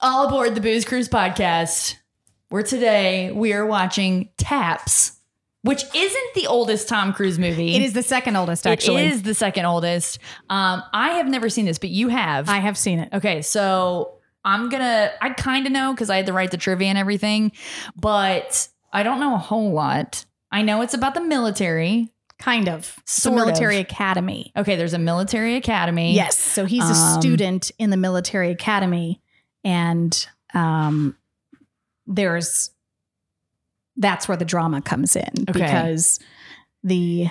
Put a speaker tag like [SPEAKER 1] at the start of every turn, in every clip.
[SPEAKER 1] All aboard the Booze Cruise podcast. Where today we are watching Taps, which isn't the oldest Tom Cruise movie.
[SPEAKER 2] It is the second oldest,
[SPEAKER 1] It
[SPEAKER 2] actually.
[SPEAKER 1] is the second oldest. Um, I have never seen this, but you have.
[SPEAKER 2] I have seen it.
[SPEAKER 1] okay, so I'm gonna. I kind of know because I had to write the trivia and everything, but I don't know a whole lot. I know it's about the military.
[SPEAKER 2] Kind of.
[SPEAKER 1] Sort
[SPEAKER 2] the
[SPEAKER 1] of.
[SPEAKER 2] military academy.
[SPEAKER 1] Okay, there's a military academy.
[SPEAKER 2] Yes. So he's a
[SPEAKER 1] Um,
[SPEAKER 2] student in the military academy, and um, there's that's where the drama comes in
[SPEAKER 1] Okay.
[SPEAKER 2] because the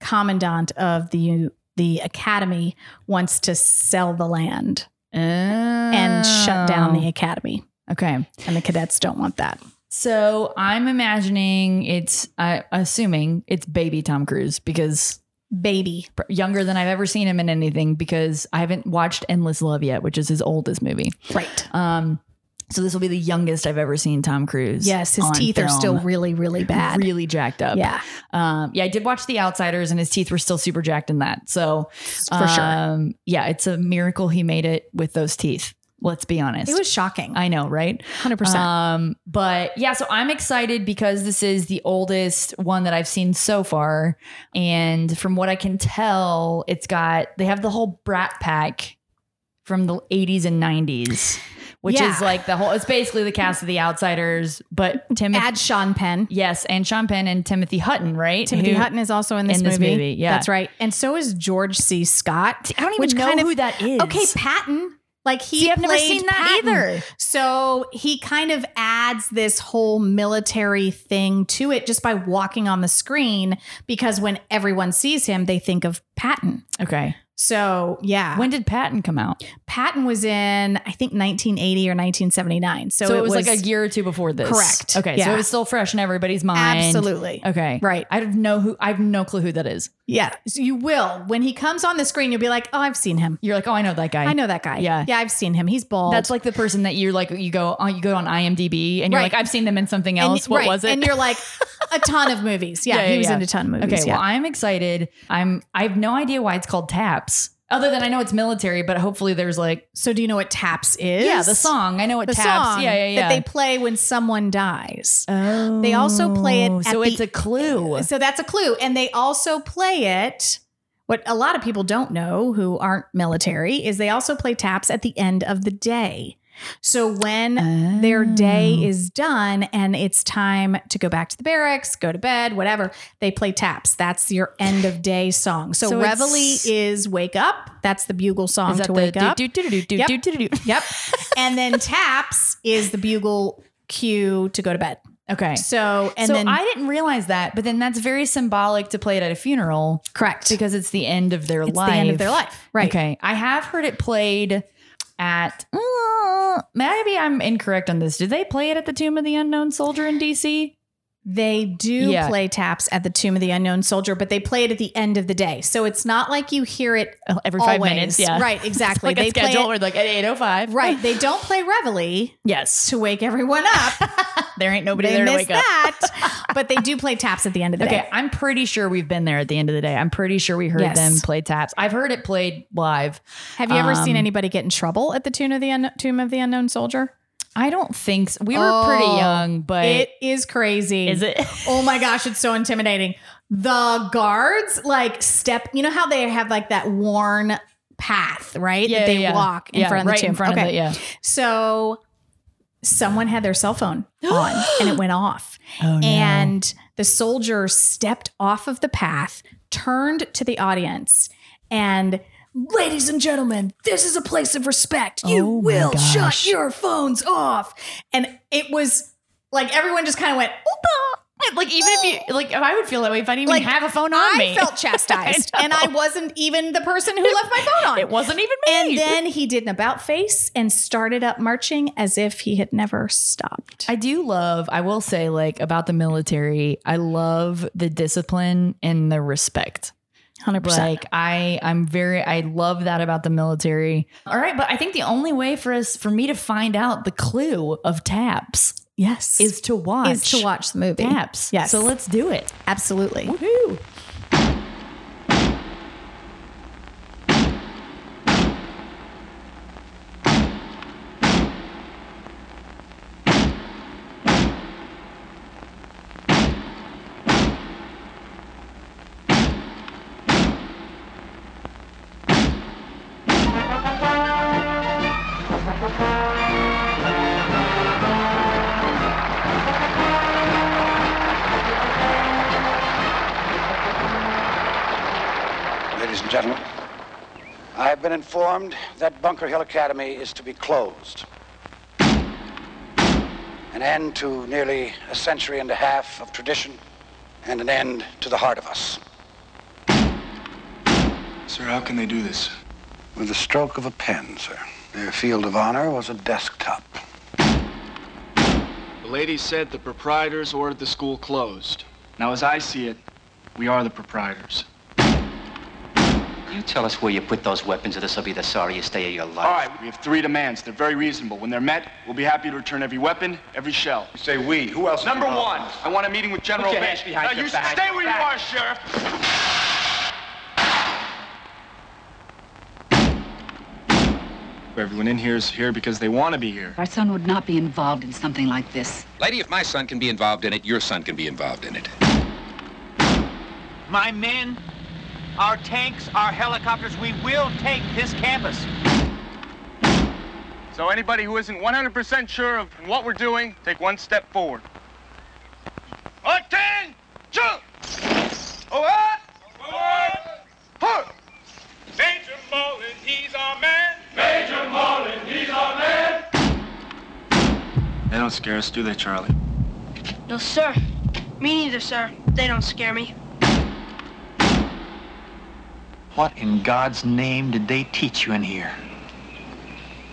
[SPEAKER 2] commandant of the the academy wants to sell the land and
[SPEAKER 1] and
[SPEAKER 2] shut down the academy,
[SPEAKER 1] Oh, Okay.
[SPEAKER 2] and the cadets don't want that.
[SPEAKER 1] So I'm imagining it's, I assuming it's baby Tom Cruise because
[SPEAKER 2] Baby,
[SPEAKER 1] pr- younger than I've ever seen him in anything because I haven't watched Endless Love yet, which is his oldest movie.
[SPEAKER 2] right?
[SPEAKER 1] Um, so this will be the youngest I've ever seen Tom Cruise.
[SPEAKER 2] Yes, his
[SPEAKER 1] on
[SPEAKER 2] teeth are
[SPEAKER 1] film.
[SPEAKER 2] still really, really bad.
[SPEAKER 1] Really jacked up.
[SPEAKER 2] yeah,
[SPEAKER 1] Um, yeah, I did watch The Outsiders and his teeth were still super jacked in that. So
[SPEAKER 2] for sure.
[SPEAKER 1] um, Yeah, it's a miracle he made it with those teeth. Let's be honest.
[SPEAKER 2] It was shocking.
[SPEAKER 1] I know, right?
[SPEAKER 2] Hundred percent.
[SPEAKER 1] Um, but yeah, so I'm excited because this is the oldest one that I've seen so far, and from what I can tell, it's got they have the whole Brat Pack from the 80s and 90s, which
[SPEAKER 2] Yeah.
[SPEAKER 1] is like the whole. It's basically the cast of The Outsiders, but Timothy,
[SPEAKER 2] Add Sean Penn.
[SPEAKER 1] yes, and Sean Penn and Timothy Hutton, right?
[SPEAKER 2] Timothy
[SPEAKER 1] Who-
[SPEAKER 2] Hutton is also in this,
[SPEAKER 1] in this
[SPEAKER 2] movie.
[SPEAKER 1] movie, yeah.
[SPEAKER 2] that's right. And so is George C. Scott.
[SPEAKER 1] I don't even
[SPEAKER 2] which
[SPEAKER 1] know
[SPEAKER 2] kind of-
[SPEAKER 1] who that is.
[SPEAKER 2] Okay, Patton. Like he
[SPEAKER 1] See, I've
[SPEAKER 2] played
[SPEAKER 1] never seen that
[SPEAKER 2] Patton.
[SPEAKER 1] either.
[SPEAKER 2] So he kind of adds this whole military thing to it just by walking on the screen because when everyone sees him, they think of Patton.
[SPEAKER 1] Okay,
[SPEAKER 2] So yeah,
[SPEAKER 1] when did Patton come out?
[SPEAKER 2] Patton was in, I think 1980 or 1979. So,
[SPEAKER 1] So, it, was, like a year or two before this.
[SPEAKER 2] Correct.
[SPEAKER 1] Okay, so
[SPEAKER 2] Yeah.
[SPEAKER 1] it was still fresh in everybody's mind.
[SPEAKER 2] absolutely
[SPEAKER 1] Okay.
[SPEAKER 2] right.
[SPEAKER 1] I don't know who. I have no clue who that is.
[SPEAKER 2] Yeah, so you will when he comes on the screen, you'll be like, oh, I've seen him.
[SPEAKER 1] You're like, oh, I know that guy.
[SPEAKER 2] I know that guy.
[SPEAKER 1] Yeah.
[SPEAKER 2] Yeah, I've seen him. He's bald.
[SPEAKER 1] That's like the person that you're like, you go, oh, you go on IMDb, and you're
[SPEAKER 2] Right.
[SPEAKER 1] like, I've seen them in something
[SPEAKER 2] And-
[SPEAKER 1] else. what
[SPEAKER 2] right,
[SPEAKER 1] was it?
[SPEAKER 2] And you're like a ton of movies. Yeah,
[SPEAKER 1] Yeah, yeah,
[SPEAKER 2] he was
[SPEAKER 1] yeah.
[SPEAKER 2] in a ton of movies.
[SPEAKER 1] okay.
[SPEAKER 2] yeah.
[SPEAKER 1] Well, I'm excited. I'm. I have no idea why it's called Taps, other than I know it's military, but hopefully there's like,
[SPEAKER 2] so do you know what Taps is?
[SPEAKER 1] yeah, the song. I know what
[SPEAKER 2] The
[SPEAKER 1] Taps.
[SPEAKER 2] song
[SPEAKER 1] yeah, yeah, yeah.
[SPEAKER 2] that they play when someone dies.
[SPEAKER 1] oh,
[SPEAKER 2] they also play it
[SPEAKER 1] So
[SPEAKER 2] at
[SPEAKER 1] it's
[SPEAKER 2] the-
[SPEAKER 1] a clue.
[SPEAKER 2] So that's a clue. And they also play it. What a lot of people don't know who aren't military is they also play Taps at the end of the day. So when their day
[SPEAKER 1] Oh.
[SPEAKER 2] is done and it's time to go back to the barracks, go to bed, whatever. They play taps. That's your end of day song. So,
[SPEAKER 1] So it's-
[SPEAKER 2] reveille is wake up. That's the bugle song
[SPEAKER 1] Is that
[SPEAKER 2] to wake
[SPEAKER 1] the
[SPEAKER 2] up.
[SPEAKER 1] do do do do
[SPEAKER 2] Yep.
[SPEAKER 1] do do do? do?
[SPEAKER 2] Yep. and then taps is the bugle cue to go to bed.
[SPEAKER 1] Okay.
[SPEAKER 2] So and
[SPEAKER 1] so
[SPEAKER 2] then
[SPEAKER 1] I didn't realize that, but then that's very symbolic to play it at a funeral.
[SPEAKER 2] correct.
[SPEAKER 1] because it's the end of their
[SPEAKER 2] It's
[SPEAKER 1] life.
[SPEAKER 2] the end of their life. Right.
[SPEAKER 1] Okay. I have heard it played at. uh, maybe I'm incorrect on this. Did they play it at the Tomb of the Unknown Soldier in DC?
[SPEAKER 2] They do
[SPEAKER 1] Yeah.
[SPEAKER 2] play taps at the Tomb of the Unknown Soldier, but they play it at the end of the day. So it's not like you hear it
[SPEAKER 1] Every
[SPEAKER 2] always.
[SPEAKER 1] five minutes. Yeah.
[SPEAKER 2] Right, exactly.
[SPEAKER 1] Like a
[SPEAKER 2] play
[SPEAKER 1] schedule
[SPEAKER 2] it-
[SPEAKER 1] where like at 805.
[SPEAKER 2] right. They don't play reveille
[SPEAKER 1] Yes.
[SPEAKER 2] to wake everyone up.
[SPEAKER 1] There ain't nobody
[SPEAKER 2] they
[SPEAKER 1] there to
[SPEAKER 2] miss
[SPEAKER 1] wake up.
[SPEAKER 2] that, but they do play taps at the end of the
[SPEAKER 1] Okay,
[SPEAKER 2] day.
[SPEAKER 1] I'm pretty sure we've been there at the end of the day. I'm pretty sure we heard
[SPEAKER 2] Yes.
[SPEAKER 1] them play taps. I've heard it played live.
[SPEAKER 2] Have you ever
[SPEAKER 1] Um,
[SPEAKER 2] seen anybody get in trouble at the Tomb of the Un- Tomb of the Unknown Soldier?
[SPEAKER 1] I don't think so. we were pretty
[SPEAKER 2] Oh,
[SPEAKER 1] young, but
[SPEAKER 2] it is crazy.
[SPEAKER 1] is it?
[SPEAKER 2] Oh my gosh, it's so intimidating. The guards like step. You know how they have like that worn path, right? that they walk in
[SPEAKER 1] Yeah,
[SPEAKER 2] front of
[SPEAKER 1] right
[SPEAKER 2] the tomb.
[SPEAKER 1] in front
[SPEAKER 2] okay.
[SPEAKER 1] of it. Yeah.
[SPEAKER 2] So someone had their cell phone on and it went off.
[SPEAKER 1] Oh, no.
[SPEAKER 2] And the soldier stepped off of the path, turned to the audience, and Ladies and gentlemen, this is a place of respect. You
[SPEAKER 1] Oh my
[SPEAKER 2] will shut
[SPEAKER 1] gosh.
[SPEAKER 2] your phones off. And it was like everyone just kind of went, ah." "Oopah."
[SPEAKER 1] Like even if you like, I would feel that way if I didn't
[SPEAKER 2] Like,
[SPEAKER 1] even have a phone on
[SPEAKER 2] I
[SPEAKER 1] me.
[SPEAKER 2] felt chastised.
[SPEAKER 1] I know.
[SPEAKER 2] and I wasn't even the person who left my phone on.
[SPEAKER 1] it wasn't even me.
[SPEAKER 2] And then he did an about face and started up marching as if he had never stopped.
[SPEAKER 1] I do love. I will say, like about the military, I love the discipline and the respect.
[SPEAKER 2] 100%.
[SPEAKER 1] Like I, I'm very. I love that about the military. All right, but I think the only way for us, for me to find out the clue of taps
[SPEAKER 2] yes.
[SPEAKER 1] is to watch.
[SPEAKER 2] is to watch the movie.
[SPEAKER 1] taps.
[SPEAKER 2] Yes.
[SPEAKER 1] So let's do it.
[SPEAKER 2] Absolutely.
[SPEAKER 1] Woohoo!
[SPEAKER 3] Gentlemen, I have been informed that Bunker Hill Academy is to be closed. An end to nearly a century and a half of tradition and an end to the heart of us.
[SPEAKER 4] Sir, how can they do this?
[SPEAKER 3] With the stroke of a pen, sir. Their field of honor was a desktop.
[SPEAKER 4] The lady said the proprietors ordered the school closed. Now, as I see it, we are the proprietors.
[SPEAKER 5] You tell us where you put those weapons, or this'll be the sorriest day of your life.
[SPEAKER 4] All right, we have three demands. They're very reasonable. When they're met, we'll be happy to return every weapon, every shell.
[SPEAKER 6] You say we. Who else?
[SPEAKER 4] Number one, I want a meeting with General
[SPEAKER 5] Put your
[SPEAKER 4] Van-
[SPEAKER 5] hands behind
[SPEAKER 4] Now,
[SPEAKER 5] your
[SPEAKER 4] you
[SPEAKER 5] back.
[SPEAKER 4] stay where you
[SPEAKER 5] Back.
[SPEAKER 4] are, Sheriff. Everyone in here is here because they want to be here.
[SPEAKER 7] Our son would not be involved in something like this.
[SPEAKER 8] Lady, if my son can be involved in it, your son can be involved in it.
[SPEAKER 9] My men, our tanks, our helicopters, we will take this campus.
[SPEAKER 4] So anybody who isn't 100% sure of what we're doing, take one step forward. Attention! Alright! Huh.
[SPEAKER 10] Major Mullen, he's our man. Major Mullen, he's our man.
[SPEAKER 4] They don't scare us, do they, Charlie?
[SPEAKER 11] No, sir. Me neither, sir. They don't scare me.
[SPEAKER 12] What in God's name did they teach you in here?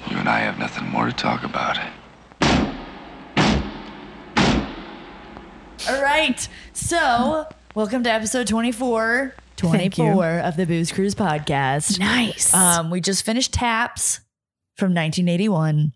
[SPEAKER 6] You and I have nothing more to talk about.
[SPEAKER 13] All right. So, welcome to episode 24. 24 of the Booze Cruise podcast.
[SPEAKER 2] Nice.
[SPEAKER 13] Um, we just finished Taps from 1981.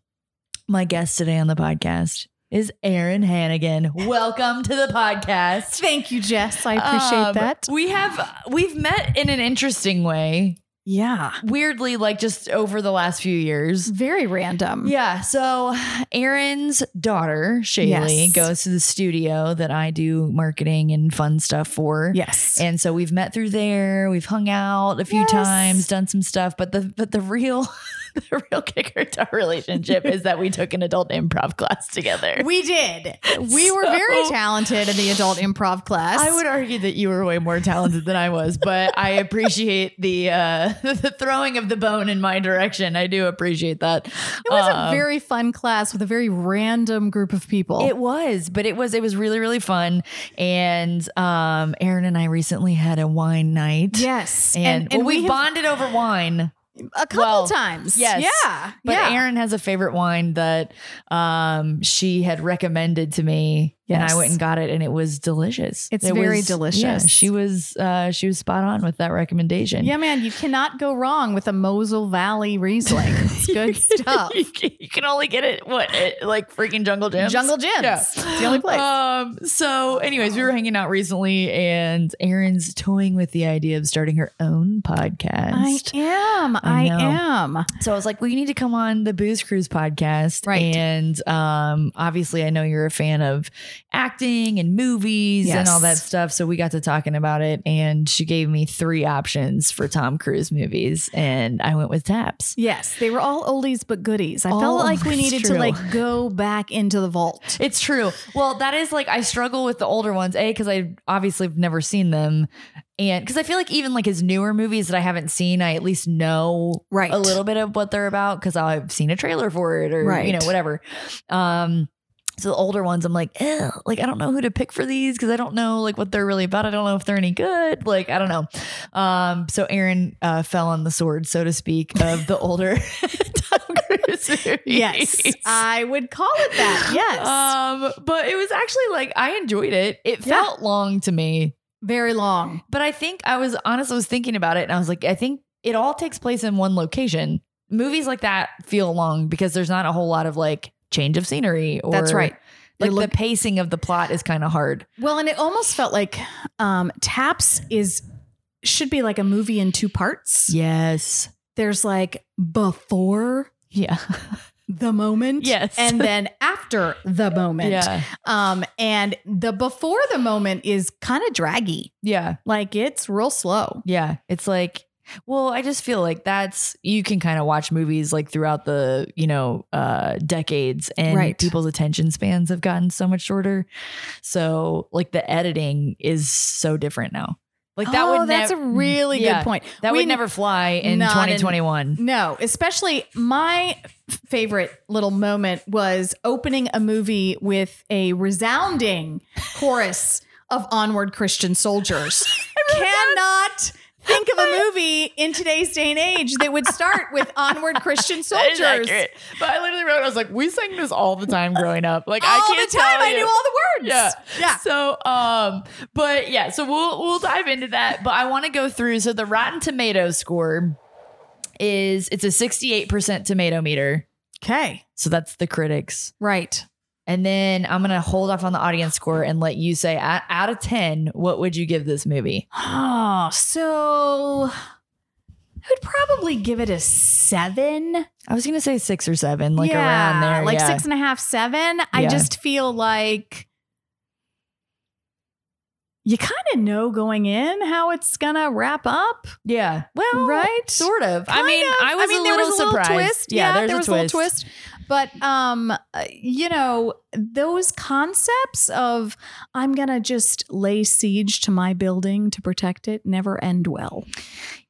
[SPEAKER 13] My guest today on the podcast is Aaron Hannigan. Welcome to the podcast.
[SPEAKER 2] Thank you, Jess. I appreciate
[SPEAKER 13] Um,
[SPEAKER 2] that.
[SPEAKER 13] We have we've met in an interesting way.
[SPEAKER 2] Yeah.
[SPEAKER 13] Weirdly, like just over the last few years.
[SPEAKER 2] Very random.
[SPEAKER 13] Yeah. So Aaron's daughter, Shaylee,
[SPEAKER 2] Yes.
[SPEAKER 13] goes to the studio that I do marketing and fun stuff for.
[SPEAKER 2] Yes.
[SPEAKER 13] And so we've met through there. We've hung out a few
[SPEAKER 2] Yes.
[SPEAKER 13] times, done some stuff. But the but the real the real kicker to our relationship is that we took an adult improv class together.
[SPEAKER 2] we did. We were
[SPEAKER 13] So-
[SPEAKER 2] very talented in the adult improv class.
[SPEAKER 13] I would argue that you were way more talented than I was, but I appreciate the uh, the throwing of the bone in my direction. I do appreciate that.
[SPEAKER 2] It was a
[SPEAKER 13] Um,
[SPEAKER 2] very fun class with a very random group of people.
[SPEAKER 13] It was, but it was it was really really fun. And um, Aaron and I recently had a wine night.
[SPEAKER 2] yes.
[SPEAKER 13] and, well, we,
[SPEAKER 2] have-
[SPEAKER 13] bonded over wine.
[SPEAKER 2] a couple
[SPEAKER 13] well,
[SPEAKER 2] times.
[SPEAKER 13] yes,
[SPEAKER 2] Yeah.
[SPEAKER 13] But
[SPEAKER 2] yeah.
[SPEAKER 13] Aaron has a favorite wine that um, she had recommended to me, and
[SPEAKER 2] Yes.
[SPEAKER 13] I went and got it, and it was delicious.
[SPEAKER 2] It's
[SPEAKER 13] It
[SPEAKER 2] very
[SPEAKER 13] was- yeah,
[SPEAKER 2] delicious.
[SPEAKER 13] she was uh, she was spot on with that recommendation.
[SPEAKER 2] Yeah, man, you cannot go wrong with a Mosel Valley Riesling. It's good stuff.
[SPEAKER 13] you, can, you can only get it what at, like freaking jungle gyms.
[SPEAKER 2] Jungle Gyms. It's the only place.
[SPEAKER 13] Um. So, anyways, we were hanging out recently, and Erin's toying with the idea of starting her own
[SPEAKER 2] I
[SPEAKER 13] podcast.
[SPEAKER 2] am. I,
[SPEAKER 13] know.
[SPEAKER 2] am.
[SPEAKER 13] so I was like, "Well, you need to come on the Booze Cruise podcast,
[SPEAKER 2] Right.
[SPEAKER 13] And um, obviously, I know you're a fan of acting and movies and all that
[SPEAKER 2] Yes.
[SPEAKER 13] stuff. So we got to talking about it, and she gave me three options for Tom Cruise movies, and I went with Taps.
[SPEAKER 2] Yes, they were all oldies but goodies. I
[SPEAKER 13] All-
[SPEAKER 2] felt like we
[SPEAKER 13] Oh, that's
[SPEAKER 2] needed
[SPEAKER 13] true.
[SPEAKER 2] to like go back into the vault.
[SPEAKER 13] It's true. Well, that is like I struggle with the older ones, a because I obviously have never seen them, and because I feel like even like his newer movies that I haven't seen, I at least know
[SPEAKER 2] Right.
[SPEAKER 13] a little bit of what they're about because I've seen a trailer for it or you
[SPEAKER 2] Right.
[SPEAKER 13] know whatever. Um, so the older ones, I'm like, Ew, like I don't know who to pick for these because I don't know like what they're really about. I don't know if they're any good. Like I don't know. Um, so Aaron uh, fell on the sword, so to speak, of the older Tom Cruise movies.
[SPEAKER 2] Yes, I would call it that. Yes,
[SPEAKER 13] Um, but it was actually like I enjoyed it. It
[SPEAKER 2] Yeah.
[SPEAKER 13] felt long to me,
[SPEAKER 2] very long.
[SPEAKER 13] but I think I was honestly was thinking about it, and I was like, I think it all takes place in one location. Movies like that feel long because there's not a whole lot of like change of scenery or
[SPEAKER 2] That's right.
[SPEAKER 13] Like
[SPEAKER 2] You're look-
[SPEAKER 13] the pacing of the plot is kind of hard.
[SPEAKER 2] Well, and it almost felt like um, Taps is should be like a movie in two parts.
[SPEAKER 13] Yes.
[SPEAKER 2] There's like before
[SPEAKER 13] Yeah.
[SPEAKER 2] the moment,
[SPEAKER 13] Yes.
[SPEAKER 2] and then after the moment.
[SPEAKER 13] Yeah.
[SPEAKER 2] Um, and the before the moment is kind of draggy.
[SPEAKER 13] Yeah.
[SPEAKER 2] Like it's real slow.
[SPEAKER 13] Yeah. It's like, well, I just feel like that's you can kind of watch movies like throughout the, you know, uh decades and
[SPEAKER 2] Right.
[SPEAKER 13] people's attention spans have gotten so much shorter. So like the editing is so different now. Like that
[SPEAKER 2] Oh,
[SPEAKER 13] would.
[SPEAKER 2] that's
[SPEAKER 13] nev-
[SPEAKER 2] a really good
[SPEAKER 13] Yeah,
[SPEAKER 2] point.
[SPEAKER 13] That
[SPEAKER 2] We
[SPEAKER 13] would
[SPEAKER 2] n-
[SPEAKER 13] never fly in
[SPEAKER 2] Not
[SPEAKER 13] 2021.
[SPEAKER 2] no, especially my f- favorite little moment was opening a movie with a resounding chorus of onward Christian soldiers. Cannot think of a movie in today's day and age that would start with onward Christian
[SPEAKER 13] That is
[SPEAKER 2] soldiers.
[SPEAKER 13] accurate. But I literally wrote, I was like, we sang this all the time growing up. Like I
[SPEAKER 2] All
[SPEAKER 13] can't
[SPEAKER 2] the time,
[SPEAKER 13] tell
[SPEAKER 2] I
[SPEAKER 13] you.
[SPEAKER 2] knew all the words.
[SPEAKER 13] Yeah.
[SPEAKER 2] yeah.
[SPEAKER 13] So um but yeah, so we'll we'll dive into that, but I want to go through so the Rotten Tomato score is it's a 68% tomato meter.
[SPEAKER 2] Okay,
[SPEAKER 13] So that's the critics.
[SPEAKER 2] right.
[SPEAKER 13] And then I'm going to hold off on the audience score and let you say out out of 10, what would you give this movie?
[SPEAKER 2] Oh, so I would probably give it a seven.
[SPEAKER 13] I was going to say 6 or 7, like around there.
[SPEAKER 2] Like
[SPEAKER 13] yeah.
[SPEAKER 2] six and a half, seven. I
[SPEAKER 13] Yeah.
[SPEAKER 2] just feel like you kind of know going in how it's gonna wrap up.
[SPEAKER 13] Yeah. Well,
[SPEAKER 2] Right?
[SPEAKER 13] Sort of. I
[SPEAKER 2] Kind
[SPEAKER 13] mean,
[SPEAKER 2] of.
[SPEAKER 13] I was a
[SPEAKER 2] there
[SPEAKER 13] little surprised.
[SPEAKER 2] twist. Yeah, there was a little twist. But um, uh, you know, those concepts of I'm gonna just lay siege to my building to protect it never end well.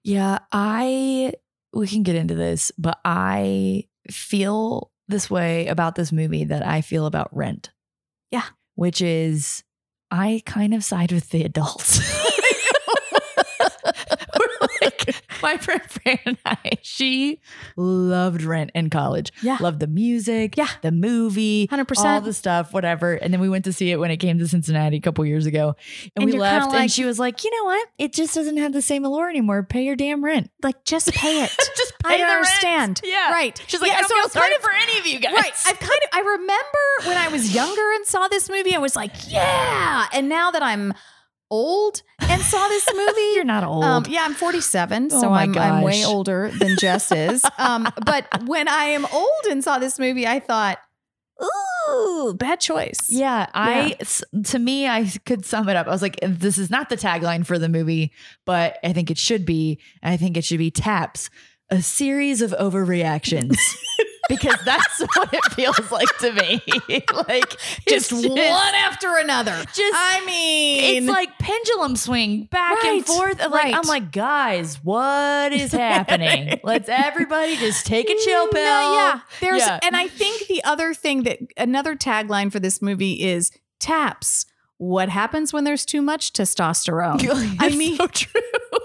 [SPEAKER 13] Yeah, I we can get into this, but I feel this way about this movie that I feel about Rent.
[SPEAKER 2] Yeah.
[SPEAKER 13] Which is I kind of side with the adults. We're like, my friend Fran and I, she loved Rent in college.
[SPEAKER 2] Yeah.
[SPEAKER 13] Loved the music,
[SPEAKER 2] Yeah.
[SPEAKER 13] the movie,
[SPEAKER 2] 100%.
[SPEAKER 13] all the stuff, whatever. And then we went to see it when it came to Cincinnati a couple years ago. And,
[SPEAKER 2] And
[SPEAKER 13] we
[SPEAKER 2] you're kinda
[SPEAKER 13] left,
[SPEAKER 2] like-
[SPEAKER 13] and she was like, you know what? It just doesn't have the same allure anymore. Pay your damn rent.
[SPEAKER 2] Like just pay it.
[SPEAKER 13] just
[SPEAKER 2] I
[SPEAKER 13] pay the
[SPEAKER 2] don't
[SPEAKER 13] rent.
[SPEAKER 2] understand.
[SPEAKER 13] Yeah.
[SPEAKER 2] Right.
[SPEAKER 13] She's like,
[SPEAKER 2] Yeah,
[SPEAKER 13] I don't
[SPEAKER 2] so
[SPEAKER 13] feel
[SPEAKER 2] it's kind
[SPEAKER 13] sorry
[SPEAKER 2] of-
[SPEAKER 13] for any of you guys.
[SPEAKER 2] Right. I've kind of I remember when I was younger and saw this movie, I was like, yeah. And now that I'm old and saw this movie.
[SPEAKER 13] You're not old.
[SPEAKER 2] Um, yeah, I'm 47,
[SPEAKER 13] Oh
[SPEAKER 2] so
[SPEAKER 13] my
[SPEAKER 2] I'm, I'm way
[SPEAKER 13] gosh.
[SPEAKER 2] older than Jess is. Um, but when I am old and saw this movie, I thought, ooh, bad choice.
[SPEAKER 13] yeah, I s- to me I could sum it up. I was like this is not the tagline for the movie, but I think it should be. I think it should be taps, a series of overreactions. because that's what it feels like to me. like it's
[SPEAKER 2] Just, one after another.
[SPEAKER 13] just-
[SPEAKER 2] I mean,
[SPEAKER 13] It's like pendulum swing back
[SPEAKER 2] Right,
[SPEAKER 13] and forth. Of like
[SPEAKER 2] right.
[SPEAKER 13] I'm like, guys, what is happening? Let's everybody just take a chill
[SPEAKER 2] No,
[SPEAKER 13] pill.
[SPEAKER 2] yeah. Ah, There's
[SPEAKER 13] Yeah.
[SPEAKER 2] and I think the other thing that another tagline for this movie is taps. What happens when there's too much testosterone? I
[SPEAKER 13] I
[SPEAKER 2] mean-
[SPEAKER 13] mean, so true.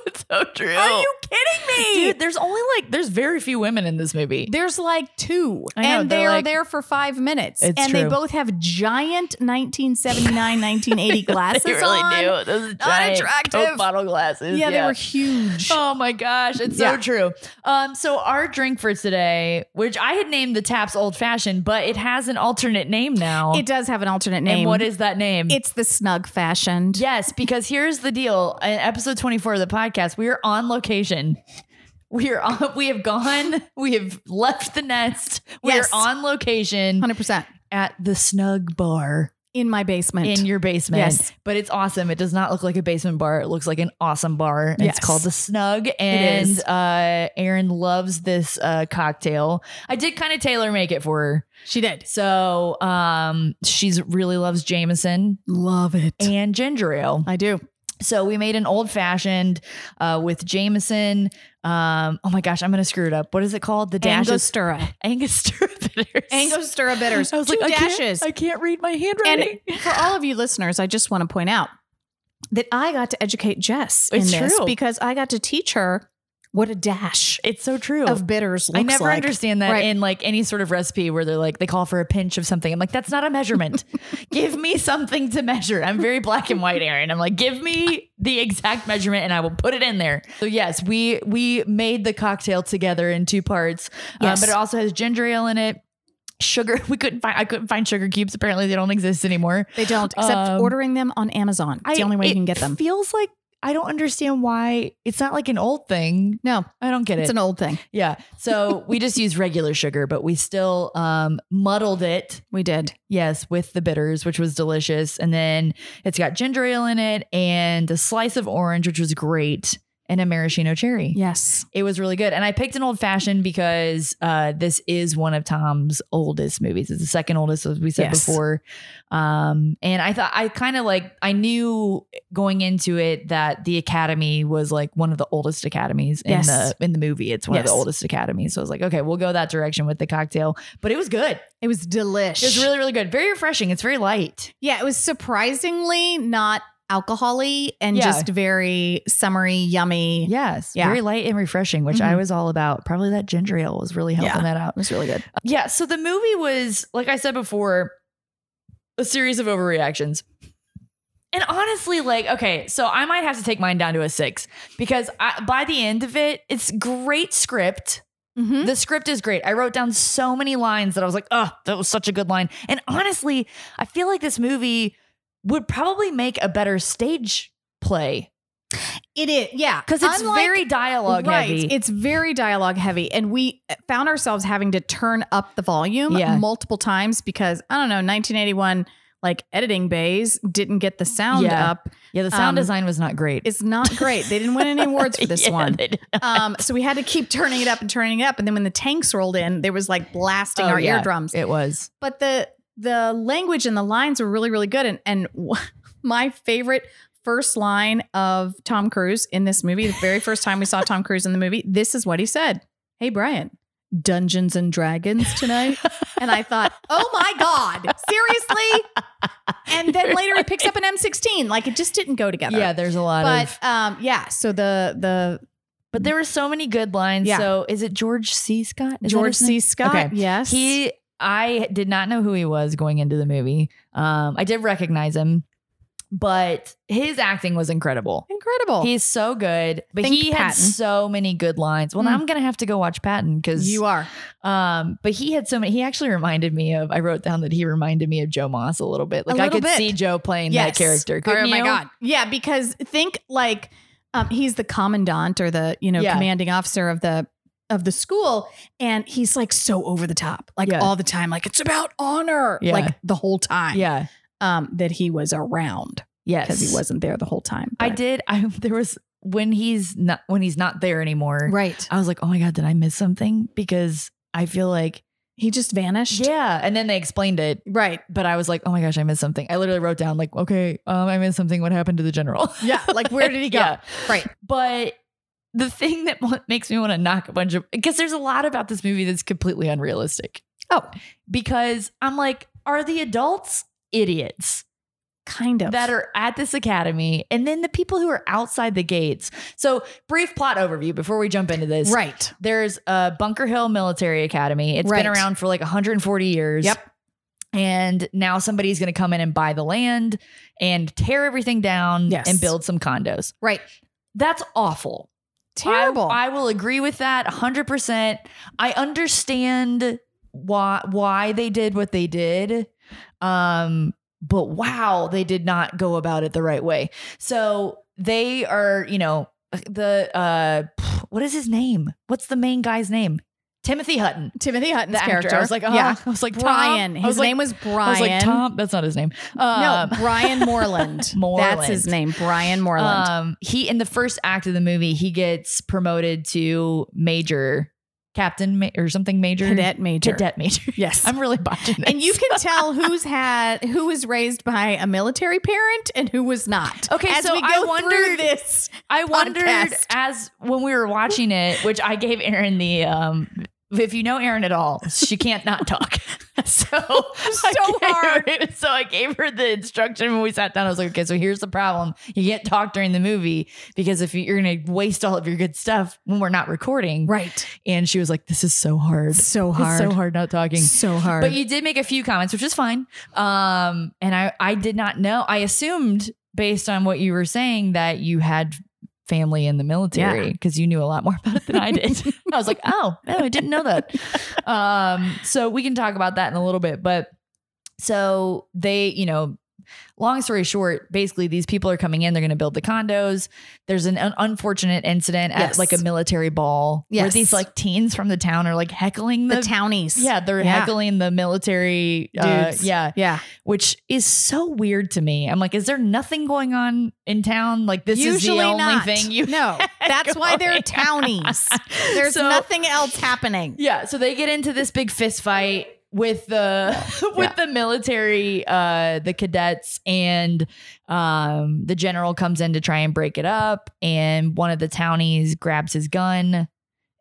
[SPEAKER 13] It's so true.
[SPEAKER 2] Are you kidding me?
[SPEAKER 13] Dude, there's only like there's very few women in this movie.
[SPEAKER 2] there's like two,
[SPEAKER 13] I know,
[SPEAKER 2] and they
[SPEAKER 13] they're
[SPEAKER 2] are
[SPEAKER 13] like-
[SPEAKER 2] there for five minutes,
[SPEAKER 13] It's
[SPEAKER 2] and they
[SPEAKER 13] true.
[SPEAKER 2] both have giant 1979, 1980 glasses
[SPEAKER 13] they really
[SPEAKER 2] on.
[SPEAKER 13] do. Those giant
[SPEAKER 2] unattractive.
[SPEAKER 13] Coke bottle glasses.
[SPEAKER 2] Yeah, they were huge.
[SPEAKER 13] Oh my gosh, it's
[SPEAKER 2] Yeah.
[SPEAKER 13] so true. Um, so our drink for today, which I had named the Taps Old Fashioned, but it has an alternate name now.
[SPEAKER 2] It does have an alternate name.
[SPEAKER 13] And what is that name?
[SPEAKER 2] It's the snug fashioned.
[SPEAKER 13] Yes, because here's the deal. In episode 24 of the podcast, we are on location. We are on, we have gone, we have left the nest. We
[SPEAKER 2] Yes.
[SPEAKER 13] are on location
[SPEAKER 2] 100%
[SPEAKER 13] at the snug bar
[SPEAKER 2] in my basement.
[SPEAKER 13] in your basement.
[SPEAKER 2] Yes.
[SPEAKER 13] But it's awesome. It does not look like a basement bar. It looks like an awesome bar. And
[SPEAKER 2] Yes.
[SPEAKER 13] It's called the Snug. And
[SPEAKER 2] is.
[SPEAKER 13] uh Aaron loves this uh cocktail. I did kind of tailor make it for her.
[SPEAKER 2] she did.
[SPEAKER 13] So um she's really loves Jameson
[SPEAKER 2] Love it.
[SPEAKER 13] and ginger ale.
[SPEAKER 2] I do.
[SPEAKER 13] So we made an old fashioned uh, with Jameson. Um, oh my gosh, I'm gonna screw it up. What is it called? The dash is-
[SPEAKER 2] Angostura.
[SPEAKER 13] Angostura bitters.
[SPEAKER 2] Angostura bitters.
[SPEAKER 13] I was
[SPEAKER 2] Two
[SPEAKER 13] like,
[SPEAKER 2] dashes.
[SPEAKER 13] I can't, I can't read my
[SPEAKER 2] and
[SPEAKER 13] handwriting.
[SPEAKER 2] for all of you listeners, I just want to point out that I got to educate Jess in
[SPEAKER 13] It's
[SPEAKER 2] this
[SPEAKER 13] true.
[SPEAKER 2] because I got to teach her what a dash
[SPEAKER 13] it's so true.
[SPEAKER 2] of bitters looks
[SPEAKER 13] I never
[SPEAKER 2] like.
[SPEAKER 13] understand that
[SPEAKER 2] Right.
[SPEAKER 13] in like any sort of recipe where they're like they call for a pinch of something. I'm like, that's not a measurement. give me something to measure. I'm very black and white, Aaron. I'm like, give me the exact measurement and I will put it in there. So yes, we we made the cocktail together in two parts, Um,
[SPEAKER 2] Yes.
[SPEAKER 13] but it also has ginger ale in it. Sugar, we couldn't find. I couldn't find sugar cubes. Apparently, they don't exist anymore.
[SPEAKER 2] They don't, except
[SPEAKER 13] Um,
[SPEAKER 2] ordering them on Amazon. It's the
[SPEAKER 13] I-
[SPEAKER 2] only way you
[SPEAKER 13] it
[SPEAKER 2] can get them.
[SPEAKER 13] Feels like I don't understand why it's not like an old thing.
[SPEAKER 2] No,
[SPEAKER 13] I don't get it.
[SPEAKER 2] it's an old thing.
[SPEAKER 13] Yeah. So we just use regular sugar, but we still um, muddled it.
[SPEAKER 2] We did.
[SPEAKER 13] Yes, with the bitters, which was delicious. And then it's got ginger ale in it and a slice of orange, which was great.
[SPEAKER 1] and a maraschino cherry.
[SPEAKER 2] Yes.
[SPEAKER 1] It was really good. And I picked an old fashioned because uh, this is one of Tom's oldest movies. It's the second oldest, as we said
[SPEAKER 2] Yes.
[SPEAKER 1] before. Um, and I thought I kind of like I knew going into it that the Academy was like one of the oldest academies in
[SPEAKER 2] Yes.
[SPEAKER 1] the in the movie. It's one of
[SPEAKER 2] Yes.
[SPEAKER 1] the oldest academies. So I was like, okay, we'll go that direction with the cocktail. But it was good.
[SPEAKER 2] It was delish.
[SPEAKER 1] It was really, really good. Very refreshing. It's very light.
[SPEAKER 2] yeah, it was surprisingly not alcohol-y and
[SPEAKER 1] Yeah.
[SPEAKER 2] just very summery, yummy.
[SPEAKER 1] Yes.
[SPEAKER 2] Yeah.
[SPEAKER 1] Very light and refreshing, which I
[SPEAKER 2] Mhm.
[SPEAKER 1] was all about. Probably that ginger ale was really helping
[SPEAKER 2] Yeah.
[SPEAKER 1] that out.
[SPEAKER 2] It was really good.
[SPEAKER 1] Yeah. So the movie was, like I said before, a series of overreactions. And honestly, like, okay, so I might have to take mine down to a six because I, by the end of it, it's great script.
[SPEAKER 2] Mhm.
[SPEAKER 1] The script is great. I wrote down so many lines that I was like, oh, that was such a good line. And honestly, I feel like this movie would probably make a better stage play
[SPEAKER 2] It is, yeah,
[SPEAKER 1] because it's
[SPEAKER 2] Unlike-
[SPEAKER 1] very dialogue
[SPEAKER 2] right.
[SPEAKER 1] heavy.
[SPEAKER 2] It's very dialogue heavy, and we found ourselves having to turn up the volume
[SPEAKER 1] Yeah.
[SPEAKER 2] multiple times because I don't know, 1981 like editing bays didn't get the sound
[SPEAKER 1] Yeah.
[SPEAKER 2] up.
[SPEAKER 1] yeah, the sound
[SPEAKER 2] um,
[SPEAKER 1] design was not great.
[SPEAKER 2] It's not great. They didn't win any awards for this
[SPEAKER 1] Yeah,
[SPEAKER 2] one.
[SPEAKER 1] they did.
[SPEAKER 2] Um, so we had to keep turning it up and turning it up, and then when the tanks rolled in, there was like blasting
[SPEAKER 1] Oh,
[SPEAKER 2] our
[SPEAKER 1] yeah,
[SPEAKER 2] eardrums.
[SPEAKER 1] It was.
[SPEAKER 2] but the the language and the lines were really really good and and my favorite first line of Tom Cruise in this movie the very first time we saw Tom Cruise in the movie this is what he said hey Brian Dungeons and Dragons tonight and I thought oh my god seriously and then later he picks up an M16 like it just didn't go together
[SPEAKER 1] Yeah, there's a lot of
[SPEAKER 2] but um yeah so the the
[SPEAKER 1] But there were so many good lines.
[SPEAKER 2] Yeah.
[SPEAKER 1] So is it George C. Scott? Is that
[SPEAKER 2] George
[SPEAKER 1] his name?
[SPEAKER 2] C Scott
[SPEAKER 1] Okay.
[SPEAKER 2] yes
[SPEAKER 1] He I did not know who he was going into the movie. Um, I did recognize him, but his acting was incredible.
[SPEAKER 2] incredible
[SPEAKER 1] He's so good, but
[SPEAKER 2] Think
[SPEAKER 1] he had
[SPEAKER 2] Patton.
[SPEAKER 1] so many good lines. Well, now
[SPEAKER 2] Hmm.
[SPEAKER 1] I'm gonna have to go watch Patton because
[SPEAKER 2] you are
[SPEAKER 1] Um, but he had so many. He actually reminded me of. I wrote down that he reminded me of Joe Moss a little bit. Like I
[SPEAKER 2] little
[SPEAKER 1] could
[SPEAKER 2] bit.
[SPEAKER 1] see Joe playing that character.
[SPEAKER 2] oh
[SPEAKER 1] couldn't
[SPEAKER 2] my
[SPEAKER 1] you?
[SPEAKER 2] god. Yeah, because think like um, he's the commandant or the you know
[SPEAKER 1] Yeah.
[SPEAKER 2] commanding officer of the of the school, and he's like so over the top, like
[SPEAKER 1] Yeah.
[SPEAKER 2] all the time, like it's about honor,
[SPEAKER 1] Yeah.
[SPEAKER 2] like the whole time.
[SPEAKER 1] Yeah.
[SPEAKER 2] um, that he was around
[SPEAKER 1] Yes.
[SPEAKER 2] because he wasn't there the whole time.
[SPEAKER 1] I
[SPEAKER 2] but-
[SPEAKER 1] did. I there was when he's not when he's not there anymore.
[SPEAKER 2] Right,
[SPEAKER 1] I was like, oh my god, did I miss something? Because I feel like
[SPEAKER 2] he just vanished.
[SPEAKER 1] yeah, and then they explained it,
[SPEAKER 2] Right.
[SPEAKER 1] but I was like, oh my gosh, I missed something. I literally wrote down like, okay, um, I missed something. What happened to the general?
[SPEAKER 2] Yeah. Like where did he go?
[SPEAKER 1] Yeah.
[SPEAKER 2] Right.
[SPEAKER 1] But the thing that wa- makes me want to knock a bunch of because there's a lot about this movie that's completely unrealistic.
[SPEAKER 2] Oh.
[SPEAKER 1] because I'm like, are the adults idiots?
[SPEAKER 2] Kind of.
[SPEAKER 1] that are at this academy and then the people who are outside the gates. So, brief plot overview before we jump into this.
[SPEAKER 2] right.
[SPEAKER 1] There's uh, Bunker Hill Military Academy. It's
[SPEAKER 2] Right.
[SPEAKER 1] been around for like 140 years.
[SPEAKER 2] Yep.
[SPEAKER 1] And now somebody's going to come in and buy the land and tear everything down
[SPEAKER 2] Yes.
[SPEAKER 1] and build some condos.
[SPEAKER 2] Right.
[SPEAKER 1] That's awful.
[SPEAKER 2] Terrible.
[SPEAKER 1] I, I will agree with that 100%. I understand why why they did what they did. Um but wow, they did not go about it the right way. So they are, you know, the uh what is his name? What's the main guy's name? Timothy Hutton.
[SPEAKER 2] Timothy Hutton's
[SPEAKER 1] The actor.
[SPEAKER 2] character.
[SPEAKER 1] I was like, oh,
[SPEAKER 2] yeah.
[SPEAKER 1] I was like, Tom.
[SPEAKER 2] "Uh-huh." Brian.
[SPEAKER 1] I
[SPEAKER 2] His
[SPEAKER 1] was like-
[SPEAKER 2] name was Brian.
[SPEAKER 1] I was like Tom. That's not his name.
[SPEAKER 2] No,
[SPEAKER 1] Um,
[SPEAKER 2] Brian Moreland.
[SPEAKER 1] Moreland.
[SPEAKER 2] That's his name, Brian Moreland.
[SPEAKER 1] Um, he in the first act of the movie, he gets promoted to major, captain ma- or something major,
[SPEAKER 2] Cadet major.
[SPEAKER 1] cadet major.
[SPEAKER 2] Yes.
[SPEAKER 1] I'm really botching this.
[SPEAKER 2] and you can tell who's had who was raised by a military parent and who was not.
[SPEAKER 1] Okay,
[SPEAKER 2] as
[SPEAKER 1] so
[SPEAKER 2] we go
[SPEAKER 1] I wondered-
[SPEAKER 2] through this.
[SPEAKER 1] I wondered
[SPEAKER 2] podcast.
[SPEAKER 1] as when we were watching it, which I gave Erin the um. If you know Erin at all, she can't not talk. So so
[SPEAKER 2] hard.
[SPEAKER 1] so I gave her the instruction when we sat down. I was like, okay, so here's the problem: you can't talk during the movie because if you- you're going to waste all of your good stuff when we're not recording,
[SPEAKER 2] Right.
[SPEAKER 1] And she was like, "This is so hard,
[SPEAKER 2] So
[SPEAKER 1] It's
[SPEAKER 2] hard.
[SPEAKER 1] so hard not talking."
[SPEAKER 2] So hard.
[SPEAKER 1] But you did make a few comments, which is fine. Um, and I, I did not know. I assumed based on what you were saying that you had family in the military because you knew a lot more about it than I did. I was like, oh, no, I didn't know that. Um, so we can talk about that in a little bit, but so they, you know, long story short, basically these people are coming in. They're going to build the condos. There's an un- unfortunate incident at
[SPEAKER 2] Yes.
[SPEAKER 1] like a military ball where
[SPEAKER 2] Yes.
[SPEAKER 1] these like teens from the town are like heckling the,
[SPEAKER 2] The townies.
[SPEAKER 1] Yeah, they're
[SPEAKER 2] Yeah.
[SPEAKER 1] heckling the military uh,
[SPEAKER 2] Dudes.
[SPEAKER 1] yeah,
[SPEAKER 2] Yeah.
[SPEAKER 1] which is so weird to me. I'm like, is there nothing going on in town? Like this is the only thing you
[SPEAKER 2] No, that's why they're townies. There's
[SPEAKER 1] So-
[SPEAKER 2] nothing else happening.
[SPEAKER 1] Yeah, so they get into this big fist fight with the with the military, uh, the cadets, and um, the general comes in to try and break it up, and one of the townies grabs his gun,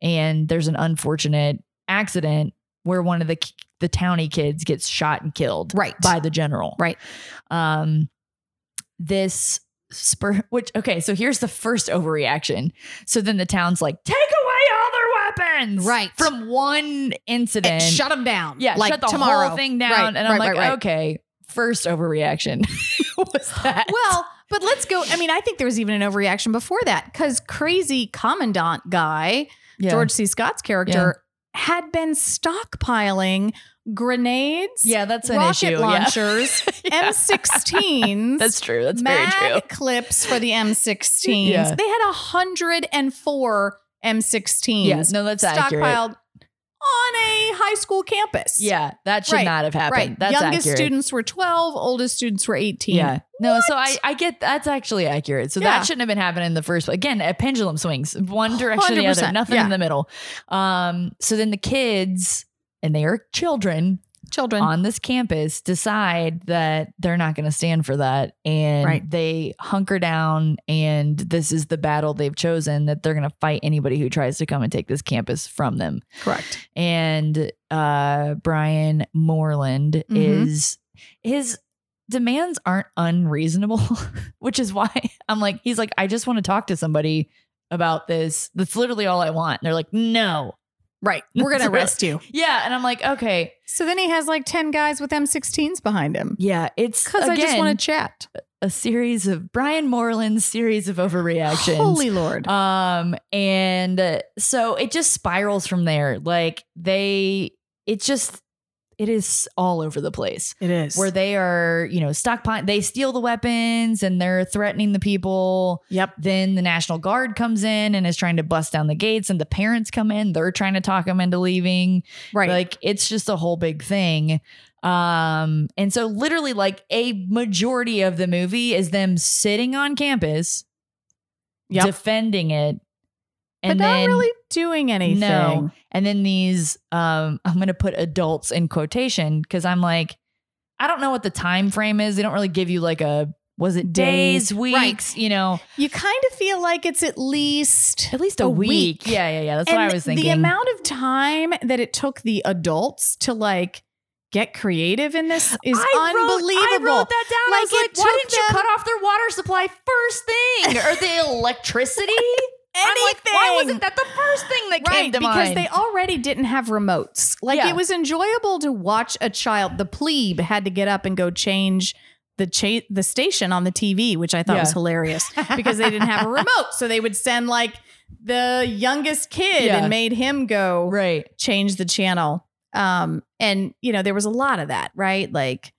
[SPEAKER 1] and there's an unfortunate accident where one of the ki- the townie kids gets shot and killed
[SPEAKER 2] Right.
[SPEAKER 1] by the general.
[SPEAKER 2] Right.
[SPEAKER 1] Um, this spur, which okay, so here's the first overreaction. So then the town's like, take away all their weapons,
[SPEAKER 2] Right.
[SPEAKER 1] From one
[SPEAKER 2] And
[SPEAKER 1] incident,
[SPEAKER 2] shut them down.
[SPEAKER 1] yeah,
[SPEAKER 2] like
[SPEAKER 1] shut the
[SPEAKER 2] tomorrow.
[SPEAKER 1] whole thing down,
[SPEAKER 2] Right,
[SPEAKER 1] and I'm
[SPEAKER 2] right,
[SPEAKER 1] like,
[SPEAKER 2] right, right.
[SPEAKER 1] okay, first overreaction was that.
[SPEAKER 2] Well, but let's go. I mean, I think there was even an overreaction before that because crazy commandant guy,
[SPEAKER 1] Yeah.
[SPEAKER 2] George C. Scott's character, had been stockpiling grenades,
[SPEAKER 1] yeah, that's an
[SPEAKER 2] rocket
[SPEAKER 1] issue.
[SPEAKER 2] launchers,
[SPEAKER 1] Yeah.
[SPEAKER 2] M16s.
[SPEAKER 1] yeah. that's true. That's very
[SPEAKER 2] mag
[SPEAKER 1] true.
[SPEAKER 2] clips for the M16s.
[SPEAKER 1] Yeah.
[SPEAKER 2] They had 104 M16s.
[SPEAKER 1] Yeah, no, that's
[SPEAKER 2] stockpiled
[SPEAKER 1] accurate.
[SPEAKER 2] on a high school campus.
[SPEAKER 1] Yeah, that should
[SPEAKER 2] Right,
[SPEAKER 1] not have happened.
[SPEAKER 2] right.
[SPEAKER 1] That's
[SPEAKER 2] Youngest
[SPEAKER 1] accurate.
[SPEAKER 2] students were 12, oldest students were 18.
[SPEAKER 1] Yeah. No, so I, I get that's actually accurate. So
[SPEAKER 2] Yeah.
[SPEAKER 1] that shouldn't have been happening in the first. Again, a pendulum swings one direction or the other,
[SPEAKER 2] 100%,
[SPEAKER 1] nothing
[SPEAKER 2] yeah.
[SPEAKER 1] in the middle. Um, so then the kids, and they are children
[SPEAKER 2] Children.
[SPEAKER 1] on this campus, decide that they're not going to stand for that, and
[SPEAKER 2] Right.
[SPEAKER 1] they hunker down. And this is the battle they've chosen that they're going to fight anybody who tries to come and take this campus from them
[SPEAKER 2] Correct.
[SPEAKER 1] and uh Brian Moreland
[SPEAKER 2] Mhm.
[SPEAKER 1] is his demands aren't unreasonable, which is why I'm like he's like I just want to talk to somebody about this. That's literally all I want. And they're like, "No."
[SPEAKER 2] Right. We're going to
[SPEAKER 1] That's really-
[SPEAKER 2] arrest you.
[SPEAKER 1] Yeah, and I'm like, "Okay.
[SPEAKER 2] So then he has like 10 guys with M16s behind him
[SPEAKER 1] Yeah, it's
[SPEAKER 2] because I just
[SPEAKER 1] again,
[SPEAKER 2] want to chat.
[SPEAKER 1] a series of Brian Moreland's series of overreactions.
[SPEAKER 2] Holy Lord.
[SPEAKER 1] Um, and uh, so it just spirals from there. Like they, it just, it is all over the place
[SPEAKER 2] it is.
[SPEAKER 1] where they are, you know, stockpiling. They steal the weapons and they're threatening the people.
[SPEAKER 2] Yep.
[SPEAKER 1] Then the National Guard comes in and is trying to bust down the gates, and the parents come in. They're trying to talk them into leaving.
[SPEAKER 2] Right.
[SPEAKER 1] Like it's just a whole big thing. Um, and so literally like a majority of the movie is them sitting on campus,
[SPEAKER 2] Yep.
[SPEAKER 1] defending it.
[SPEAKER 2] but
[SPEAKER 1] And
[SPEAKER 2] not
[SPEAKER 1] then,
[SPEAKER 2] really doing anything.
[SPEAKER 1] No. And then these, um, I'm gonna put adults in quotation because I'm like, I don't know what the time frame is. They don't really give you like a was it days,
[SPEAKER 2] Days. Right.
[SPEAKER 1] weeks, you know,
[SPEAKER 2] You kind of feel like it's at least
[SPEAKER 1] at least a,
[SPEAKER 2] A
[SPEAKER 1] week.
[SPEAKER 2] week.
[SPEAKER 1] Yeah, yeah, yeah. That's what I was thinking.
[SPEAKER 2] The amount of time that it took the adults to like get creative in this is
[SPEAKER 1] I wrote-
[SPEAKER 2] unbelievable.
[SPEAKER 1] I wrote that down. I
[SPEAKER 2] Like,
[SPEAKER 1] was
[SPEAKER 2] it
[SPEAKER 1] like, why
[SPEAKER 2] took
[SPEAKER 1] didn't you
[SPEAKER 2] them-
[SPEAKER 1] cut off their water supply first thing or the electricity? I'm like, why
[SPEAKER 2] Anything.
[SPEAKER 1] wasn't that the first thing that
[SPEAKER 2] Right,
[SPEAKER 1] came to
[SPEAKER 2] because
[SPEAKER 1] mind?
[SPEAKER 2] they already didn't have remotes. Like
[SPEAKER 1] Yeah.
[SPEAKER 2] it was enjoyable to watch a child. The plebe had to get up and go change the cha- the station on the TV, which I thought
[SPEAKER 1] Yeah.
[SPEAKER 2] was hilarious because they didn't have a remote. So they would send like the youngest kid
[SPEAKER 1] Yeah.
[SPEAKER 2] and made him go
[SPEAKER 1] right.
[SPEAKER 2] change the channel. Um, and you know, there was a lot of that, right? Like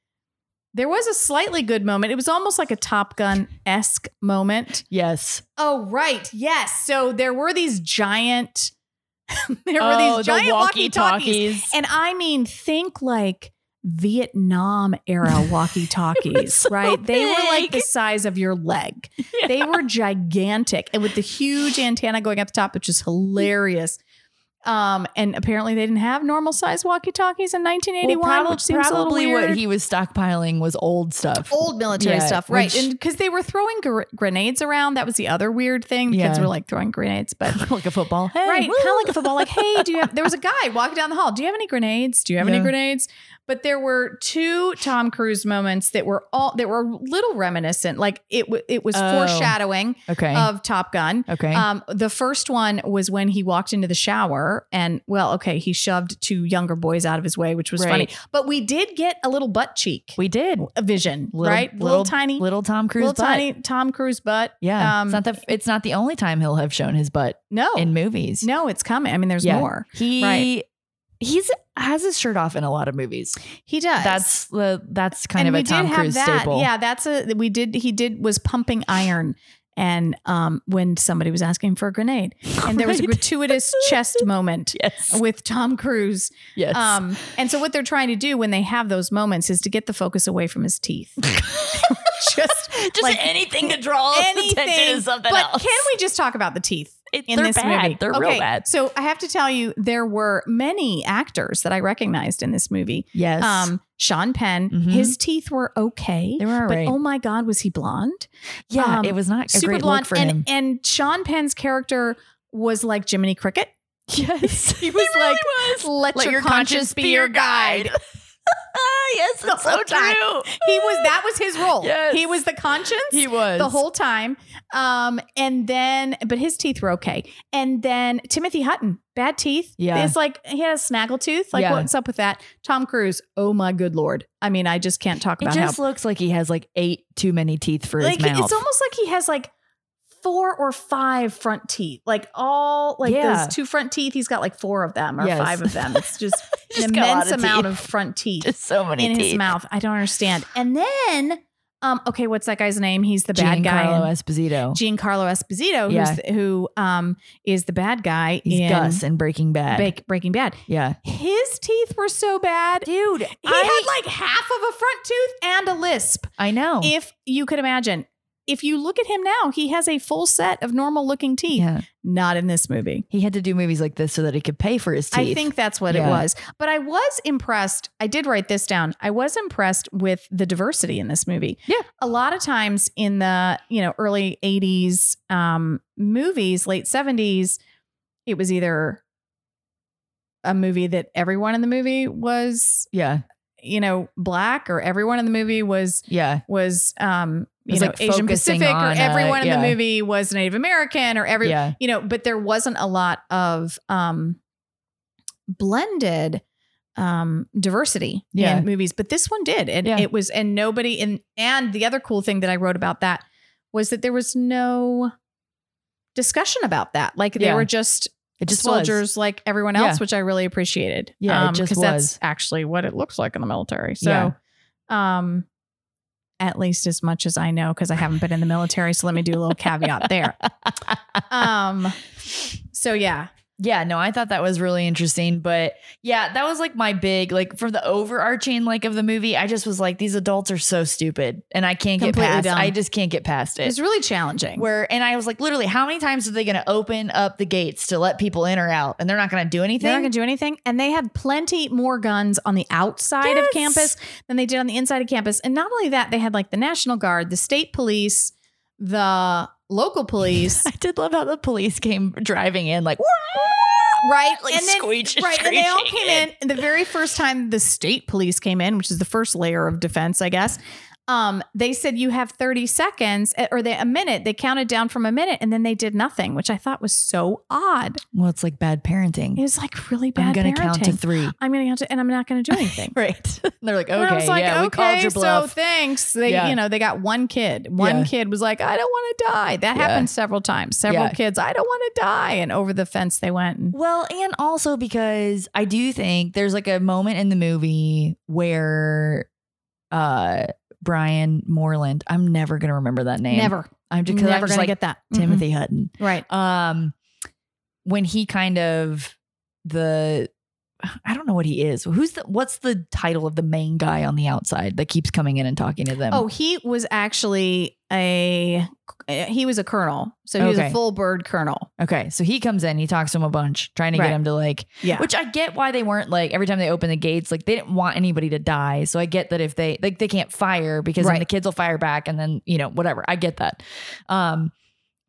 [SPEAKER 2] there was a slightly good moment. It was almost like a Top Gun esque moment.
[SPEAKER 1] Yes.
[SPEAKER 2] Oh, right. Yes. So there were these giant, there were
[SPEAKER 1] Oh,
[SPEAKER 2] these
[SPEAKER 1] the
[SPEAKER 2] giant walkie talkies.
[SPEAKER 1] walkie-talkies.
[SPEAKER 2] And I mean, think like Vietnam era walkie talkies,
[SPEAKER 1] so
[SPEAKER 2] right? They were like
[SPEAKER 1] big.
[SPEAKER 2] the size of your leg. They were gigantic and with the huge antenna going up the top, which is hilarious. Um, and apparently they didn't have normal size walkie talkies in 1981,
[SPEAKER 1] prob-
[SPEAKER 2] which seems
[SPEAKER 1] probably
[SPEAKER 2] a little weird.
[SPEAKER 1] what he was stockpiling was old stuff.
[SPEAKER 2] old military
[SPEAKER 1] Yeah,
[SPEAKER 2] stuff, right?
[SPEAKER 1] which-
[SPEAKER 2] and because they were throwing gr- grenades around, that was the other weird thing. The Kids
[SPEAKER 1] Yeah.
[SPEAKER 2] were like throwing grenades, but
[SPEAKER 1] like a football. Hey,
[SPEAKER 2] right, kind
[SPEAKER 1] woo.
[SPEAKER 2] of like a football. Like, hey, do you have? There was a guy walking down the hall. Do you have any grenades? Do you have
[SPEAKER 1] Yeah.
[SPEAKER 2] any grenades? But there were two Tom Cruise moments that were all that were a little reminiscent. Like it, w- it was
[SPEAKER 1] Oh.
[SPEAKER 2] foreshadowing
[SPEAKER 1] Okay.
[SPEAKER 2] of Top Gun.
[SPEAKER 1] okay.
[SPEAKER 2] Um, the first one was when he walked into the shower and well, okay, he shoved two younger boys out of his way, which was funny.
[SPEAKER 1] Right.
[SPEAKER 2] But we did get a little butt cheek
[SPEAKER 1] we did.
[SPEAKER 2] a vision,
[SPEAKER 1] Little-
[SPEAKER 2] right? Little, tiny,
[SPEAKER 1] Little Tom Cruise
[SPEAKER 2] little
[SPEAKER 1] butt.
[SPEAKER 2] tiny Tom Cruise butt.
[SPEAKER 1] Yeah.
[SPEAKER 2] Um,
[SPEAKER 1] it's not the it's not the only time he'll have shown his butt
[SPEAKER 2] no,
[SPEAKER 1] in movies.
[SPEAKER 2] no, it's coming. I mean, there's
[SPEAKER 1] Yeah.
[SPEAKER 2] more.
[SPEAKER 1] He
[SPEAKER 2] Right.
[SPEAKER 13] he's has his shirt off in a lot of movies.
[SPEAKER 2] He does.
[SPEAKER 13] That's the that's kind
[SPEAKER 2] And
[SPEAKER 13] of
[SPEAKER 2] we
[SPEAKER 13] a
[SPEAKER 2] did
[SPEAKER 13] Tom
[SPEAKER 2] have
[SPEAKER 13] Cruise
[SPEAKER 2] that.
[SPEAKER 13] staple.
[SPEAKER 2] Yeah, that's a we did. He did was pumping iron, and um, when somebody was asking for a grenade, and there was a
[SPEAKER 13] Right.
[SPEAKER 2] gratuitous chest moment
[SPEAKER 13] Yes.
[SPEAKER 2] with Tom Cruise.
[SPEAKER 13] Yes.
[SPEAKER 2] Um, and so what they're trying to do when they have those moments is to get the focus away from his teeth. just
[SPEAKER 13] Just
[SPEAKER 2] like,
[SPEAKER 13] anything to draw attention
[SPEAKER 2] anything.
[SPEAKER 13] to something
[SPEAKER 2] but
[SPEAKER 13] else.
[SPEAKER 2] can we just talk about the teeth?
[SPEAKER 13] It-
[SPEAKER 2] in
[SPEAKER 13] they're
[SPEAKER 2] this
[SPEAKER 13] bad.
[SPEAKER 2] movie.
[SPEAKER 13] They're real bad.
[SPEAKER 2] So I have to tell you, there were many actors that I recognized in this movie.
[SPEAKER 13] Yes.
[SPEAKER 2] Um, Sean Penn,
[SPEAKER 13] Mhm.
[SPEAKER 2] his teeth were okay.
[SPEAKER 13] They were all
[SPEAKER 2] but
[SPEAKER 13] right.
[SPEAKER 2] oh my God, was he blonde?
[SPEAKER 13] yeah,
[SPEAKER 2] um,
[SPEAKER 13] it was not a
[SPEAKER 2] Super
[SPEAKER 13] great
[SPEAKER 2] blonde.
[SPEAKER 13] look for
[SPEAKER 2] and
[SPEAKER 13] him.
[SPEAKER 2] and Sean Penn's character was like Jiminy Cricket.
[SPEAKER 13] yes,
[SPEAKER 2] He was
[SPEAKER 13] really
[SPEAKER 2] like, Let,
[SPEAKER 13] Let
[SPEAKER 2] your, conscience be your guide.
[SPEAKER 1] Ah,
[SPEAKER 13] yes, that's
[SPEAKER 2] The
[SPEAKER 13] so
[SPEAKER 2] whole time.
[SPEAKER 13] true.
[SPEAKER 2] He was that was his role.
[SPEAKER 13] Yes.
[SPEAKER 2] He was the conscience.
[SPEAKER 13] He was
[SPEAKER 2] the whole time. Um, and then, but his teeth were okay. And then Timothy Hutton, bad teeth.
[SPEAKER 13] Yeah.
[SPEAKER 2] it's like he had a snaggle tooth. Like,
[SPEAKER 13] Yeah.
[SPEAKER 2] what's up with that? Tom Cruise. Oh my good lord. I mean, I just can't talk
[SPEAKER 13] It
[SPEAKER 2] about
[SPEAKER 13] just
[SPEAKER 2] how.
[SPEAKER 13] looks like he has like eight too many teeth for
[SPEAKER 2] Like
[SPEAKER 13] his mouth.
[SPEAKER 2] it's almost like he has like four or five front teeth. Like all like
[SPEAKER 13] Yeah.
[SPEAKER 2] those two front teeth. He's got like four of them or
[SPEAKER 13] Yes.
[SPEAKER 2] five of them. It's just,
[SPEAKER 13] Just
[SPEAKER 2] an
[SPEAKER 13] got a lot
[SPEAKER 2] immense
[SPEAKER 13] of
[SPEAKER 2] amount
[SPEAKER 13] teeth.
[SPEAKER 2] of front teeth
[SPEAKER 13] just so many
[SPEAKER 2] in
[SPEAKER 13] teeth.
[SPEAKER 2] his mouth. I don't understand. And then, um, okay, what's that guy's name? He's the bad guy. in-
[SPEAKER 13] Giancarlo Esposito.
[SPEAKER 2] Giancarlo Esposito,
[SPEAKER 13] Yeah.
[SPEAKER 2] who's the, who um is the bad guy
[SPEAKER 13] He's
[SPEAKER 2] in
[SPEAKER 13] Gus in Breaking Bad.
[SPEAKER 2] Break- Breaking Bad.
[SPEAKER 13] yeah.
[SPEAKER 2] His teeth were so bad.
[SPEAKER 13] Dude,
[SPEAKER 2] He had like half of a front tooth and a lisp.
[SPEAKER 13] I know.
[SPEAKER 2] If you could imagine. If you look at him now, he has a full set of normal looking teeth.
[SPEAKER 13] yeah.
[SPEAKER 2] Not in this movie.
[SPEAKER 13] He had to do movies like this so that he could pay for his teeth.
[SPEAKER 2] I think that's what
[SPEAKER 13] Yeah.
[SPEAKER 2] it was. But I was impressed. I did write this down. I was impressed with the diversity in this movie.
[SPEAKER 13] Yeah.
[SPEAKER 2] A lot of times in the, you know, early 80s um movies, late 70s, it was either a movie that everyone in the movie was,
[SPEAKER 13] Yeah.
[SPEAKER 2] you know, black or everyone in the movie was
[SPEAKER 13] Yeah.
[SPEAKER 2] was um you
[SPEAKER 13] was,
[SPEAKER 2] know
[SPEAKER 13] like,
[SPEAKER 2] Asian
[SPEAKER 13] focusing
[SPEAKER 2] Pacific or
[SPEAKER 13] on, uh,
[SPEAKER 2] everyone in
[SPEAKER 13] yeah.
[SPEAKER 2] the movie was Native American or every
[SPEAKER 13] yeah.
[SPEAKER 2] you know, but there wasn't a lot of um blended um diversity
[SPEAKER 13] Yeah.
[SPEAKER 2] in movies, but this one did. And
[SPEAKER 13] Yeah.
[SPEAKER 2] it was and nobody in and the other cool thing that I wrote about that was that there was no discussion about that. Like they
[SPEAKER 13] Yeah.
[SPEAKER 2] were just
[SPEAKER 13] It just was.
[SPEAKER 2] soldiers like everyone else,
[SPEAKER 13] Yeah.
[SPEAKER 2] which I really appreciated. Um,
[SPEAKER 13] Yeah, it just
[SPEAKER 2] 'cause
[SPEAKER 13] was.
[SPEAKER 2] that's actually what it looks like in the military. So
[SPEAKER 13] Yeah.
[SPEAKER 2] um at least as much as I know, because I haven't been in the military. So let me do a little caveat there. Um so yeah.
[SPEAKER 13] Yeah, no, I thought that was really interesting. But yeah, that was like my big, like for the overarching like of the movie, I just was like, these adults are so stupid. And I can't get
[SPEAKER 2] Completely
[SPEAKER 13] past
[SPEAKER 2] dumb.
[SPEAKER 13] I just can't get past
[SPEAKER 2] It
[SPEAKER 13] it.
[SPEAKER 2] was really challenging.
[SPEAKER 13] Where and I was like, literally, how many times are they gonna open up the gates to let people in or out? And they're not gonna do anything.
[SPEAKER 2] They're not going to do anything. And they had plenty more guns on the outside
[SPEAKER 13] Yes.
[SPEAKER 2] of campus than they did on the inside of campus. And not only that, they had like the National Guard, the state police, the local police,
[SPEAKER 13] I did love how the police came driving in, like
[SPEAKER 2] right?
[SPEAKER 13] Like squeech-
[SPEAKER 2] right, and they all
[SPEAKER 13] screeching
[SPEAKER 2] came
[SPEAKER 13] in.
[SPEAKER 2] in. The very first time the state police came in, which is the first layer of defense, I guess. Um, they said you have 30 seconds eh, or they, a minute. They counted down from a minute and then they did nothing, which I thought was so odd.
[SPEAKER 13] Well, it's like bad parenting.
[SPEAKER 2] It was like really bad.
[SPEAKER 13] I'm gonna
[SPEAKER 2] parenting.
[SPEAKER 13] count to three.
[SPEAKER 2] I'm gonna count to and I'm not gonna do anything.
[SPEAKER 13] Right. And they're like, okay,
[SPEAKER 2] And I was like,
[SPEAKER 13] yeah, we
[SPEAKER 2] okay,
[SPEAKER 13] called your
[SPEAKER 2] so
[SPEAKER 13] bluff.
[SPEAKER 2] thanks. They,
[SPEAKER 13] Yeah.
[SPEAKER 2] you know, they got one kid. One
[SPEAKER 13] Yeah.
[SPEAKER 2] kid was like, I don't want to die. That
[SPEAKER 13] Yeah.
[SPEAKER 2] happened several times. Several
[SPEAKER 13] Yeah.
[SPEAKER 2] kids, I don't want to die. And over the fence they went. And
[SPEAKER 13] Well, and also because I do think there's like a moment in the movie where uh Brian Moreland, I'm never gonna remember that name.
[SPEAKER 2] never,
[SPEAKER 13] I'm just, 'cause
[SPEAKER 2] never
[SPEAKER 13] I'm
[SPEAKER 2] gonna
[SPEAKER 13] just like
[SPEAKER 2] get that. Mm-mm.
[SPEAKER 13] Timothy Hutton.
[SPEAKER 2] right?
[SPEAKER 13] Mm-hmm. Um when he kind of the I don't know what he is. Who's the what's the title of the main guy on the outside that keeps coming in and talking to them?
[SPEAKER 2] oh, he was actually a uh, he was a colonel, so he was a
[SPEAKER 13] Okay.
[SPEAKER 2] full bird colonel.
[SPEAKER 13] okay. So he comes in, he talks to him a bunch, trying to
[SPEAKER 2] Right.
[SPEAKER 13] get him to like
[SPEAKER 2] Yeah,
[SPEAKER 13] Which I get why they weren't like every time they open the gates, like they didn't want anybody to die. So I get that if they like they can't fire because then
[SPEAKER 2] Right.
[SPEAKER 13] the kids will fire back and then, you know, whatever. I get that. Um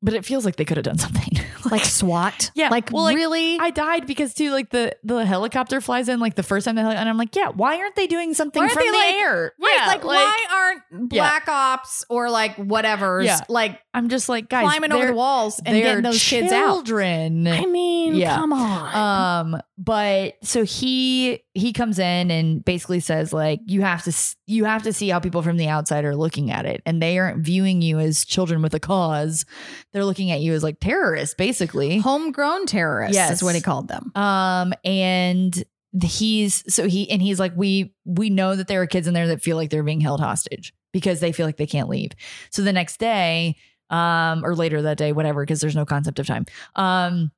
[SPEAKER 13] but it feels like they could have done something.
[SPEAKER 2] like SWAT.
[SPEAKER 13] Yeah,
[SPEAKER 2] like
[SPEAKER 13] well, like,
[SPEAKER 2] really.
[SPEAKER 13] I died because too like the the helicopter flies in like the first time the heli- and I'm like, yeah, why aren't they doing something
[SPEAKER 2] Why aren't
[SPEAKER 13] from
[SPEAKER 2] they,
[SPEAKER 13] the
[SPEAKER 2] like-
[SPEAKER 13] air?
[SPEAKER 2] Right,
[SPEAKER 13] Yeah,
[SPEAKER 2] like, why aren't
[SPEAKER 13] Yeah.
[SPEAKER 2] black ops or like whatever's
[SPEAKER 13] Yeah.
[SPEAKER 2] like
[SPEAKER 13] I'm just like guys
[SPEAKER 2] climbing over
[SPEAKER 13] they're-
[SPEAKER 2] the walls and
[SPEAKER 13] they're
[SPEAKER 2] getting those kids out?
[SPEAKER 13] children.
[SPEAKER 2] I mean,
[SPEAKER 13] Yeah.
[SPEAKER 2] come on.
[SPEAKER 13] um but so he he comes in and basically says like you have to s- you have to see how people from the outside are looking at it and they aren't viewing you as children with a cause they're looking at you as like terrorists basically
[SPEAKER 2] Homegrown Uh, terrorists
[SPEAKER 13] Yes.
[SPEAKER 2] is what he called them.
[SPEAKER 13] um and he's so he and he's like we we know that there are kids in there that feel like they're being held hostage because they feel like they can't leave. So the next day, um, or later that day, whatever, because there's no concept of time. Um,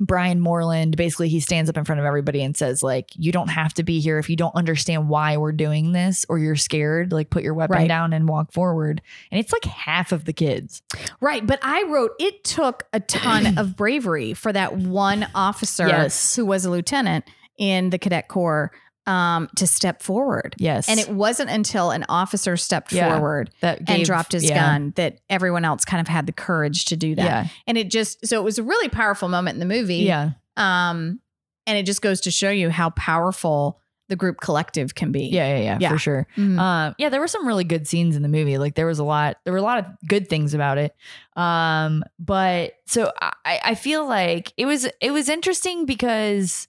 [SPEAKER 13] Brian Moreland basically he stands up in front of everybody and says like you don't have to be here if you don't understand why we're doing this or you're scared like put your weapon
[SPEAKER 2] Right.
[SPEAKER 13] down and walk forward and it's like half of the kids
[SPEAKER 2] Right, but I wrote it took a ton of bravery for that one officer
[SPEAKER 13] Yes.
[SPEAKER 2] who was a lieutenant in the cadet corps um, to step forward.
[SPEAKER 13] yes
[SPEAKER 2] And it wasn't until an officer stepped
[SPEAKER 13] Yeah.
[SPEAKER 2] forward
[SPEAKER 13] that
[SPEAKER 2] and
[SPEAKER 13] gave-
[SPEAKER 2] dropped his
[SPEAKER 13] yeah.
[SPEAKER 2] gun that everyone else kind of had the courage to do that.
[SPEAKER 13] yeah
[SPEAKER 2] And it just so it was a really powerful moment in the movie.
[SPEAKER 13] yeah
[SPEAKER 2] Um, and it just goes to show you how powerful the group collective can be.
[SPEAKER 13] yeah yeah yeah,
[SPEAKER 2] Yeah.
[SPEAKER 13] for sure
[SPEAKER 2] Mhm.
[SPEAKER 13] um yeah there were some really good scenes in the movie like there was a lot there were a lot of good things about it um but so i i feel like it was it was interesting because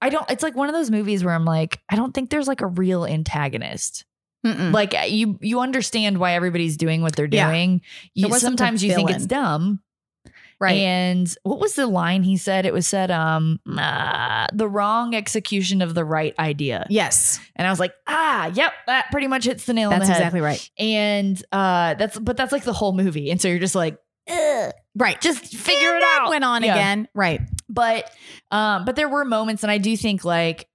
[SPEAKER 13] i don't it's like one of those movies where i'm like i don't think there's like a real antagonist
[SPEAKER 2] Mm-mm.
[SPEAKER 13] like you you understand why everybody's doing what they're
[SPEAKER 2] Mm-hmm. Yeah.
[SPEAKER 13] doing you,
[SPEAKER 2] There wasn't a
[SPEAKER 13] sometimes you think it's
[SPEAKER 2] villain.
[SPEAKER 13] dumb
[SPEAKER 2] right.
[SPEAKER 13] and what was the line he said it was said um uh, the wrong execution of the right idea
[SPEAKER 2] yes.
[SPEAKER 13] and I was like, ah, yep, that pretty much hits the nail on
[SPEAKER 2] That's
[SPEAKER 13] the head.
[SPEAKER 2] exactly right.
[SPEAKER 13] And uh, that's but that's like the whole movie, and so you're just like, Ugh,
[SPEAKER 2] Right.
[SPEAKER 13] just figure
[SPEAKER 2] And
[SPEAKER 13] it
[SPEAKER 2] that
[SPEAKER 13] out.
[SPEAKER 2] Went on
[SPEAKER 13] Yeah.
[SPEAKER 2] again. Right.
[SPEAKER 13] But um, but there were moments, and I do think like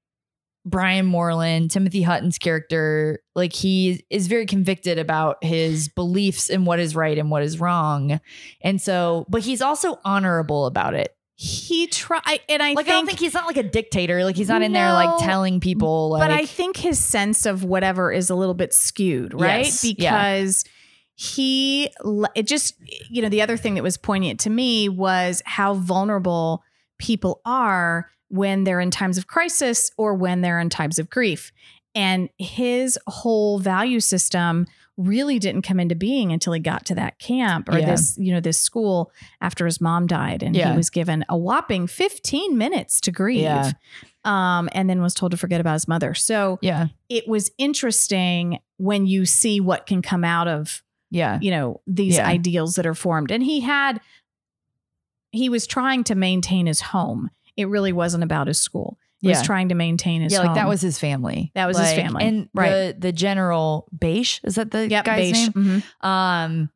[SPEAKER 13] Brian Moreland, Timothy Hutton's character, like he is very convicted about his beliefs and what is right and what is wrong, and so but he's also honorable about it.
[SPEAKER 2] He tried, and I
[SPEAKER 13] Like
[SPEAKER 2] think,
[SPEAKER 13] I don't think he's not like a dictator. Like he's not in there
[SPEAKER 2] No,
[SPEAKER 13] like telling people. Like,
[SPEAKER 2] but I think his sense of whatever is a little bit skewed, right?
[SPEAKER 13] Yes, yeah.
[SPEAKER 2] because he, le- it just, you know, the other thing that was poignant to me was how vulnerable people are when they're in times of crisis or when they're in times of grief. And his whole value system really didn't come into being until he got to that camp or
[SPEAKER 13] Yeah.
[SPEAKER 2] this, you know, this school after his mom died. And
[SPEAKER 13] Yeah.
[SPEAKER 2] he was given a whopping 15 minutes to grieve
[SPEAKER 13] Yeah.
[SPEAKER 2] um, and then was told to forget about his mother. So
[SPEAKER 13] yeah,
[SPEAKER 2] it was interesting when you see what can come out of,
[SPEAKER 13] yeah,
[SPEAKER 2] you know, these
[SPEAKER 13] Yeah.
[SPEAKER 2] ideals that are formed. And he had, he was trying to maintain his home. It really wasn't about his school. He
[SPEAKER 13] Yeah.
[SPEAKER 2] was trying to maintain his
[SPEAKER 13] yeah, like that
[SPEAKER 2] home.
[SPEAKER 13] was his family.
[SPEAKER 2] That was his
[SPEAKER 13] Like,
[SPEAKER 2] family.
[SPEAKER 13] And
[SPEAKER 2] Right.
[SPEAKER 13] the the general Beish is that the
[SPEAKER 2] Yep,
[SPEAKER 13] guy's
[SPEAKER 2] Beish.
[SPEAKER 13] name?
[SPEAKER 2] Mhm.
[SPEAKER 13] Um,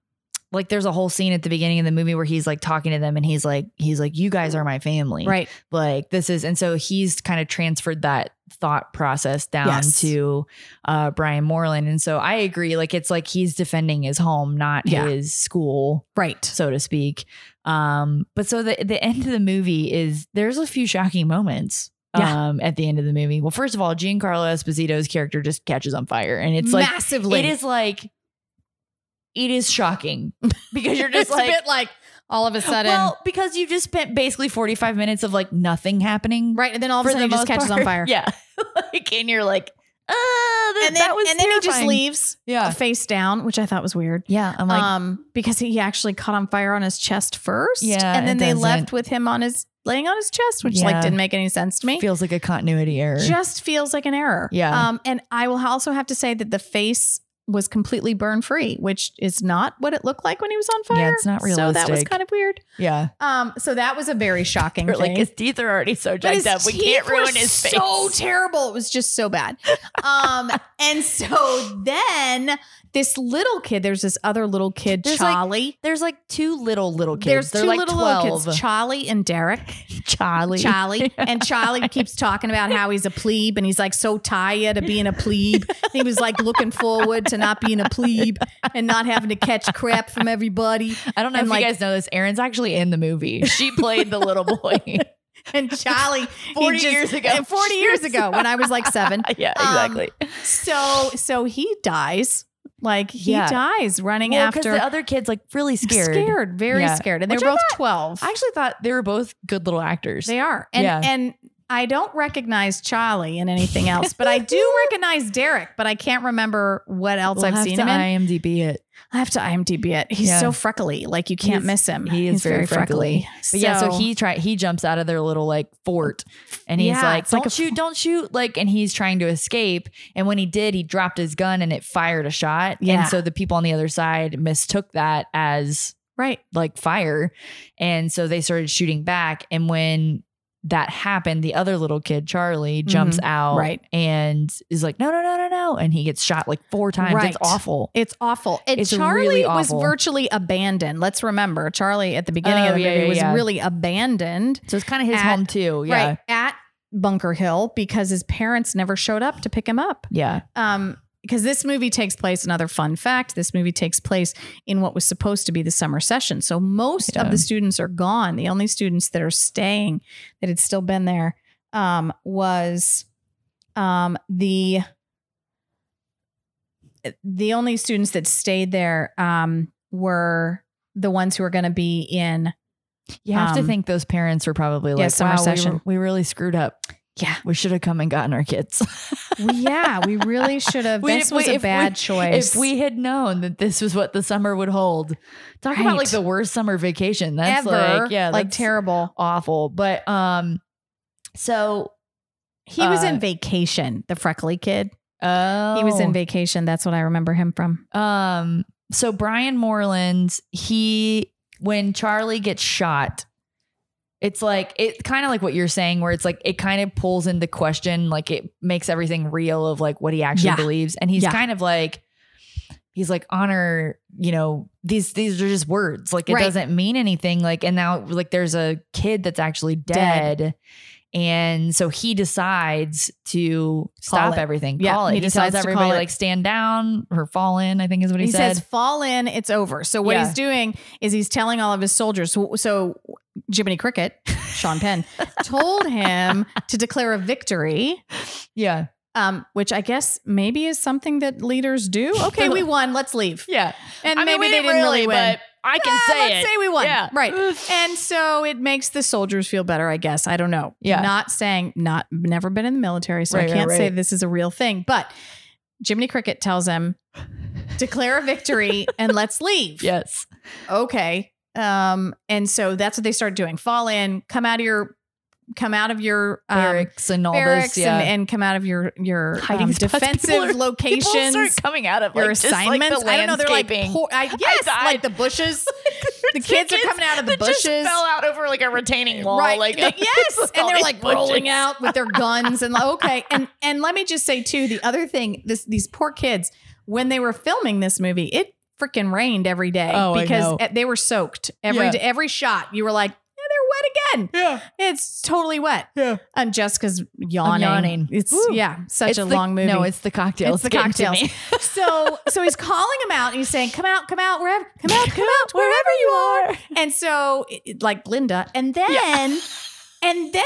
[SPEAKER 13] like there's a whole scene at the beginning of the movie where he's like talking to them and he's like he's like you guys are my family.
[SPEAKER 2] Right.
[SPEAKER 13] Like this is and so he's kind of transferred that thought process down
[SPEAKER 2] Yes.
[SPEAKER 13] to uh Brian Moreland and so I agree like it's like he's defending his home not
[SPEAKER 2] Yeah.
[SPEAKER 13] his school
[SPEAKER 2] Right.
[SPEAKER 13] so to speak. Um, but so the the end of the movie is there's a few shocking moments.
[SPEAKER 2] Yeah.
[SPEAKER 13] Um, at the end of the movie. Well, first of all, Giancarlo Esposito's character just catches on fire, and it's like
[SPEAKER 2] massively.
[SPEAKER 13] it is like it is shocking because you're
[SPEAKER 2] It's
[SPEAKER 13] just like
[SPEAKER 2] a bit like all of a sudden.
[SPEAKER 13] well because you've just spent basically 45 minutes of like nothing happening
[SPEAKER 2] right. And then all of a
[SPEAKER 13] for
[SPEAKER 2] sudden
[SPEAKER 13] the
[SPEAKER 2] he just
[SPEAKER 13] most
[SPEAKER 2] catches on
[SPEAKER 13] part.
[SPEAKER 2] fire.
[SPEAKER 13] Yeah, like and you're like, uh, that,
[SPEAKER 2] And then,
[SPEAKER 13] that was
[SPEAKER 2] and then he just
[SPEAKER 13] terrifying.
[SPEAKER 2] leaves uh,
[SPEAKER 13] Yeah,
[SPEAKER 2] face down, which I thought was weird.
[SPEAKER 13] yeah. I'm like,
[SPEAKER 2] um, because he actually caught on fire on his chest first.
[SPEAKER 13] Yeah,
[SPEAKER 2] And then
[SPEAKER 13] it
[SPEAKER 2] they
[SPEAKER 13] doesn't-
[SPEAKER 2] left with him on his laying on his chest, which like
[SPEAKER 13] Yeah.
[SPEAKER 2] didn't make any sense to me.
[SPEAKER 13] feels like a continuity error.
[SPEAKER 2] Just feels like an error.
[SPEAKER 13] Yeah.
[SPEAKER 2] Um, and I will also have to say that the face was completely burn free, which is not what it looked like when he was on fire.
[SPEAKER 13] Yeah, it's not
[SPEAKER 2] So that was
[SPEAKER 13] realistic.
[SPEAKER 2] kind of weird.
[SPEAKER 13] yeah.
[SPEAKER 2] Um, so that was a very shocking
[SPEAKER 13] Or,
[SPEAKER 2] thing.
[SPEAKER 13] like his teeth are already so
[SPEAKER 2] But his
[SPEAKER 13] jacked up. We
[SPEAKER 2] teeth
[SPEAKER 13] can't ruin
[SPEAKER 2] were
[SPEAKER 13] his face.
[SPEAKER 2] So terrible. It was just so bad. Um, and so then this little kid, there's this other little kid,
[SPEAKER 13] There's, like,
[SPEAKER 2] Charlie.
[SPEAKER 13] There's like two little little kids.
[SPEAKER 2] There's
[SPEAKER 13] They're
[SPEAKER 2] two
[SPEAKER 13] like
[SPEAKER 2] little,
[SPEAKER 13] 12.
[SPEAKER 2] little kids, Charlie and Derek.
[SPEAKER 13] Charlie.
[SPEAKER 2] Charlie. And Charlie keeps talking about how he's a plebe and he's like so tired of being a plebe. And he was like looking forward to not being a plebe and not having to catch crap from everybody.
[SPEAKER 13] I don't know
[SPEAKER 2] And,
[SPEAKER 13] if
[SPEAKER 2] like-
[SPEAKER 13] you guys know this. Erin's actually in the movie. She played the little boy.
[SPEAKER 2] And Charlie, he
[SPEAKER 13] 40 years ago.
[SPEAKER 2] and 40 years ago when I was like seven.
[SPEAKER 13] yeah,
[SPEAKER 2] Um,
[SPEAKER 13] exactly.
[SPEAKER 2] So, so he dies. Like he
[SPEAKER 13] Yeah.
[SPEAKER 2] dies running
[SPEAKER 13] Well, 'cause
[SPEAKER 2] after.
[SPEAKER 13] the other kid's like really scared.
[SPEAKER 2] Scared, very
[SPEAKER 13] Yeah.
[SPEAKER 2] scared. And they're
[SPEAKER 13] Which I
[SPEAKER 2] both
[SPEAKER 13] thought-
[SPEAKER 2] 12.
[SPEAKER 13] I actually thought they were both good little actors.
[SPEAKER 2] They are. And
[SPEAKER 13] Yeah.
[SPEAKER 2] and I don't recognize Charlie in anything else, but I do recognize Derek, but I can't remember what else
[SPEAKER 13] We'll
[SPEAKER 2] I've
[SPEAKER 13] have
[SPEAKER 2] seen
[SPEAKER 13] to
[SPEAKER 2] him in.
[SPEAKER 13] IMDb it.
[SPEAKER 2] I have to IMDb it. He's
[SPEAKER 13] Yeah.
[SPEAKER 2] so freckly. Like you can't
[SPEAKER 13] He's-
[SPEAKER 2] miss him.
[SPEAKER 13] he is
[SPEAKER 2] He's
[SPEAKER 13] very freckly. But yeah, so he try he jumps out of their little like fort and he's
[SPEAKER 2] Yeah,
[SPEAKER 13] like,
[SPEAKER 2] it's like
[SPEAKER 13] Don't
[SPEAKER 2] a-
[SPEAKER 13] shoot, don't shoot. Like, and he's trying to escape. And when he did, he dropped his gun and it fired a shot.
[SPEAKER 2] Yeah.
[SPEAKER 13] And so the people on the other side mistook that as
[SPEAKER 2] Right.
[SPEAKER 13] like fire. And so they started shooting back. And when that happened, the other little kid, Charlie, jumps
[SPEAKER 2] Mhm.
[SPEAKER 13] out
[SPEAKER 2] Right.
[SPEAKER 13] and is like, no, no, no, no, no. And he gets shot like four times. It's awful.
[SPEAKER 2] It's awful. And
[SPEAKER 13] It's
[SPEAKER 2] Charlie
[SPEAKER 13] really
[SPEAKER 2] was
[SPEAKER 13] awful.
[SPEAKER 2] virtually abandoned. Let's remember, Charlie at the beginning
[SPEAKER 13] Oh,
[SPEAKER 2] of the
[SPEAKER 13] yeah,
[SPEAKER 2] movie
[SPEAKER 13] yeah,
[SPEAKER 2] was
[SPEAKER 13] yeah.
[SPEAKER 2] really abandoned.
[SPEAKER 13] So it's kind of his
[SPEAKER 2] At-
[SPEAKER 13] home too. Yeah.
[SPEAKER 2] Right. At Bunker Hill because his parents never showed up to pick him up.
[SPEAKER 13] Yeah.
[SPEAKER 2] Um, because this movie takes place, another fun fact, this movie takes place in what was supposed to be the summer session. So most
[SPEAKER 13] Yeah.
[SPEAKER 2] of the students are gone. The only students that are staying that had still been there um, was um, the the only students that stayed there um, were the ones who are going to be in
[SPEAKER 13] You have to
[SPEAKER 2] Um,
[SPEAKER 13] think those parents were probably
[SPEAKER 2] yeah,
[SPEAKER 13] like,
[SPEAKER 2] summer
[SPEAKER 13] wow,
[SPEAKER 2] session.
[SPEAKER 13] We, re- we really screwed up.
[SPEAKER 2] yeah
[SPEAKER 13] We should have come and gotten our kids.
[SPEAKER 2] Well, yeah we really should have
[SPEAKER 13] We-
[SPEAKER 2] this was
[SPEAKER 13] we-
[SPEAKER 2] a
[SPEAKER 13] if we-
[SPEAKER 2] bad choice
[SPEAKER 13] If we had known that this was what the summer would hold, talk about like
[SPEAKER 2] Right.
[SPEAKER 13] the worst summer vacation. That's
[SPEAKER 2] ever
[SPEAKER 13] like, yeah,
[SPEAKER 2] like
[SPEAKER 13] that's
[SPEAKER 2] terrible
[SPEAKER 13] awful. But um, so
[SPEAKER 2] he was
[SPEAKER 13] uh,
[SPEAKER 2] in vacation the freckly kid
[SPEAKER 13] oh,
[SPEAKER 2] he was in vacation that's what i remember him from
[SPEAKER 13] um, so Brian Moreland, he when Charlie gets shot. It's like it kind of like what you're saying, where it's like it kind of pulls into question, like it makes everything real of like what he actually
[SPEAKER 2] Yeah.
[SPEAKER 13] believes, and he's
[SPEAKER 2] Yeah.
[SPEAKER 13] kind of like, he's like honor, you know, these these are just words, like it
[SPEAKER 2] Right.
[SPEAKER 13] doesn't mean anything, like and now like there's a kid that's actually
[SPEAKER 2] Dead.
[SPEAKER 13] dead, and so he decides to
[SPEAKER 2] Call
[SPEAKER 13] stop
[SPEAKER 2] it.
[SPEAKER 13] everything,
[SPEAKER 2] Yeah,
[SPEAKER 13] call it.
[SPEAKER 2] he
[SPEAKER 13] He,
[SPEAKER 2] decides
[SPEAKER 13] tells
[SPEAKER 2] to
[SPEAKER 13] everybody
[SPEAKER 2] call it.
[SPEAKER 13] like stand down or fall in, I think is what he,
[SPEAKER 2] he
[SPEAKER 13] said.
[SPEAKER 2] says fall in it's over so what
[SPEAKER 13] Yeah.
[SPEAKER 2] he's doing is he's telling all of his soldiers so, so jiminy cricket sean penn told him to declare a victory
[SPEAKER 13] yeah.
[SPEAKER 2] um, which I guess maybe is something that leaders do. Okay, we won. Let's leave.
[SPEAKER 13] Yeah.
[SPEAKER 2] And
[SPEAKER 13] I mean,
[SPEAKER 2] maybe
[SPEAKER 13] we
[SPEAKER 2] they
[SPEAKER 13] didn't
[SPEAKER 2] didn't really,
[SPEAKER 13] really,
[SPEAKER 2] win.
[SPEAKER 13] but I can
[SPEAKER 2] Ah,
[SPEAKER 13] say
[SPEAKER 2] let's
[SPEAKER 13] it.
[SPEAKER 2] say we won.
[SPEAKER 13] Yeah.
[SPEAKER 2] Right. and so it makes the soldiers feel better, I guess. I don't know.
[SPEAKER 13] Yeah.
[SPEAKER 2] Not saying not never been in the military, so I
[SPEAKER 13] Right, right,
[SPEAKER 2] can't say
[SPEAKER 13] right.
[SPEAKER 2] this is a real thing. But Jiminy Cricket tells him, declare a victory and let's leave.
[SPEAKER 13] Yes.
[SPEAKER 2] Okay. Um, and so that's what they start doing. Fall in, come out of your come out of your um,
[SPEAKER 13] barracks and all
[SPEAKER 2] barracks
[SPEAKER 13] this. Yeah.
[SPEAKER 2] and, and come out of your your
[SPEAKER 13] Hiding
[SPEAKER 2] um,
[SPEAKER 13] spots. People are-
[SPEAKER 2] defensive
[SPEAKER 13] people
[SPEAKER 2] locations.
[SPEAKER 13] People start coming out of
[SPEAKER 2] your
[SPEAKER 13] like, just, like, the
[SPEAKER 2] assignments. I don't know. They're like
[SPEAKER 13] landscaping.
[SPEAKER 2] poor, I, yes,
[SPEAKER 13] died.
[SPEAKER 2] like the bushes. the
[SPEAKER 13] There's
[SPEAKER 2] kids are coming out of the
[SPEAKER 13] that just
[SPEAKER 2] bushes.
[SPEAKER 13] fell out over like a retaining wall.
[SPEAKER 2] Right.
[SPEAKER 13] Like
[SPEAKER 2] They- yes.
[SPEAKER 13] with all
[SPEAKER 2] And they're like
[SPEAKER 13] these
[SPEAKER 2] rolling
[SPEAKER 13] bushes.
[SPEAKER 2] out with their guns and like, okay. And and let me just say too, the other thing, this these poor kids, when they were filming this movie, it freaking rained every day
[SPEAKER 13] Oh, I
[SPEAKER 2] because
[SPEAKER 13] know.
[SPEAKER 2] eh, they were soaked. Every
[SPEAKER 13] Yeah.
[SPEAKER 2] d- every shot, you were like, "Yeah, they're wet again.
[SPEAKER 13] Yeah.
[SPEAKER 2] It's totally wet.
[SPEAKER 13] Yeah.
[SPEAKER 2] And Jessica's yawning.
[SPEAKER 13] yawning.
[SPEAKER 2] It's
[SPEAKER 13] Woo.
[SPEAKER 2] yeah, such
[SPEAKER 13] It's
[SPEAKER 2] a
[SPEAKER 13] the-
[SPEAKER 2] long movie.
[SPEAKER 13] No, it's the cocktails.
[SPEAKER 2] It's the
[SPEAKER 13] getting to
[SPEAKER 2] cocktails.
[SPEAKER 13] me.
[SPEAKER 2] so so he's calling him out and he's saying, "Come out, come out, wherever, come out, come out, wherever you are." And so, it- it- like Linda, and then and then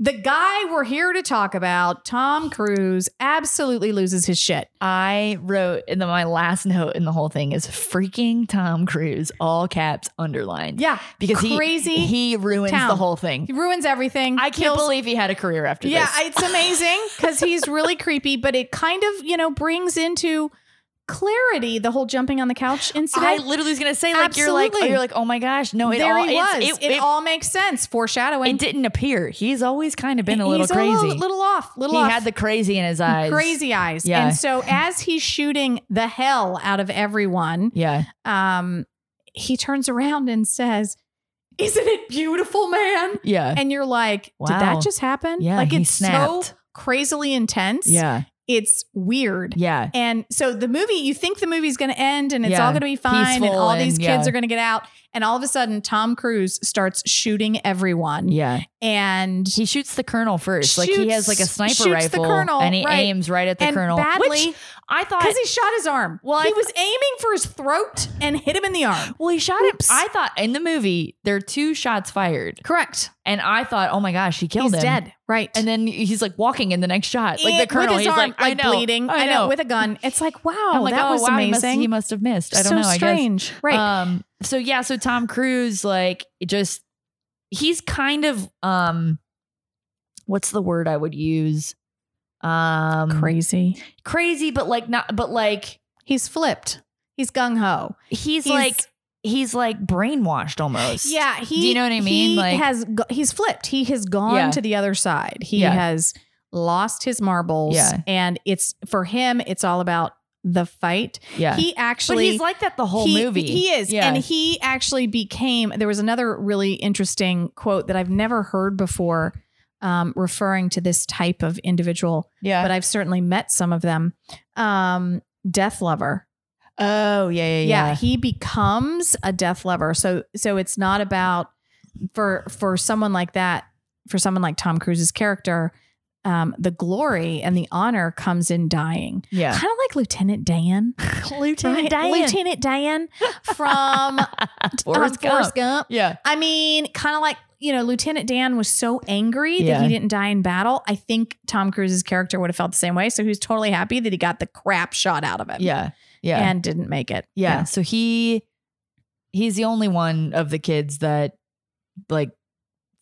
[SPEAKER 2] the guy we're here to talk about, Tom Cruise, absolutely loses his shit.
[SPEAKER 13] I wrote in the, my last note in the whole thing is freaking Tom Cruise, all caps underlined.
[SPEAKER 2] Yeah,
[SPEAKER 13] Because he-
[SPEAKER 2] Crazy
[SPEAKER 13] he ruins the
[SPEAKER 2] town.
[SPEAKER 13] whole thing.
[SPEAKER 2] he ruins everything.
[SPEAKER 13] I can't believe he had a career after
[SPEAKER 2] Yeah,
[SPEAKER 13] this.
[SPEAKER 2] it's amazing because he's really creepy, but it kind of you know brings into clarity the whole jumping on the couch incident.
[SPEAKER 13] I literally was gonna say like you're like
[SPEAKER 2] Absolutely.
[SPEAKER 13] you're like oh my gosh no it
[SPEAKER 2] there
[SPEAKER 13] all
[SPEAKER 2] he
[SPEAKER 13] it's-
[SPEAKER 2] was. It,
[SPEAKER 13] it, it-
[SPEAKER 2] all makes sense. Foreshadowing.
[SPEAKER 13] it didn't appear he's always kind of been a
[SPEAKER 2] He's
[SPEAKER 13] little crazy
[SPEAKER 2] little, little off. Little
[SPEAKER 13] he
[SPEAKER 2] off.
[SPEAKER 13] had the crazy in his eyes
[SPEAKER 2] crazy eyes.
[SPEAKER 13] Yeah.
[SPEAKER 2] And so as he's shooting the hell out of everyone,
[SPEAKER 13] yeah
[SPEAKER 2] um, he turns around and says, "Isn't it beautiful, man?"
[SPEAKER 13] yeah
[SPEAKER 2] And you're like, "Did
[SPEAKER 13] Wow.
[SPEAKER 2] that just happen?"
[SPEAKER 13] Yeah,
[SPEAKER 2] Like
[SPEAKER 13] he
[SPEAKER 2] it's so
[SPEAKER 13] snapped.
[SPEAKER 2] crazily intense.
[SPEAKER 13] yeah
[SPEAKER 2] It's weird.
[SPEAKER 13] yeah
[SPEAKER 2] And so the movie, you think the movie's going to end and it's
[SPEAKER 13] Yeah.
[SPEAKER 2] all going to be fine and
[SPEAKER 13] Peaceful
[SPEAKER 2] all these
[SPEAKER 13] and-
[SPEAKER 2] kids
[SPEAKER 13] yeah.
[SPEAKER 2] are going to get out. And all of a sudden, Tom Cruise starts shooting everyone.
[SPEAKER 13] yeah
[SPEAKER 2] And
[SPEAKER 13] he shoots the colonel first like he has like a
[SPEAKER 2] Shoots-
[SPEAKER 13] sniper
[SPEAKER 2] shoots the
[SPEAKER 13] rifle
[SPEAKER 2] colonel,
[SPEAKER 13] and he
[SPEAKER 2] right.
[SPEAKER 13] aims right at the
[SPEAKER 2] and
[SPEAKER 13] colonel
[SPEAKER 2] badly
[SPEAKER 13] which I thought
[SPEAKER 2] because he shot his arm.
[SPEAKER 13] Well,
[SPEAKER 2] he
[SPEAKER 13] I-
[SPEAKER 2] was aiming for his throat and hit him in the arm.
[SPEAKER 13] well he shot him
[SPEAKER 2] Oops.
[SPEAKER 13] I thought in the movie there are two shots fired
[SPEAKER 2] Correct.
[SPEAKER 13] and I thought oh my gosh he
[SPEAKER 2] He's
[SPEAKER 13] killed him
[SPEAKER 2] dead. Right.
[SPEAKER 13] and then he's like walking in the next shot like the
[SPEAKER 2] It-
[SPEAKER 13] colonel
[SPEAKER 2] with his
[SPEAKER 13] he's
[SPEAKER 2] arm
[SPEAKER 13] like I know
[SPEAKER 2] bleeding. I know. with a gun. It's like wow,
[SPEAKER 13] I'm like,
[SPEAKER 2] that
[SPEAKER 13] oh,
[SPEAKER 2] was
[SPEAKER 13] wow, he must-
[SPEAKER 2] amazing.
[SPEAKER 13] He must, have missed. I don't
[SPEAKER 2] so
[SPEAKER 13] know. I guess.
[SPEAKER 2] strange. Right.
[SPEAKER 13] Um. So yeah. So Tom Cruise, like, it just he's kind of um, what's the word I would use? Um,
[SPEAKER 2] Crazy.
[SPEAKER 13] crazy, but like not, but like
[SPEAKER 2] He's flipped. He's gung ho.
[SPEAKER 13] he's,
[SPEAKER 2] He's-
[SPEAKER 13] like he's like brainwashed almost.
[SPEAKER 2] Yeah. He.
[SPEAKER 13] Do you know what I mean?
[SPEAKER 2] He
[SPEAKER 13] Like-
[SPEAKER 2] has. go- He's flipped. He has gone
[SPEAKER 13] Yeah.
[SPEAKER 2] to the other side. He
[SPEAKER 13] Yeah.
[SPEAKER 2] has lost his marbles.
[SPEAKER 13] Yeah.
[SPEAKER 2] And it's for him. It's all about the fight.
[SPEAKER 13] Yeah.
[SPEAKER 2] He actually
[SPEAKER 13] But he's like that the whole
[SPEAKER 2] he-
[SPEAKER 13] movie.
[SPEAKER 2] He is.
[SPEAKER 13] Yeah.
[SPEAKER 2] And he actually became there was another really interesting quote that I've never heard before um, referring to this type of individual.
[SPEAKER 13] Yeah.
[SPEAKER 2] But I've certainly met some of them. Um, death lover.
[SPEAKER 13] Oh, yeah, yeah,
[SPEAKER 2] Yeah,
[SPEAKER 13] yeah.
[SPEAKER 2] he becomes a death lover. So so it's not about for for someone like that, for someone like Tom Cruise's character, um, the glory and the honor comes in dying.
[SPEAKER 13] yeah.
[SPEAKER 2] Kind of like Lieutenant Dan.
[SPEAKER 13] Lieutenant
[SPEAKER 2] Right?
[SPEAKER 13] Diane.
[SPEAKER 2] Lieutenant Dan from
[SPEAKER 13] Forrest
[SPEAKER 2] um, Forrest
[SPEAKER 13] Gump.
[SPEAKER 2] Gump.
[SPEAKER 13] Yeah.
[SPEAKER 2] I mean, kind of like, you know, Lieutenant Dan was so angry
[SPEAKER 13] Yeah.
[SPEAKER 2] that he didn't die in battle. I think Tom Cruise's character would have felt the same way. So he was totally happy that he got the crap shot out of him.
[SPEAKER 13] Yeah. Yeah.
[SPEAKER 2] And didn't make it.
[SPEAKER 13] yeah. So he he's the only one of the kids that like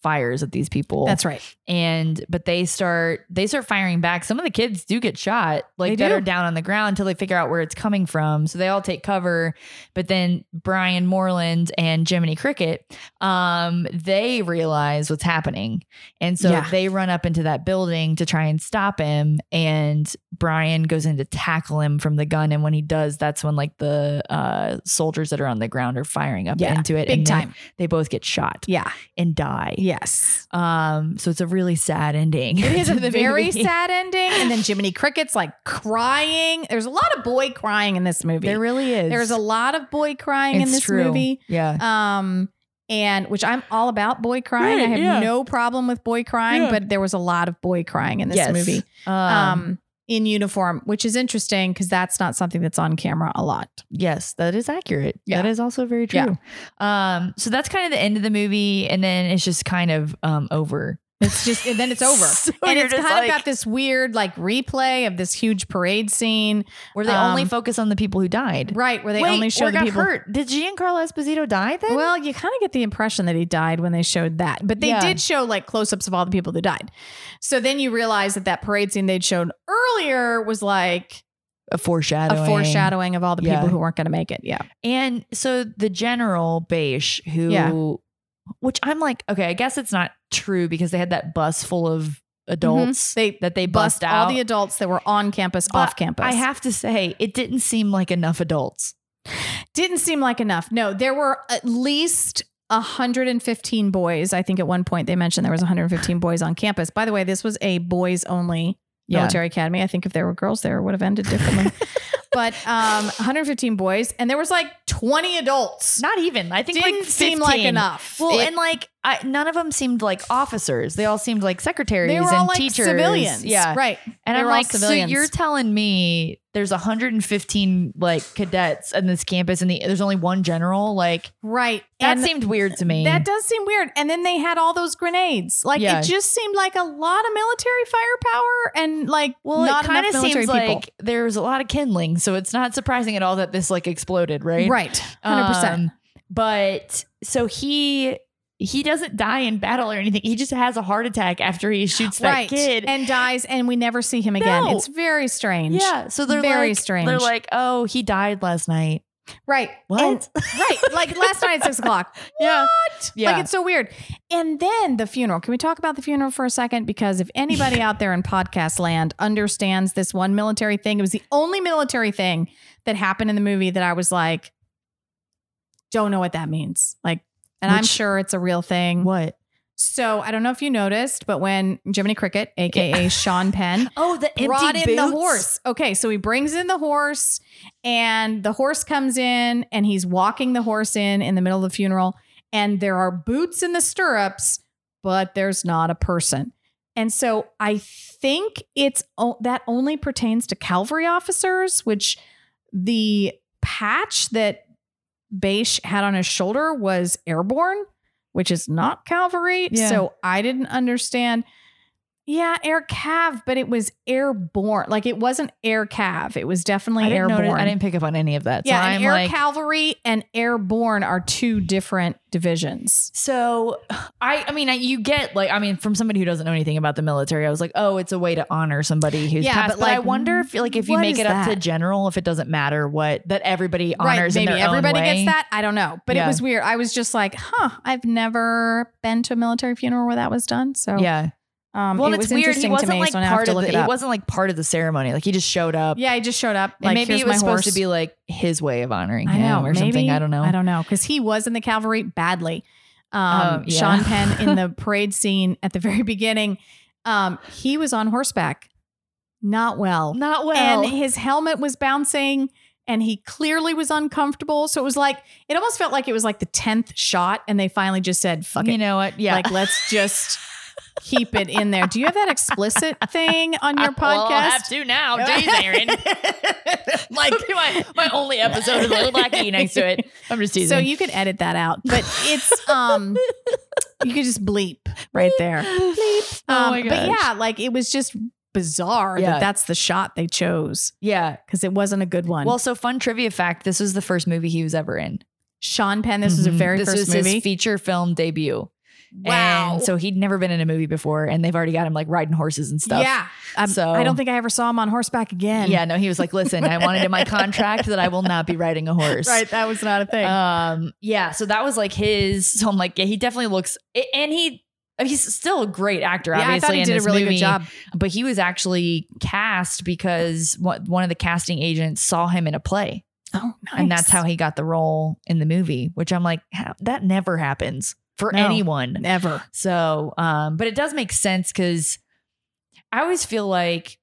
[SPEAKER 13] fires at these people.
[SPEAKER 2] That's right.
[SPEAKER 13] and but they start they start firing back. Some of the kids do get shot,
[SPEAKER 2] They
[SPEAKER 13] like that
[SPEAKER 2] do.
[SPEAKER 13] are down on the ground until they figure out where it's coming from. So they all take cover. But then Brian Moreland and Jiminy Cricket, um, they realize what's happening, and so
[SPEAKER 2] Yeah.
[SPEAKER 13] they run up into that building to try and stop him. And Brian goes in to tackle him from the gun, and when he does, that's when like the uh, soldiers that are on the ground are firing up
[SPEAKER 2] Yeah.
[SPEAKER 13] into it,
[SPEAKER 2] Big
[SPEAKER 13] and they-
[SPEAKER 2] time.
[SPEAKER 13] They, both get shot
[SPEAKER 2] Yeah.
[SPEAKER 13] and die.
[SPEAKER 2] Yes.
[SPEAKER 13] Um, so it's a really sad ending.
[SPEAKER 2] It is a
[SPEAKER 13] to the
[SPEAKER 2] very
[SPEAKER 13] movie.
[SPEAKER 2] sad ending. And then Jiminy Cricket's like crying. There's a lot of boy crying in this movie.
[SPEAKER 13] There really is.
[SPEAKER 2] There's a lot of boy crying in
[SPEAKER 13] It's
[SPEAKER 2] this
[SPEAKER 13] true.
[SPEAKER 2] movie.
[SPEAKER 13] Yeah.
[SPEAKER 2] um and which I'm all about boy crying. I
[SPEAKER 13] Right,
[SPEAKER 2] have
[SPEAKER 13] yeah.
[SPEAKER 2] no problem with boy crying,
[SPEAKER 13] Yeah.
[SPEAKER 2] but there was a lot of boy crying in this
[SPEAKER 13] Yes.
[SPEAKER 2] movie.
[SPEAKER 13] Um,
[SPEAKER 2] Um, in uniform, which is interesting because that's not something that's on camera a lot.
[SPEAKER 13] yes, that is accurate.
[SPEAKER 2] Yeah.
[SPEAKER 13] That is also very
[SPEAKER 2] Yeah.
[SPEAKER 13] true. Um, so that's kind of the end of the movie, and then it's just kind of um over.
[SPEAKER 2] It's just and then it's over.
[SPEAKER 13] So
[SPEAKER 2] and
[SPEAKER 13] you're
[SPEAKER 2] it's
[SPEAKER 13] just
[SPEAKER 2] kind of
[SPEAKER 13] like-
[SPEAKER 2] got this weird like replay of this huge parade scene.
[SPEAKER 13] Where they
[SPEAKER 2] Um,
[SPEAKER 13] only focus on the people who died.
[SPEAKER 2] Right, where they
[SPEAKER 13] Wait,
[SPEAKER 2] only show
[SPEAKER 13] or
[SPEAKER 2] the
[SPEAKER 13] got
[SPEAKER 2] people
[SPEAKER 13] hurt. Did Giancarlo Esposito die then?
[SPEAKER 2] Well, you kind of get the impression that he died when they showed that, but they
[SPEAKER 13] Yeah.
[SPEAKER 2] did show like close-ups of all the people who died. So then you realize that that parade scene they'd shown earlier was like
[SPEAKER 13] a foreshadowing.
[SPEAKER 2] a foreshadowing of all the
[SPEAKER 13] Yeah.
[SPEAKER 2] people who weren't going to make it. Yeah,
[SPEAKER 13] And so the general Beish, who, which I'm like, okay, I guess it's not true because they had that bus full of adults
[SPEAKER 2] They
[SPEAKER 13] that they bust,
[SPEAKER 2] bust
[SPEAKER 13] out.
[SPEAKER 2] all the adults that were on campus,
[SPEAKER 13] But
[SPEAKER 2] off campus.
[SPEAKER 13] I have to say, it didn't seem like enough adults.
[SPEAKER 2] didn't seem like enough. No, there were at least 115 boys. I think at one point they mentioned there was 115 boys on campus. By the way, this was a boys only
[SPEAKER 13] Yeah.
[SPEAKER 2] military academy. I think if there were girls there, it would have ended differently. but um, 115 boys, and there was like 20 adults.
[SPEAKER 13] Not even. I think
[SPEAKER 2] Didn't
[SPEAKER 13] like
[SPEAKER 2] seem like
[SPEAKER 13] 15.
[SPEAKER 2] enough.
[SPEAKER 13] Well,
[SPEAKER 2] It-
[SPEAKER 13] and like I, none of them seemed like officers. They all seemed like secretaries
[SPEAKER 2] they were
[SPEAKER 13] and
[SPEAKER 2] all like
[SPEAKER 13] teachers.
[SPEAKER 2] civilians,
[SPEAKER 13] Yeah,
[SPEAKER 2] right.
[SPEAKER 13] And
[SPEAKER 2] They
[SPEAKER 13] I'm
[SPEAKER 2] were all
[SPEAKER 13] like,
[SPEAKER 2] civilians.
[SPEAKER 13] so you're telling me there's 115 like cadets in this campus, and the, there's only one general. Like
[SPEAKER 2] right.
[SPEAKER 13] that
[SPEAKER 2] and
[SPEAKER 13] seemed weird to me.
[SPEAKER 2] that does seem weird. And then they had all those grenades. Like
[SPEAKER 13] Yeah.
[SPEAKER 2] it just seemed like a lot of military firepower and like
[SPEAKER 13] well,
[SPEAKER 2] not
[SPEAKER 13] it kind
[SPEAKER 2] enough
[SPEAKER 13] of
[SPEAKER 2] military
[SPEAKER 13] seems
[SPEAKER 2] people.
[SPEAKER 13] like there's a lot of kindling, so it's not surprising at all that this like exploded, right?
[SPEAKER 2] right, hundred percent.
[SPEAKER 13] Um, but so he he doesn't die in battle or anything. He just has a heart attack after he shoots that
[SPEAKER 2] right.
[SPEAKER 13] kid.
[SPEAKER 2] and dies, and we never see him again.
[SPEAKER 13] No.
[SPEAKER 2] It's very strange.
[SPEAKER 13] yeah, so they're
[SPEAKER 2] Very
[SPEAKER 13] like,
[SPEAKER 2] strange.
[SPEAKER 13] They're like, oh, he died last night.
[SPEAKER 2] right.
[SPEAKER 13] What?
[SPEAKER 2] And- right, like last night at six o'clock.
[SPEAKER 13] Yeah.
[SPEAKER 2] What?
[SPEAKER 13] Yeah.
[SPEAKER 2] Like it's so weird. And then the funeral. Can we talk about the funeral for a second? Because if anybody out there in podcast land understands this one military thing, it was the only military thing that happened in the movie that I was like, don't know what that means. Like, and I'm
[SPEAKER 13] Which-
[SPEAKER 2] sure it's a real thing.
[SPEAKER 13] What?
[SPEAKER 2] So I don't know if you noticed, but when Jiminy Cricket, aka Sean Penn,
[SPEAKER 13] Oh, the empty
[SPEAKER 2] brought in the
[SPEAKER 13] boots?
[SPEAKER 2] horse. Okay, so he brings in the horse, and the horse comes in, and he's walking the horse in in the middle of the funeral, and there are boots in the stirrups, but there's not a person. And so I think it's o- that only pertains to cavalry officers, which the patch that Beish had on his shoulder was airborne, which is not cavalry.
[SPEAKER 13] Yeah.
[SPEAKER 2] So I didn't understand. Yeah, air cav, but it was airborne. Like it wasn't air cav. It was definitely
[SPEAKER 13] I didn't
[SPEAKER 2] airborne.
[SPEAKER 13] notice- I didn't pick up on any of that.
[SPEAKER 2] yeah,
[SPEAKER 13] so
[SPEAKER 2] and
[SPEAKER 13] I'm
[SPEAKER 2] air
[SPEAKER 13] like,
[SPEAKER 2] cavalry and airborne are two different divisions.
[SPEAKER 13] so I, I mean, I, you get like, I mean, from somebody who doesn't know anything about the military, I was like, oh, it's a way to honor somebody who's
[SPEAKER 2] Yeah,
[SPEAKER 13] passed.
[SPEAKER 2] but,
[SPEAKER 13] But, I
[SPEAKER 2] like,
[SPEAKER 13] wonder if, like, if you
[SPEAKER 2] what
[SPEAKER 13] make
[SPEAKER 2] is
[SPEAKER 13] it up to
[SPEAKER 2] that?
[SPEAKER 13] general, if it doesn't matter what that everybody honors.
[SPEAKER 2] right?
[SPEAKER 13] in
[SPEAKER 2] Maybe
[SPEAKER 13] their own
[SPEAKER 2] everybody
[SPEAKER 13] way.
[SPEAKER 2] gets that. I don't know, but it
[SPEAKER 13] Yeah.
[SPEAKER 2] was weird. I was just like, huh. I've never been to a military funeral where that was done. So
[SPEAKER 13] Yeah.
[SPEAKER 2] Um,
[SPEAKER 13] well,
[SPEAKER 2] it
[SPEAKER 13] it's
[SPEAKER 2] was
[SPEAKER 13] weird. He
[SPEAKER 2] interesting to
[SPEAKER 13] wasn't
[SPEAKER 2] me,
[SPEAKER 13] like
[SPEAKER 2] so now I have
[SPEAKER 13] part
[SPEAKER 2] to
[SPEAKER 13] of
[SPEAKER 2] look
[SPEAKER 13] the.
[SPEAKER 2] it
[SPEAKER 13] He
[SPEAKER 2] up.
[SPEAKER 13] wasn't like part of the ceremony. Like he just showed up.
[SPEAKER 2] Yeah, he just showed up.
[SPEAKER 13] And
[SPEAKER 2] Like,
[SPEAKER 13] maybe
[SPEAKER 2] here's
[SPEAKER 13] it was
[SPEAKER 2] my
[SPEAKER 13] supposed to
[SPEAKER 2] horse.
[SPEAKER 13] be like his way of honoring
[SPEAKER 2] I know,
[SPEAKER 13] him or
[SPEAKER 2] maybe,
[SPEAKER 13] something. I don't know.
[SPEAKER 2] I don't know because he was in the cavalry badly. Um,
[SPEAKER 13] Oh, yeah.
[SPEAKER 2] Sean Penn in the parade scene at the very beginning, um, he was on horseback, not well,
[SPEAKER 13] Not well.
[SPEAKER 2] and his helmet was bouncing, and he clearly was uncomfortable. So it was like it almost felt like it was like the tenth shot, and they finally just said, "Fuck
[SPEAKER 13] you
[SPEAKER 2] it,
[SPEAKER 13] know what? Yeah.
[SPEAKER 2] like let's just." Keep it in there. Do you have that explicit thing on your podcast?
[SPEAKER 13] Well, I'll have to now. Jeez, Aaron. like my, my only episode of Little Blackie next to it. I'm just teasing.
[SPEAKER 2] So you could edit that out, but it's um you could just bleep right there. Um,
[SPEAKER 13] Bleep. oh my
[SPEAKER 2] but
[SPEAKER 13] gosh.
[SPEAKER 2] yeah, like it was just bizarre
[SPEAKER 13] Yeah.
[SPEAKER 2] that that's the shot they chose
[SPEAKER 13] Yeah.
[SPEAKER 2] because it wasn't a good one.
[SPEAKER 13] Well, so fun trivia fact: this was the first movie he was ever in.
[SPEAKER 2] Sean Penn, this was her
[SPEAKER 13] Mhm.
[SPEAKER 2] very
[SPEAKER 13] this
[SPEAKER 2] first
[SPEAKER 13] was
[SPEAKER 2] movie.
[SPEAKER 13] his feature film debut.
[SPEAKER 2] Wow.
[SPEAKER 13] And so he'd never been in a movie before, and they've already got him like riding horses and stuff.
[SPEAKER 2] Yeah, i
[SPEAKER 13] So-
[SPEAKER 2] I don't think I ever saw him on horseback again.
[SPEAKER 13] Yeah, no, he was like, listen, I wanted in my contract that I will not be riding a horse.
[SPEAKER 2] right. That was not a thing.
[SPEAKER 13] Um, yeah, so that was like his. So I'm like, yeah, he definitely looks, a- and he, I mean, he's still a great actor.
[SPEAKER 2] yeah, I
[SPEAKER 13] obviously,
[SPEAKER 2] thought he
[SPEAKER 13] in
[SPEAKER 2] did a
[SPEAKER 13] this
[SPEAKER 2] really
[SPEAKER 13] movie,
[SPEAKER 2] good job.
[SPEAKER 13] But he was actually cast because one one of the casting agents saw him in a play,
[SPEAKER 2] Oh, nice.
[SPEAKER 13] and that's how he got the role in the movie. Which I'm like, how, that never happens for
[SPEAKER 2] No.
[SPEAKER 13] anyone.
[SPEAKER 2] ever.
[SPEAKER 13] So, um, but it does make sense because I always feel like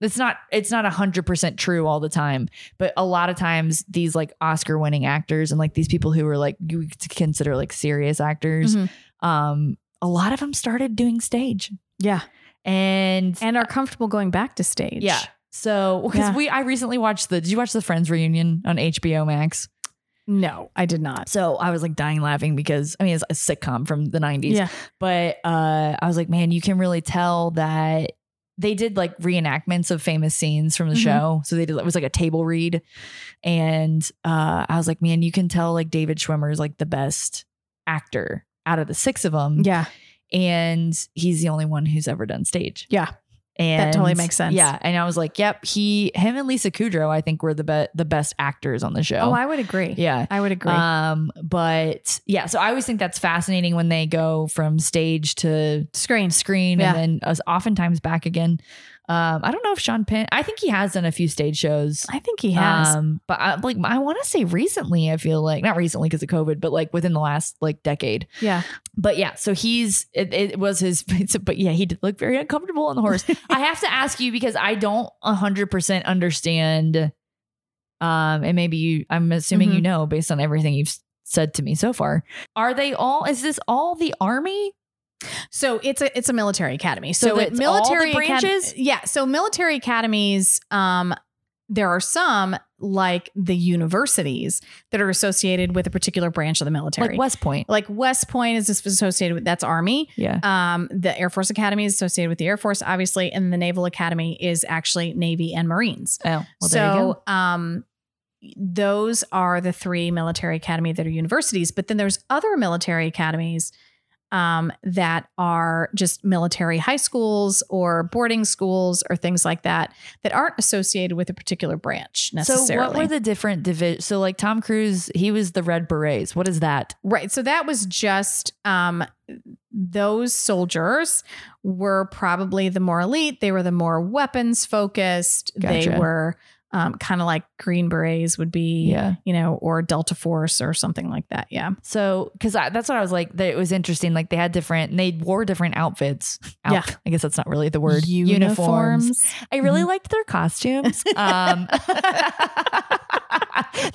[SPEAKER 13] it's not it's not hundred percent true all the time, but a lot of times these like Oscar winning actors and like these people who are like you would consider like serious actors,
[SPEAKER 2] Mhm.
[SPEAKER 13] um, a lot of them started doing stage
[SPEAKER 2] Yeah,
[SPEAKER 13] and,
[SPEAKER 2] and are comfortable going back to stage.
[SPEAKER 13] yeah. So because
[SPEAKER 2] Yeah.
[SPEAKER 13] we I recently watched the did you watch the Friends reunion on HBO Max?
[SPEAKER 2] No, I did not.
[SPEAKER 13] So I was like dying laughing because I mean it's a sitcom from the nineties.
[SPEAKER 2] Yeah.
[SPEAKER 13] but uh, I was like, man, you can really tell that they did like reenactments of famous scenes from the
[SPEAKER 2] Mhm.
[SPEAKER 13] show. So they did it was like a table read, and uh, I was like, man, you can tell like David Schwimmer is like the best actor out of the six of them,
[SPEAKER 2] Yeah.
[SPEAKER 13] and he's the only one who's ever done stage.
[SPEAKER 2] Yeah.
[SPEAKER 13] And
[SPEAKER 2] totally makes sense.
[SPEAKER 13] Yeah, uh, and I was like, "Yep, he, him, and Lisa Kudrow, I think were the be- the best actors on the show."
[SPEAKER 2] Oh, I would agree.
[SPEAKER 13] yeah,
[SPEAKER 2] I would agree.
[SPEAKER 13] um, but yeah, so I always think that's fascinating when they go from stage to
[SPEAKER 2] Screen.
[SPEAKER 13] screen
[SPEAKER 2] Yeah.
[SPEAKER 13] and then us oftentimes back again. Um, I don't know if Sean Penn, I think he has done a few stage shows.
[SPEAKER 2] I think he has.
[SPEAKER 13] Um, but I, like I want to say recently, I feel like not recently because of COVID, but like within the last like decade.
[SPEAKER 2] yeah.
[SPEAKER 13] But yeah, so he's it, it was his. But yeah, he did look very uncomfortable on the horse. I have to ask you because I don't hundred percent understand. Um, and maybe you, I'm assuming you
[SPEAKER 2] Mhm.
[SPEAKER 13] know based on everything you've s- said to me so far. Are they all? Is this all the army?
[SPEAKER 2] So it's a it's a military academy. So,
[SPEAKER 13] So
[SPEAKER 2] the
[SPEAKER 13] it's all the
[SPEAKER 2] military acad-
[SPEAKER 13] branches?
[SPEAKER 2] yeah. So military academies, um, there are some like the universities that are associated with a particular branch of the military.
[SPEAKER 13] Like West Point?
[SPEAKER 2] Like West Point is associated with that's Army.
[SPEAKER 13] Yeah.
[SPEAKER 2] Um, the Air Force Academy is associated with the Air Force, obviously, and the Naval Academy is actually Navy and Marines.
[SPEAKER 13] Oh, well,
[SPEAKER 2] so
[SPEAKER 13] there you go.
[SPEAKER 2] um those are the three military academy that are universities, but then there's other military academies um, that are just military high schools or boarding schools or things like that that aren't associated with a particular branch
[SPEAKER 13] So
[SPEAKER 2] necessarily.
[SPEAKER 13] what were the different division? So like Tom Cruise, he was the Red Berets. What is that?
[SPEAKER 2] Right. So that was just um, those soldiers were probably the more elite. They were the more weapons focused. They
[SPEAKER 13] Gotcha.
[SPEAKER 2] were um, kind of like Green Berets would be,
[SPEAKER 13] Yeah.
[SPEAKER 2] you know, or Delta Force or something like that. Yeah.
[SPEAKER 13] So, because that's what I was like. That it was interesting. Like they had different, and they wore different outfits.
[SPEAKER 2] Yeah.
[SPEAKER 13] I guess that's not really the word. Uniforms. I really
[SPEAKER 2] Mhm.
[SPEAKER 13] liked their costumes. um,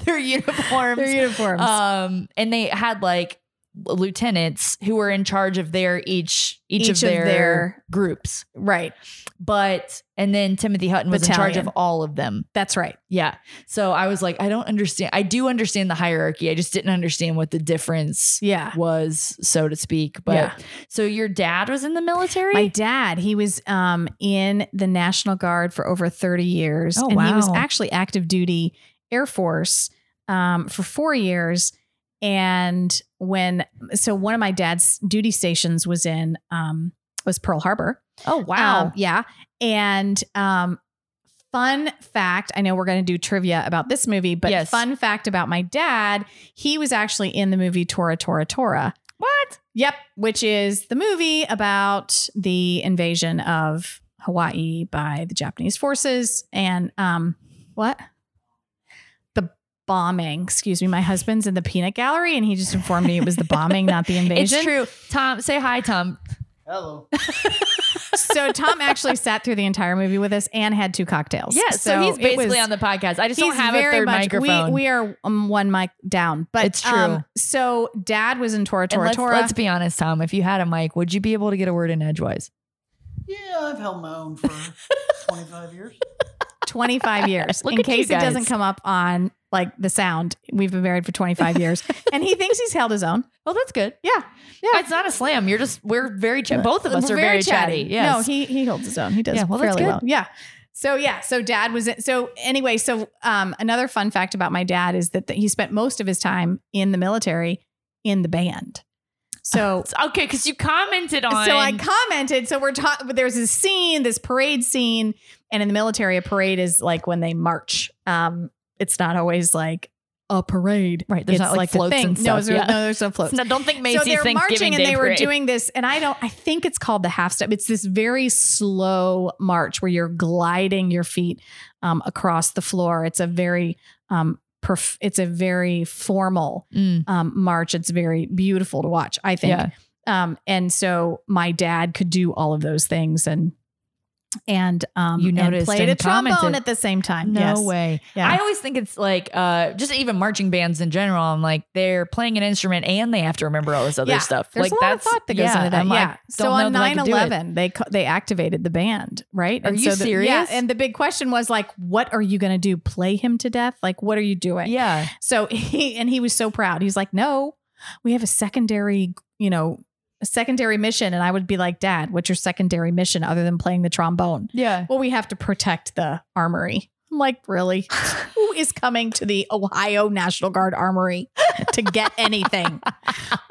[SPEAKER 13] their uniforms.
[SPEAKER 2] Their uniforms.
[SPEAKER 13] Um, and they had like lieutenants who were in charge of their each each, of,
[SPEAKER 2] Each of
[SPEAKER 13] their,
[SPEAKER 2] their-
[SPEAKER 13] groups.
[SPEAKER 2] right.
[SPEAKER 13] But and then Timothy Hutton was in charge
[SPEAKER 2] Battalion.
[SPEAKER 13] of all of them.
[SPEAKER 2] That's right.
[SPEAKER 13] Yeah. So I was like, I don't understand. I do understand the hierarchy. I just didn't understand what the difference
[SPEAKER 2] Yeah.
[SPEAKER 13] was, so to speak. But
[SPEAKER 2] Yeah.
[SPEAKER 13] so your dad was in the military?
[SPEAKER 2] My dad, he was um, in the National Guard for over 30 years.
[SPEAKER 13] Oh,
[SPEAKER 2] and he was
[SPEAKER 13] wow.
[SPEAKER 2] actually active duty Air Force um, for four years. And when, so one of my dad's duty stations was in, um, was Pearl Harbor.
[SPEAKER 13] oh wow.
[SPEAKER 2] Um, yeah. And um, fun fact I know we're going to do trivia about this movie, but
[SPEAKER 13] Yes.
[SPEAKER 2] fun fact about my dad, he was actually in the movie Tora, Tora, Tora
[SPEAKER 1] What?
[SPEAKER 2] Yep, which is the movie about the invasion of Hawaii by the Japanese forces and um what? The bombing. Excuse me, my husband's in the peanut gallery and he just informed me it was the bombing, not the invasion.
[SPEAKER 1] It's true. Tom, Um, say hi, Tom.
[SPEAKER 13] Hello.
[SPEAKER 2] so Tom actually sat through the entire movie with us and had two cocktails.
[SPEAKER 1] Yeah, so, he's
[SPEAKER 2] it
[SPEAKER 1] basically
[SPEAKER 2] was-
[SPEAKER 1] on the podcast. I just don't
[SPEAKER 2] he's
[SPEAKER 1] have a
[SPEAKER 2] very
[SPEAKER 1] third
[SPEAKER 2] much-
[SPEAKER 1] microphone.
[SPEAKER 2] We, we are um, one mic down, but um,
[SPEAKER 1] It's true.
[SPEAKER 2] so Dad was in Tora
[SPEAKER 1] And
[SPEAKER 2] Tora
[SPEAKER 1] let's,
[SPEAKER 2] Tora.
[SPEAKER 1] let's be honest, Tom. If you had a mic, would you be able to get a word in edgewise?
[SPEAKER 13] Yeah, I've held my own for 25 years.
[SPEAKER 2] 25 years.
[SPEAKER 1] Look
[SPEAKER 2] in
[SPEAKER 1] at you
[SPEAKER 2] case it doesn't
[SPEAKER 1] guys.
[SPEAKER 2] come up on like the sound, we've been married for 25 years, and he thinks he's held his own.
[SPEAKER 1] Well, Oh, that's good.
[SPEAKER 2] Yeah, yeah.
[SPEAKER 1] It's not a slam. You're just we're very chatty. Both of us
[SPEAKER 2] We're
[SPEAKER 1] are very chatty. Yes.
[SPEAKER 2] No, he he holds his own. He does
[SPEAKER 1] Yeah, well, that's
[SPEAKER 2] fairly
[SPEAKER 1] good.
[SPEAKER 2] well. Yeah. So yeah, so dad was in, so anyway, so um another fun fact about my dad is that he spent most of his time in the military in the band. So
[SPEAKER 1] okay, because you commented on.
[SPEAKER 2] So I commented. So we're talking. There's this scene, this parade scene, and in the military, a parade is like when they march. Um, it's not always like a parade,
[SPEAKER 1] Right, there's
[SPEAKER 2] It's
[SPEAKER 1] not, like, floats
[SPEAKER 2] thing.
[SPEAKER 1] and
[SPEAKER 2] No,
[SPEAKER 1] stuff,
[SPEAKER 2] there-
[SPEAKER 1] yeah.
[SPEAKER 2] no, there's no floats.
[SPEAKER 1] No, don't think Macy's
[SPEAKER 2] so they're
[SPEAKER 1] Thanksgiving
[SPEAKER 2] marching and
[SPEAKER 1] Day
[SPEAKER 2] they were
[SPEAKER 1] parade.
[SPEAKER 2] doing this, and I don't. I think it's called the half step. It's this very slow march where you're gliding your feet um, across the floor. It's a very um, perf- it's a very formal
[SPEAKER 1] Mm,
[SPEAKER 2] um, march. It's very beautiful to watch, I think.
[SPEAKER 1] Yeah.
[SPEAKER 2] Um, and so my dad could do all of those things and and um
[SPEAKER 1] You
[SPEAKER 2] and
[SPEAKER 1] noticed
[SPEAKER 2] played
[SPEAKER 1] and
[SPEAKER 2] a trombone
[SPEAKER 1] commented.
[SPEAKER 2] at the same time.
[SPEAKER 1] no
[SPEAKER 2] Yes.
[SPEAKER 1] way.
[SPEAKER 2] Yeah.
[SPEAKER 1] I always think it's like uh, just even marching bands in general. I'm like they're playing an instrument and they have to remember all this other
[SPEAKER 2] Yeah.
[SPEAKER 1] stuff.
[SPEAKER 2] There's
[SPEAKER 1] like
[SPEAKER 2] a lot
[SPEAKER 1] that's
[SPEAKER 2] of thought that goes
[SPEAKER 1] yeah,
[SPEAKER 2] into that.
[SPEAKER 1] I'm
[SPEAKER 2] yeah.
[SPEAKER 1] Like,
[SPEAKER 2] so
[SPEAKER 1] don't
[SPEAKER 2] on
[SPEAKER 1] know that I could do it.
[SPEAKER 2] 9-11, they co- they activated the band, right?
[SPEAKER 1] Are you
[SPEAKER 2] so the- yeah.
[SPEAKER 1] serious?
[SPEAKER 2] And the big question was like, what are you gonna do? Play him to death? Like, what are you doing?
[SPEAKER 1] Yeah.
[SPEAKER 2] So he and he was so proud. He's like, "No, we have a secondary, you know, a secondary mission." And I would be like, "Dad, what's your secondary mission other than playing the trombone?"
[SPEAKER 1] Yeah.
[SPEAKER 2] Well, we have to protect the armory. I'm like, "Really? Who is coming to the Ohio National Guard armory to get anything?"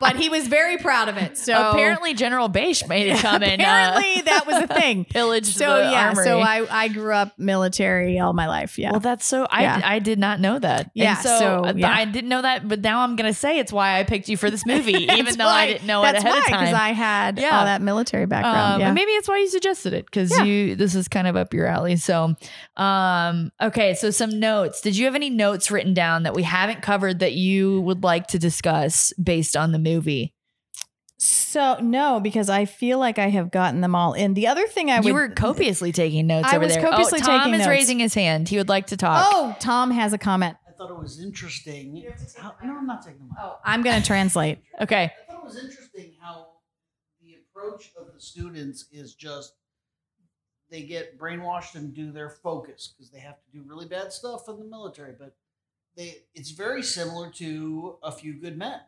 [SPEAKER 2] but he was very proud of it. So
[SPEAKER 1] Apparently, General Bache made it come in. Uh,
[SPEAKER 2] apparently that was a thing.
[SPEAKER 1] pillage
[SPEAKER 2] So
[SPEAKER 1] the
[SPEAKER 2] yeah,
[SPEAKER 1] armory.
[SPEAKER 2] so I I grew up military all my life. Yeah.
[SPEAKER 1] Well, that's so. I
[SPEAKER 2] Yeah.
[SPEAKER 1] I did not know that. And
[SPEAKER 2] Yeah,
[SPEAKER 1] so,
[SPEAKER 2] so,
[SPEAKER 1] I-
[SPEAKER 2] yeah.
[SPEAKER 1] I didn't know that, but now I'm gonna say it's why I picked you for this movie, even
[SPEAKER 2] That's
[SPEAKER 1] though
[SPEAKER 2] why-
[SPEAKER 1] I didn't know it
[SPEAKER 2] that's
[SPEAKER 1] ahead of
[SPEAKER 2] Because
[SPEAKER 1] time.
[SPEAKER 2] I had
[SPEAKER 1] Yeah.
[SPEAKER 2] all that military background.
[SPEAKER 1] Um,
[SPEAKER 2] yeah.
[SPEAKER 1] and maybe it's why you suggested it because
[SPEAKER 2] Yeah.
[SPEAKER 1] you this is kind of up your alley. So, um, okay, so some notes. Did you have any notes written down that we haven't covered that you would like to discuss based on the movie?
[SPEAKER 2] So no, because I feel like I have gotten them all in. The other thing I
[SPEAKER 1] you were
[SPEAKER 2] would,
[SPEAKER 1] copiously taking notes
[SPEAKER 2] I
[SPEAKER 1] over
[SPEAKER 2] was
[SPEAKER 1] there.
[SPEAKER 2] copiously
[SPEAKER 1] oh, Tom
[SPEAKER 2] taking
[SPEAKER 1] is
[SPEAKER 2] notes.
[SPEAKER 1] raising his hand. He would like to talk.
[SPEAKER 2] Oh, Tom has a comment.
[SPEAKER 13] I thought it was interesting. How, no, Oh, I'm not taking them out.
[SPEAKER 2] I'm going to translate.
[SPEAKER 1] okay.
[SPEAKER 13] I thought it was interesting how the approach of the students is just they get brainwashed and do their focus because they have to do really bad stuff in the military, but they it's very similar to a few good men. Where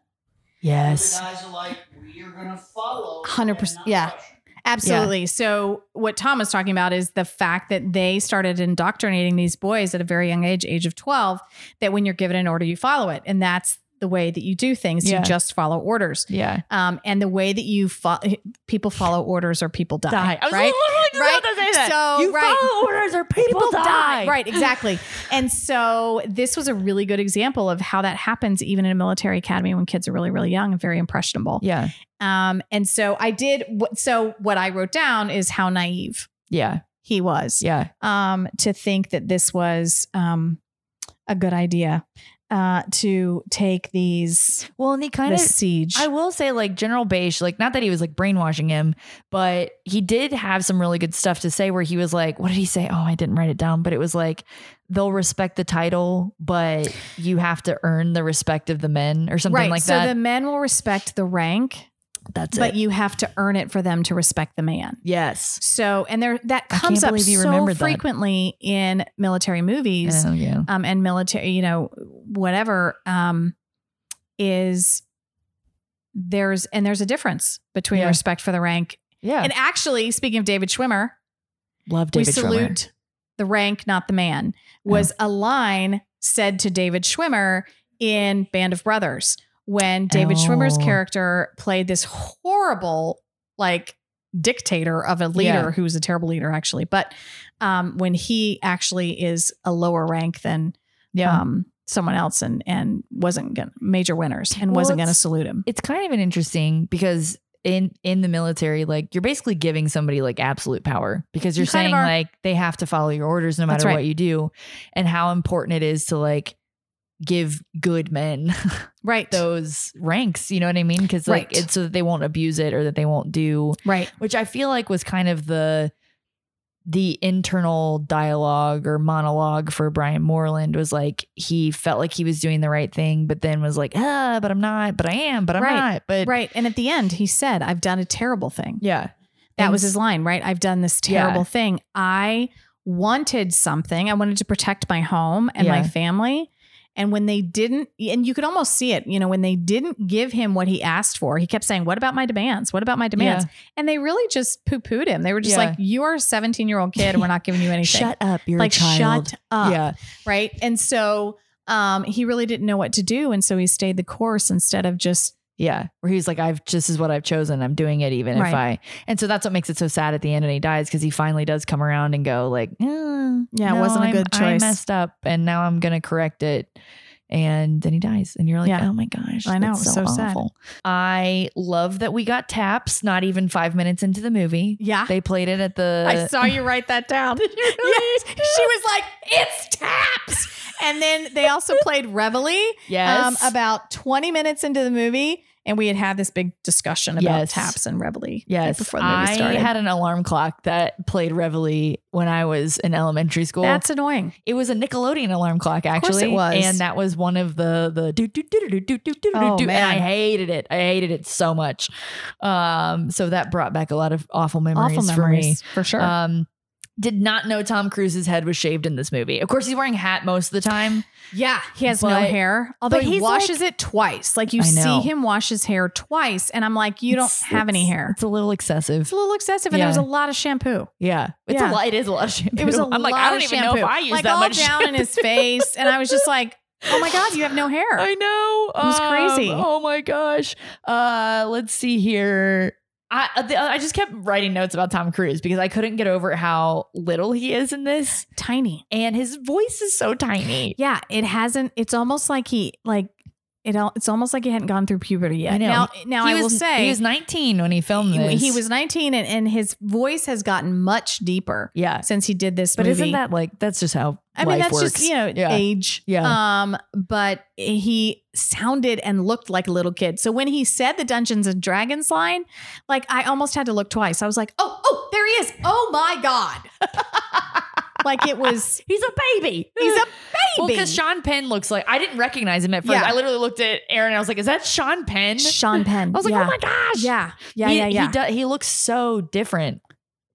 [SPEAKER 1] Yes.
[SPEAKER 13] The guys are like, we are gonna follow.
[SPEAKER 2] 100%,
[SPEAKER 13] and not
[SPEAKER 2] yeah.
[SPEAKER 13] question."
[SPEAKER 2] Absolutely. So what Tom was talking about is the fact that they started indoctrinating these boys at a very young age, age of 12, that when you're given an order, you follow it. And that's the way that you do things.
[SPEAKER 1] Yeah.
[SPEAKER 2] You just follow orders.
[SPEAKER 1] Yeah.
[SPEAKER 2] Um, and the way that you fo- people follow orders or people die.
[SPEAKER 1] Die. I was
[SPEAKER 2] right?
[SPEAKER 1] literally just about to say that.
[SPEAKER 2] So
[SPEAKER 1] you
[SPEAKER 2] right.
[SPEAKER 1] follow orders or people, die.
[SPEAKER 2] Right, exactly. and so this was a really good example of how that happens even in a military academy when kids are really, really young and very impressionable.
[SPEAKER 1] Yeah.
[SPEAKER 2] Um, and so I did what so what I wrote down is how naive
[SPEAKER 1] Yeah.
[SPEAKER 2] he was
[SPEAKER 1] Yeah.
[SPEAKER 2] um to think that this was um a good idea uh to take these
[SPEAKER 1] Well, and he kind
[SPEAKER 2] this
[SPEAKER 1] of
[SPEAKER 2] siege.
[SPEAKER 1] I will say, like General Bache, like not that he was like brainwashing him, but he did have some really good stuff to say. Where he was like, "What did he say? Oh, I didn't write it down." But it was like they'll respect the title, but you have to earn the respect of the men or something
[SPEAKER 2] right.
[SPEAKER 1] like
[SPEAKER 2] so
[SPEAKER 1] that.
[SPEAKER 2] the men will respect the rank,
[SPEAKER 1] That's
[SPEAKER 2] but
[SPEAKER 1] it.
[SPEAKER 2] you have to earn it for them to respect the man.
[SPEAKER 1] yes.
[SPEAKER 2] So, and there that
[SPEAKER 1] I can't
[SPEAKER 2] comes up
[SPEAKER 1] believe you
[SPEAKER 2] so
[SPEAKER 1] remembered that.
[SPEAKER 2] frequently in military movies
[SPEAKER 1] Oh yeah.
[SPEAKER 2] um, and military, you know, whatever um, is there's and there's a difference between
[SPEAKER 1] Yeah.
[SPEAKER 2] respect for the rank.
[SPEAKER 1] Yeah.
[SPEAKER 2] And actually, speaking of David Schwimmer,
[SPEAKER 1] Love David
[SPEAKER 2] we salute the rank, not the man, was a line said to David Schwimmer in Band of Brothers when David Schwimmer's
[SPEAKER 1] Oh.
[SPEAKER 2] character played this horrible, like, dictator of a leader
[SPEAKER 1] Yeah.
[SPEAKER 2] who was a terrible leader, actually. But um, when he actually is a lower rank than
[SPEAKER 1] Yeah.
[SPEAKER 2] um, someone else and and wasn't gonna major winners and wasn't
[SPEAKER 13] Well,
[SPEAKER 2] gonna
[SPEAKER 13] it's-
[SPEAKER 2] salute him.
[SPEAKER 13] It's kind of an interesting because in in the military, like you're basically giving somebody like absolute power because you're
[SPEAKER 2] You kind of
[SPEAKER 13] saying
[SPEAKER 2] are.
[SPEAKER 13] like they have to follow your orders no
[SPEAKER 2] That's
[SPEAKER 13] matter
[SPEAKER 2] right.
[SPEAKER 13] what you do, and how important it is to like give good men
[SPEAKER 2] Right.
[SPEAKER 13] those ranks. You know what I mean? Because like
[SPEAKER 2] Right.
[SPEAKER 13] it's so that they won't abuse it or that they won't do
[SPEAKER 2] Right.
[SPEAKER 13] which I feel like was kind of the the internal dialogue or monologue for Brian Moreland was like he felt like he was doing the right thing, but then was like, ah, but I'm not, but I am, but I'm
[SPEAKER 2] Right.
[SPEAKER 13] not, but
[SPEAKER 2] right. And at the end he said, I've done a terrible thing.
[SPEAKER 13] yeah,
[SPEAKER 2] That
[SPEAKER 13] And
[SPEAKER 2] was his line, right? I've done this
[SPEAKER 13] Yeah.
[SPEAKER 2] terrible thing. I wanted something. I wanted to protect my home and my
[SPEAKER 13] Yeah.
[SPEAKER 2] family. And when they didn't, and you could almost see it, you know, when they didn't give him what he asked for, he kept saying, What about my demands? What about my demands? And they really just poo pooed him. They were just
[SPEAKER 13] Yeah.
[SPEAKER 2] like, You are a 17 year old kid and we're not giving you anything.
[SPEAKER 13] Shut up, you're
[SPEAKER 2] like,
[SPEAKER 13] a child.
[SPEAKER 2] shut up.
[SPEAKER 13] Yeah,
[SPEAKER 2] Right. And so um, he really didn't know what to do. And so he stayed the course instead of just,
[SPEAKER 13] yeah. Where he's like, I've this is what I've chosen. I'm doing it, even if
[SPEAKER 2] Right.
[SPEAKER 13] I. And so that's what makes it so sad at the end, and he dies because he finally does come around and go like, "Eh,
[SPEAKER 2] Yeah, it
[SPEAKER 13] no,
[SPEAKER 2] wasn't a
[SPEAKER 13] I'm-
[SPEAKER 2] good
[SPEAKER 13] I
[SPEAKER 2] choice."
[SPEAKER 13] messed up, and now I'm gonna correct it. And then he dies, and you're like,
[SPEAKER 2] Yeah.
[SPEAKER 13] oh my gosh,
[SPEAKER 2] I know,
[SPEAKER 13] that's
[SPEAKER 2] it was so sad.
[SPEAKER 13] sad. I love that we got taps. Not even five minutes into the movie,
[SPEAKER 2] Yeah.
[SPEAKER 13] they played it at the.
[SPEAKER 2] I saw you write that down. Yes. She was like, it's taps. And then they also played Reveille um,
[SPEAKER 13] Yes.
[SPEAKER 2] about 20 minutes into the movie. And we had had this big discussion about
[SPEAKER 13] Yes.
[SPEAKER 2] taps and Reveille
[SPEAKER 13] Yes,
[SPEAKER 2] before the movie started.
[SPEAKER 13] I had an alarm clock that played Reveille when I was in elementary school.
[SPEAKER 2] That's annoying.
[SPEAKER 13] It was a Nickelodeon alarm clock,
[SPEAKER 2] course
[SPEAKER 13] actually.
[SPEAKER 2] it was.
[SPEAKER 13] and that was one of the the do do do do do do do do
[SPEAKER 2] Oh,
[SPEAKER 13] do. And I
[SPEAKER 2] man.
[SPEAKER 13] hated it. I hated it so much. Um, so that brought back a lot of awful memories,
[SPEAKER 2] Awful
[SPEAKER 13] for me.
[SPEAKER 2] memories, for sure.
[SPEAKER 13] Um, did not know Tom Cruise's head was shaved in this movie. Of course, he's wearing a hat most of the time.
[SPEAKER 2] Yeah, he has no
[SPEAKER 13] But-
[SPEAKER 2] hair. Although
[SPEAKER 13] but
[SPEAKER 2] he
[SPEAKER 13] he's
[SPEAKER 2] washes it twice. Like you
[SPEAKER 13] I
[SPEAKER 2] see
[SPEAKER 13] know.
[SPEAKER 2] him wash his hair twice, and I'm like, you don't
[SPEAKER 13] It's-
[SPEAKER 2] have any
[SPEAKER 13] it's-
[SPEAKER 2] hair.
[SPEAKER 13] It's a little excessive.
[SPEAKER 2] It's a little excessive, and there was a
[SPEAKER 13] Yeah.
[SPEAKER 2] lot of shampoo.
[SPEAKER 13] Yeah, it's
[SPEAKER 2] Yeah.
[SPEAKER 13] a lot. It is a lot of shampoo.
[SPEAKER 2] It was a
[SPEAKER 13] I'm like,
[SPEAKER 2] lot
[SPEAKER 13] I don't
[SPEAKER 2] of
[SPEAKER 13] even
[SPEAKER 2] shampoo.
[SPEAKER 13] know if I use
[SPEAKER 2] like
[SPEAKER 13] that
[SPEAKER 2] all
[SPEAKER 13] much.
[SPEAKER 2] down in his face, and I was just like, oh my god, you have no hair.
[SPEAKER 13] I know.
[SPEAKER 2] It was crazy.
[SPEAKER 13] Oh my gosh. Uh, let's see here. I uh, the- I just kept writing notes about Tom Cruise because I couldn't get over how little he is in this,
[SPEAKER 2] Tiny.
[SPEAKER 13] and his voice is so tiny.
[SPEAKER 2] Yeah, it hasn't. It's almost like he like it. al- It's almost like he hadn't gone through puberty yet.
[SPEAKER 13] I know.
[SPEAKER 2] Now, now
[SPEAKER 13] he
[SPEAKER 2] I
[SPEAKER 13] was,
[SPEAKER 2] will say
[SPEAKER 13] he was 19 when he filmed
[SPEAKER 2] he-
[SPEAKER 13] this.
[SPEAKER 2] he was 19, and, and his voice has gotten much deeper
[SPEAKER 13] yeah.
[SPEAKER 2] since he did this.
[SPEAKER 13] But
[SPEAKER 2] movie.
[SPEAKER 13] isn't that like that's just how
[SPEAKER 2] I mean,
[SPEAKER 13] life
[SPEAKER 2] that's
[SPEAKER 13] works.
[SPEAKER 2] just you know
[SPEAKER 13] yeah.
[SPEAKER 2] age.
[SPEAKER 13] Yeah.
[SPEAKER 2] Um, but he sounded and looked like a little kid. So when he said the Dungeons and Dragons line, like I almost had to look twice. I was like, oh, oh, there he is. Oh my god. like it was.
[SPEAKER 13] He's a baby.
[SPEAKER 2] He's a baby.
[SPEAKER 13] Well, because Sean Penn looks like I didn't recognize him at first.
[SPEAKER 2] Yeah.
[SPEAKER 13] I literally looked at Aaron and I was like, "Is that Sean Penn?"
[SPEAKER 2] Sean Penn.
[SPEAKER 13] I was like,
[SPEAKER 2] yeah.
[SPEAKER 13] "Oh my gosh!"
[SPEAKER 2] Yeah. Yeah.
[SPEAKER 13] he,
[SPEAKER 2] yeah. Yeah.
[SPEAKER 13] He, do, he looks so different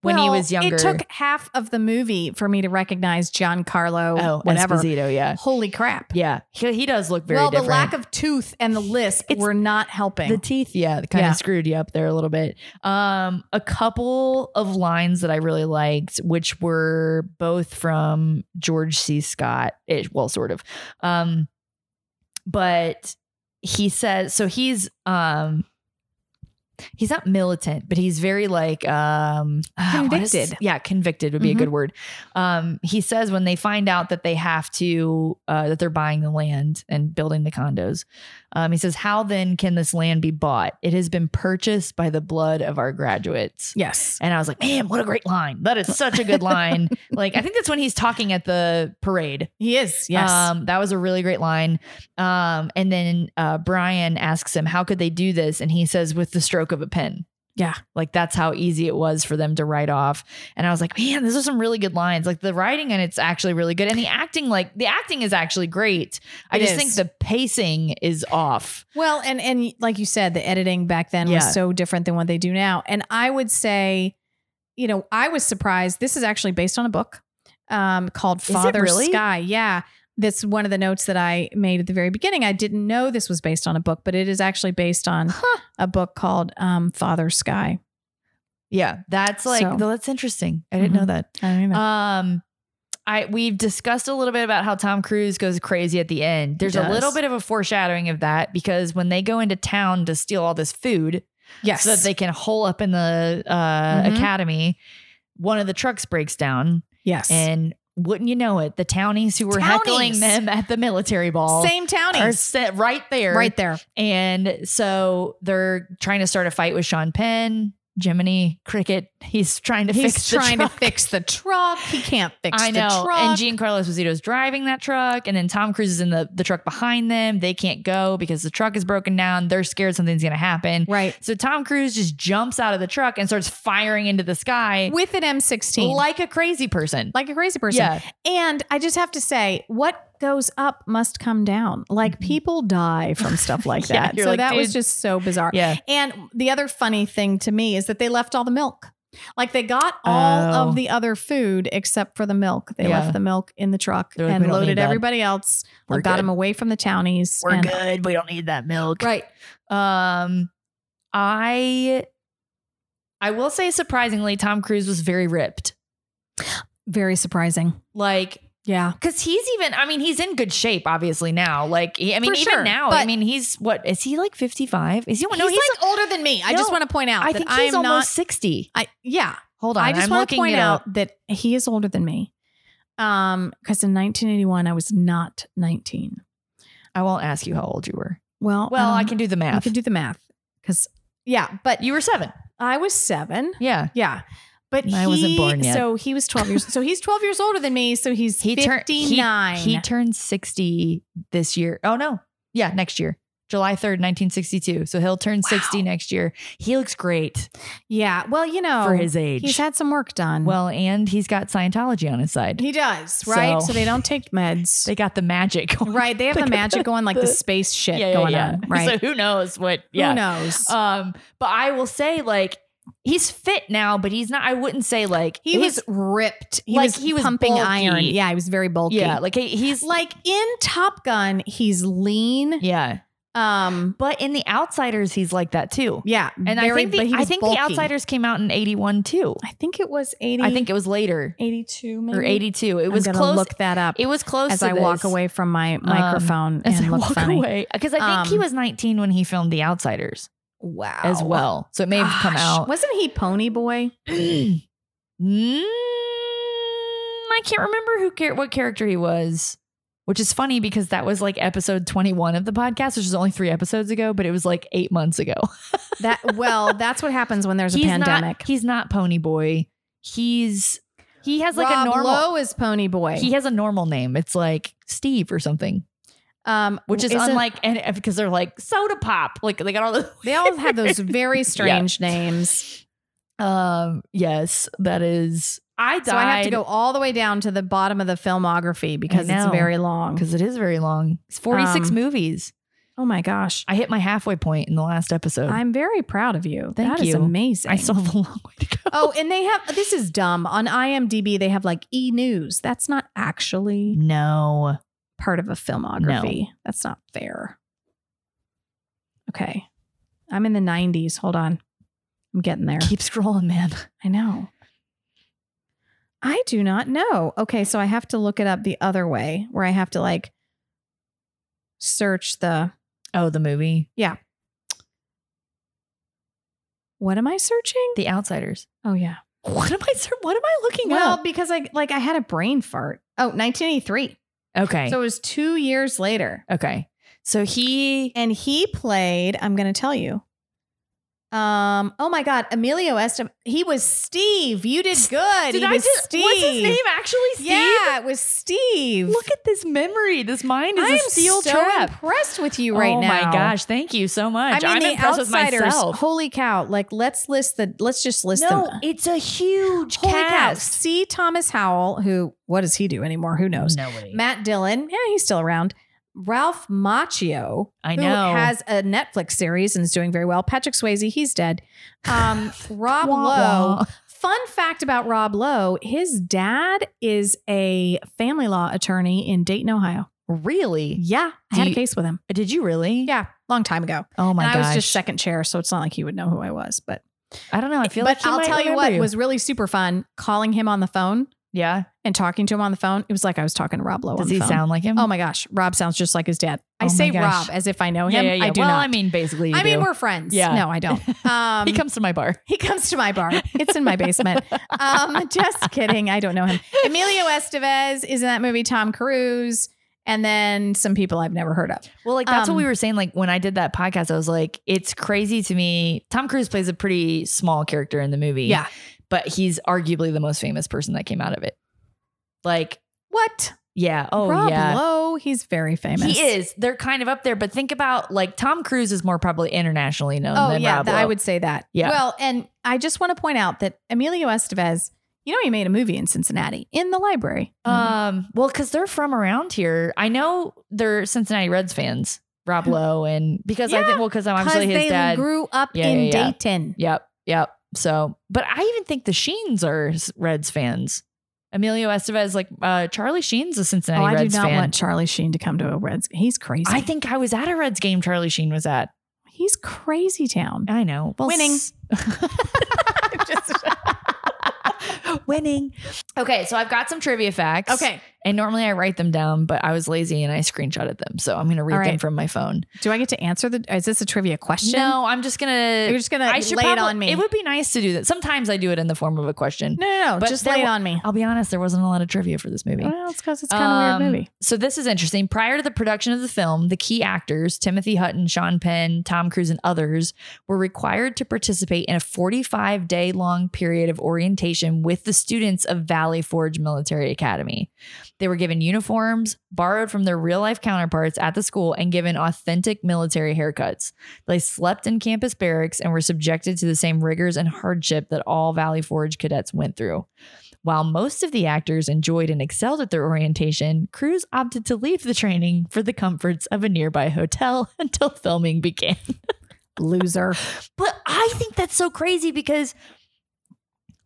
[SPEAKER 13] when
[SPEAKER 2] Well,
[SPEAKER 13] he was younger.
[SPEAKER 2] It took half of the movie for me to recognize Giancarlo.
[SPEAKER 13] oh,
[SPEAKER 2] whatever.
[SPEAKER 13] Esposito, yeah,
[SPEAKER 2] Holy crap.
[SPEAKER 13] yeah. He, he does look very
[SPEAKER 2] well,
[SPEAKER 13] different.
[SPEAKER 2] the lack of tooth and the lisp
[SPEAKER 13] It's-
[SPEAKER 2] were not helping.
[SPEAKER 13] the teeth, yeah, kind
[SPEAKER 2] Yeah.
[SPEAKER 13] of screwed you up there a little bit. Um, a couple of lines that I really liked, which were both from George C. Scott, it, well, sort of. Um, but he says, so he's um, he's not militant, but he's very like um ah, what is-
[SPEAKER 2] Convicted.
[SPEAKER 13] yeah, convicted would be
[SPEAKER 2] Mhm.
[SPEAKER 13] a good word. Um, he says when they find out that they have to uh, that they're buying the land and building the condos, um, he says, "How then can this land be bought? It has been purchased by the blood of our graduates."
[SPEAKER 2] yes.
[SPEAKER 13] And I was like, "Man, what a great line! That is such a good line." like, I think that's when he's talking at the parade.
[SPEAKER 2] He is. Yes.
[SPEAKER 13] Um, that was a really great line. Um, and then uh, Brian asks him, How could they do this? And he says, With the stroke of a pen.
[SPEAKER 2] Yeah.
[SPEAKER 13] Like that's how easy it was for them to write off. And I was like, Man, those are some really good lines. Like the writing and it's actually really good. And the acting, like the acting is actually great. I
[SPEAKER 2] It
[SPEAKER 13] just
[SPEAKER 2] is.
[SPEAKER 13] think the pacing is off.
[SPEAKER 2] Well, and and like you said, the editing back then
[SPEAKER 13] Yeah.
[SPEAKER 2] was so different than what they do now. And I would say, you know, I was surprised. This is actually based on a book um, called
[SPEAKER 13] it
[SPEAKER 2] Father
[SPEAKER 13] really?
[SPEAKER 2] Sky. Yeah. That's one of the notes that I made at the very beginning. I didn't know this was based on a book, but it is actually based on
[SPEAKER 13] Huh.
[SPEAKER 2] a book called um, Father Sky.
[SPEAKER 13] Yeah. That's like,
[SPEAKER 2] So-
[SPEAKER 13] though that's interesting. I didn't
[SPEAKER 2] Mhm.
[SPEAKER 13] know that.
[SPEAKER 2] I don't know.
[SPEAKER 13] Um, I we've discussed a little bit about how Tom Cruise goes crazy at the end. There's a
[SPEAKER 2] does.
[SPEAKER 13] little bit of a foreshadowing of that because when they go into town to steal all this food
[SPEAKER 2] yes.
[SPEAKER 13] so that they can hole up in the uh,
[SPEAKER 2] Mhm.
[SPEAKER 13] academy, one of the trucks breaks down
[SPEAKER 2] yes.
[SPEAKER 13] and wouldn't you know it, the townies who were heckling
[SPEAKER 2] Townies.
[SPEAKER 13] them at the military ball.
[SPEAKER 2] Same townies.
[SPEAKER 13] Are set right there.
[SPEAKER 2] Right there.
[SPEAKER 13] And so they're trying to start a fight with Sean Penn, Jiminy, Cricket. He's trying to
[SPEAKER 2] He's
[SPEAKER 13] fix
[SPEAKER 2] trying
[SPEAKER 13] the
[SPEAKER 2] to
[SPEAKER 13] truck.
[SPEAKER 2] fix the truck. He can't fix
[SPEAKER 13] I
[SPEAKER 2] the
[SPEAKER 13] know.
[SPEAKER 2] truck.
[SPEAKER 13] And Gene Carlos Esposito's driving that truck. And then Tom Cruise is in the, the truck behind them. They can't go because the truck is broken down. They're scared something's going to happen.
[SPEAKER 2] Right.
[SPEAKER 13] So Tom Cruise just jumps out of the truck and starts firing into the sky
[SPEAKER 2] with an M16.
[SPEAKER 13] like a crazy person.
[SPEAKER 2] like a crazy person.
[SPEAKER 13] Yeah.
[SPEAKER 2] And I just have to say, what goes up must come down. Like people die from stuff like
[SPEAKER 13] Mm-hmm. Yeah,
[SPEAKER 2] that.
[SPEAKER 13] you're
[SPEAKER 2] so
[SPEAKER 13] like,
[SPEAKER 2] that was
[SPEAKER 13] dude.
[SPEAKER 2] just so bizarre.
[SPEAKER 13] Yeah.
[SPEAKER 2] And the other funny thing to me is that they left all the milk. Like they got all
[SPEAKER 13] Oh.
[SPEAKER 2] of the other food except for the milk. They
[SPEAKER 13] Yeah.
[SPEAKER 2] left the milk in the truck
[SPEAKER 13] They're like, "We
[SPEAKER 2] and
[SPEAKER 13] don't need
[SPEAKER 2] loaded
[SPEAKER 13] that.
[SPEAKER 2] everybody else.
[SPEAKER 13] We're
[SPEAKER 2] got
[SPEAKER 13] good.
[SPEAKER 2] them away from the townies. and-
[SPEAKER 13] good. We don't need that milk. Right. Um I I will say surprisingly Tom Cruise was very ripped.
[SPEAKER 2] Very surprising.
[SPEAKER 13] Like
[SPEAKER 2] Yeah.
[SPEAKER 13] cuz he's even I mean he's in good shape obviously now. Like he, I mean
[SPEAKER 2] For
[SPEAKER 13] even
[SPEAKER 2] sure,
[SPEAKER 13] now I
[SPEAKER 2] but-
[SPEAKER 13] mean he's what is he like 55? Is he Oh, no he's like,
[SPEAKER 2] older than me. I
[SPEAKER 13] No,
[SPEAKER 2] just want to point out
[SPEAKER 13] I
[SPEAKER 2] that
[SPEAKER 13] think
[SPEAKER 2] I'm
[SPEAKER 13] he's almost
[SPEAKER 2] not
[SPEAKER 13] 60.
[SPEAKER 2] I yeah.
[SPEAKER 13] Hold on.
[SPEAKER 2] I just
[SPEAKER 13] I'm
[SPEAKER 2] want to
[SPEAKER 13] looking
[SPEAKER 2] point
[SPEAKER 13] it
[SPEAKER 2] out
[SPEAKER 13] up.
[SPEAKER 2] that he is older than me. Um, because in 1981 I was not 19.
[SPEAKER 13] I won't ask you how old you were.
[SPEAKER 2] Well,
[SPEAKER 13] Well, I
[SPEAKER 2] um,
[SPEAKER 13] can do the
[SPEAKER 2] You
[SPEAKER 13] math.
[SPEAKER 2] can do the math because yeah, but
[SPEAKER 13] you were 7.
[SPEAKER 2] I was seven.
[SPEAKER 13] Yeah.
[SPEAKER 2] Yeah. But
[SPEAKER 13] I
[SPEAKER 2] he,
[SPEAKER 13] wasn't born yet.
[SPEAKER 2] So he was 12 years. so he's 12 years older than me. So he's
[SPEAKER 13] He turned
[SPEAKER 2] 59.
[SPEAKER 13] He, he turned 60 this year. Oh no. Yeah, next year. July 3rd, 1962. So he'll turn 60 next year. He looks great
[SPEAKER 2] yeah. Well, you know,
[SPEAKER 13] for his age.
[SPEAKER 2] he's had some work done.
[SPEAKER 13] well, and he's got Scientology on his side.
[SPEAKER 2] he does, right?
[SPEAKER 13] So-
[SPEAKER 2] So, they don't take meds.
[SPEAKER 13] they got the magic. going.
[SPEAKER 2] right. They have the magic going, like the space shit
[SPEAKER 13] Yeah, yeah,
[SPEAKER 2] going
[SPEAKER 13] yeah.
[SPEAKER 2] on. Right.
[SPEAKER 13] So who knows what yeah.
[SPEAKER 2] Who knows?
[SPEAKER 13] Um, but I will say, like, he's fit now, but he's not, I wouldn't say like
[SPEAKER 2] He
[SPEAKER 13] he's-
[SPEAKER 2] was ripped. He
[SPEAKER 13] like,
[SPEAKER 2] was
[SPEAKER 13] he was
[SPEAKER 2] pumping
[SPEAKER 13] bulky.
[SPEAKER 2] iron. Yeah, he was very bulky.
[SPEAKER 13] yeah, like he, he's
[SPEAKER 2] like in Top Gun, he's lean.
[SPEAKER 13] yeah.
[SPEAKER 2] Um,
[SPEAKER 13] But in the outsiders, he's like that too.
[SPEAKER 2] yeah,
[SPEAKER 13] And
[SPEAKER 2] very-
[SPEAKER 13] I think
[SPEAKER 2] but
[SPEAKER 13] the,
[SPEAKER 2] he
[SPEAKER 13] I
[SPEAKER 2] was
[SPEAKER 13] think
[SPEAKER 2] bulky.
[SPEAKER 13] the outsiders came out in 81 too.
[SPEAKER 2] I think it was eighty.
[SPEAKER 13] I think it was later
[SPEAKER 2] 82 maybe.
[SPEAKER 13] or 82. It
[SPEAKER 2] I'm
[SPEAKER 13] was
[SPEAKER 2] gonna
[SPEAKER 13] close.
[SPEAKER 2] Look that up.
[SPEAKER 13] it was close
[SPEAKER 2] as
[SPEAKER 13] to
[SPEAKER 2] I walk
[SPEAKER 13] this. Um,
[SPEAKER 2] away from my microphone
[SPEAKER 13] as
[SPEAKER 2] and
[SPEAKER 13] I
[SPEAKER 2] look
[SPEAKER 13] walk
[SPEAKER 2] funny.
[SPEAKER 13] away because I think he
[SPEAKER 2] Um,
[SPEAKER 13] was 19 when he filmed The Outsiders
[SPEAKER 2] Wow.
[SPEAKER 13] as well. So it may have come
[SPEAKER 2] Gosh,
[SPEAKER 13] out.
[SPEAKER 2] Wasn't he Pony Boy?
[SPEAKER 13] mm, I can't remember who char- what character he was. Which is funny because that was like episode 21 of the podcast, which is only three episodes ago, but it was like eight months ago.
[SPEAKER 2] That well, that's what happens when there's a
[SPEAKER 13] he's
[SPEAKER 2] pandemic.
[SPEAKER 13] Not, he's not Pony Boy. He's he has like
[SPEAKER 2] Rob
[SPEAKER 13] a normal
[SPEAKER 2] Lowe is Pony Boy.
[SPEAKER 13] he has a normal name. It's like Steve or something.
[SPEAKER 2] um,
[SPEAKER 13] which is
[SPEAKER 2] isn't-
[SPEAKER 13] unlike and because they're like soda pop like they got all the
[SPEAKER 2] They all have those very strange names.
[SPEAKER 13] um yes that is i died
[SPEAKER 2] So I have to go all the way down to the bottom of the filmography because it's
[SPEAKER 13] know.
[SPEAKER 2] very long.
[SPEAKER 13] because it is very long it's 46
[SPEAKER 2] Um,
[SPEAKER 13] movies
[SPEAKER 2] Oh my gosh.
[SPEAKER 13] i hit my halfway point in the last episode i
[SPEAKER 2] I'm very proud of you.
[SPEAKER 13] Thank
[SPEAKER 2] That is
[SPEAKER 13] you.
[SPEAKER 2] amazing.
[SPEAKER 13] still have a long way to go
[SPEAKER 2] oh, and they have this is dumb. On IMDb, they have like e news. That's not actually
[SPEAKER 13] no
[SPEAKER 2] part of a filmography. That's not fair. Okay. I'm in the 90s. Hold on. I'm getting there.
[SPEAKER 13] keep scrolling man
[SPEAKER 2] I know. I do not know. Okay, so I have to look it up the other way where I have to like search the
[SPEAKER 13] oh the movie
[SPEAKER 2] what am I searching?
[SPEAKER 13] the outsiders
[SPEAKER 2] Oh yeah.
[SPEAKER 13] what am i sir, what am i looking
[SPEAKER 2] Well, because I like I had a brain fart. Oh, 1983.
[SPEAKER 13] at okay
[SPEAKER 2] So it was 2 years later.
[SPEAKER 13] okay so he
[SPEAKER 2] And he played, I'm going to tell you. Um, oh my god, Emilio Estevez. He was Steve. You did good.
[SPEAKER 13] did
[SPEAKER 2] he
[SPEAKER 13] i
[SPEAKER 2] was
[SPEAKER 13] just
[SPEAKER 2] Steve.
[SPEAKER 13] what's his name actually steve
[SPEAKER 2] Yeah, it was Steve.
[SPEAKER 13] Look at this memory. This mind is
[SPEAKER 2] I'm
[SPEAKER 13] a steel
[SPEAKER 2] so
[SPEAKER 13] trap.
[SPEAKER 2] impressed with you right
[SPEAKER 13] oh
[SPEAKER 2] now.
[SPEAKER 13] my gosh, thank you so much.
[SPEAKER 2] I mean,
[SPEAKER 13] am
[SPEAKER 2] the
[SPEAKER 13] impressed
[SPEAKER 2] outsiders.
[SPEAKER 13] with myself.
[SPEAKER 2] Holy cow! Like, let's list the. Let's just list them.
[SPEAKER 13] it's a huge
[SPEAKER 2] Holy cow! See Thomas Howell, who what does he do anymore? Who knows?
[SPEAKER 13] Nobody.
[SPEAKER 2] Matt Dillon, yeah, he's still around. Ralph Macchio,
[SPEAKER 13] I
[SPEAKER 2] who
[SPEAKER 13] know.
[SPEAKER 2] has a Netflix series and is doing very well. Patrick Swayze, he's dead. Um, Rob
[SPEAKER 13] Wah,
[SPEAKER 2] Lowe.
[SPEAKER 13] wah.
[SPEAKER 2] Fun fact about Rob Lowe: his dad is a family law attorney in Dayton, Ohio.
[SPEAKER 13] Really?
[SPEAKER 2] Yeah, I
[SPEAKER 13] Do
[SPEAKER 2] had
[SPEAKER 13] you-
[SPEAKER 2] a case with him.
[SPEAKER 13] Did you really?
[SPEAKER 2] Yeah, long time ago.
[SPEAKER 13] Oh my
[SPEAKER 2] and
[SPEAKER 13] gosh.
[SPEAKER 2] I was just second chair, so it's not like he would know who I was. But
[SPEAKER 13] I don't know. I feel
[SPEAKER 2] but
[SPEAKER 13] like he
[SPEAKER 2] I'll
[SPEAKER 13] might
[SPEAKER 2] tell you
[SPEAKER 13] remember
[SPEAKER 2] what was really super fun calling him on the phone
[SPEAKER 13] Yeah.
[SPEAKER 2] and talking to him on the phone, it was like I was talking to Rob Lowe.
[SPEAKER 13] Does
[SPEAKER 2] on the
[SPEAKER 13] he
[SPEAKER 2] phone.
[SPEAKER 13] sound like him?
[SPEAKER 2] Oh my gosh, Rob sounds just like his dad. I
[SPEAKER 13] Oh my
[SPEAKER 2] say
[SPEAKER 13] gosh.
[SPEAKER 2] Rob as if I know him.
[SPEAKER 13] Yeah, yeah, yeah.
[SPEAKER 2] I do
[SPEAKER 13] well,
[SPEAKER 2] not.
[SPEAKER 13] I mean, basically, you
[SPEAKER 2] I mean,
[SPEAKER 13] do.
[SPEAKER 2] we're friends.
[SPEAKER 13] Yeah.
[SPEAKER 2] No, I don't. Um,
[SPEAKER 13] he comes to my bar.
[SPEAKER 2] He comes to my bar. It's in my basement. Um, just kidding. I don't know him. Emilio Estevez is in that movie. Tom Cruise, and then some people I've never heard of.
[SPEAKER 13] Well, like that's
[SPEAKER 2] Um,
[SPEAKER 13] what we were saying. Like when I did that podcast, I was like, it's crazy to me. Tom Cruise plays a pretty small character in the movie.
[SPEAKER 2] Yeah.
[SPEAKER 13] But he's arguably the most famous person that came out of it. Like,
[SPEAKER 2] What?
[SPEAKER 13] yeah. Oh,
[SPEAKER 2] Rob
[SPEAKER 13] yeah.
[SPEAKER 2] Lowe. He's very famous.
[SPEAKER 13] He is. They're kind of up there, but think about like Tom Cruise is more probably internationally known
[SPEAKER 2] Oh
[SPEAKER 13] than
[SPEAKER 2] yeah,
[SPEAKER 13] Rob
[SPEAKER 2] th- I
[SPEAKER 13] Lowe.
[SPEAKER 2] would say that.
[SPEAKER 13] Yeah.
[SPEAKER 2] Well, and I just want to point out that Emilio Estevez, you know, he made a movie in Cincinnati in the library. Mm.
[SPEAKER 13] Um, well, because they're from around here. I know they're Cincinnati Reds fans, Rob Lowe, and because I
[SPEAKER 2] Yeah,
[SPEAKER 13] think well, because I'm
[SPEAKER 2] Because
[SPEAKER 13] obviously his
[SPEAKER 2] they
[SPEAKER 13] dad.
[SPEAKER 2] grew up
[SPEAKER 13] Yeah,
[SPEAKER 2] in
[SPEAKER 13] yeah, yeah.
[SPEAKER 2] Dayton.
[SPEAKER 13] Yep. Yep. So, but I even think the Sheens are s- Reds fans. Emilio Estevez, like uh, Charlie Sheen's a Cincinnati
[SPEAKER 2] Oh, I
[SPEAKER 13] Reds
[SPEAKER 2] do not
[SPEAKER 13] fan.
[SPEAKER 2] want Charlie Sheen to come to a Reds. He's crazy.
[SPEAKER 13] I think I was at a Reds game Charlie Sheen was at.
[SPEAKER 2] he's crazy town.
[SPEAKER 13] I know. Well,
[SPEAKER 2] Winning.
[SPEAKER 13] s- Winning. Okay, so I've got some trivia facts.
[SPEAKER 2] Okay.
[SPEAKER 13] And normally I write them down, but I was lazy and I screenshotted them. So oh, I'm going to read
[SPEAKER 2] All
[SPEAKER 13] them
[SPEAKER 2] right.
[SPEAKER 13] from my phone.
[SPEAKER 2] Do I get to answer the? Is this a trivia question?
[SPEAKER 13] No, I'm just gonna.
[SPEAKER 2] You're just gonna lay it on me.
[SPEAKER 13] It would be nice to do that. Sometimes I do it in the form of a question.
[SPEAKER 2] no, no. no
[SPEAKER 13] But
[SPEAKER 2] just
[SPEAKER 13] there
[SPEAKER 2] lay it
[SPEAKER 13] wa-
[SPEAKER 2] on me.
[SPEAKER 13] I'll be honest, there wasn't a lot of trivia for this movie.
[SPEAKER 2] Well, it's because it's kind of a
[SPEAKER 13] Um,
[SPEAKER 2] weird movie.
[SPEAKER 13] So this is interesting. Prior to the production of the film, the key actors, Timothy Hutton, Sean Penn, Tom Cruise, and others, were required to participate in a 45 day long period of orientation with the students of Valley Forge Military Academy. They were given uniforms borrowed from their real life counterparts at the school and given authentic military haircuts. They slept in campus barracks and were subjected to the same rigors and hardship that all Valley Forge cadets went through. While most of the actors enjoyed and excelled at their orientation, Cruz opted to leave the training for the comforts of a nearby hotel until filming began.
[SPEAKER 2] Loser.
[SPEAKER 13] But I think that's so crazy because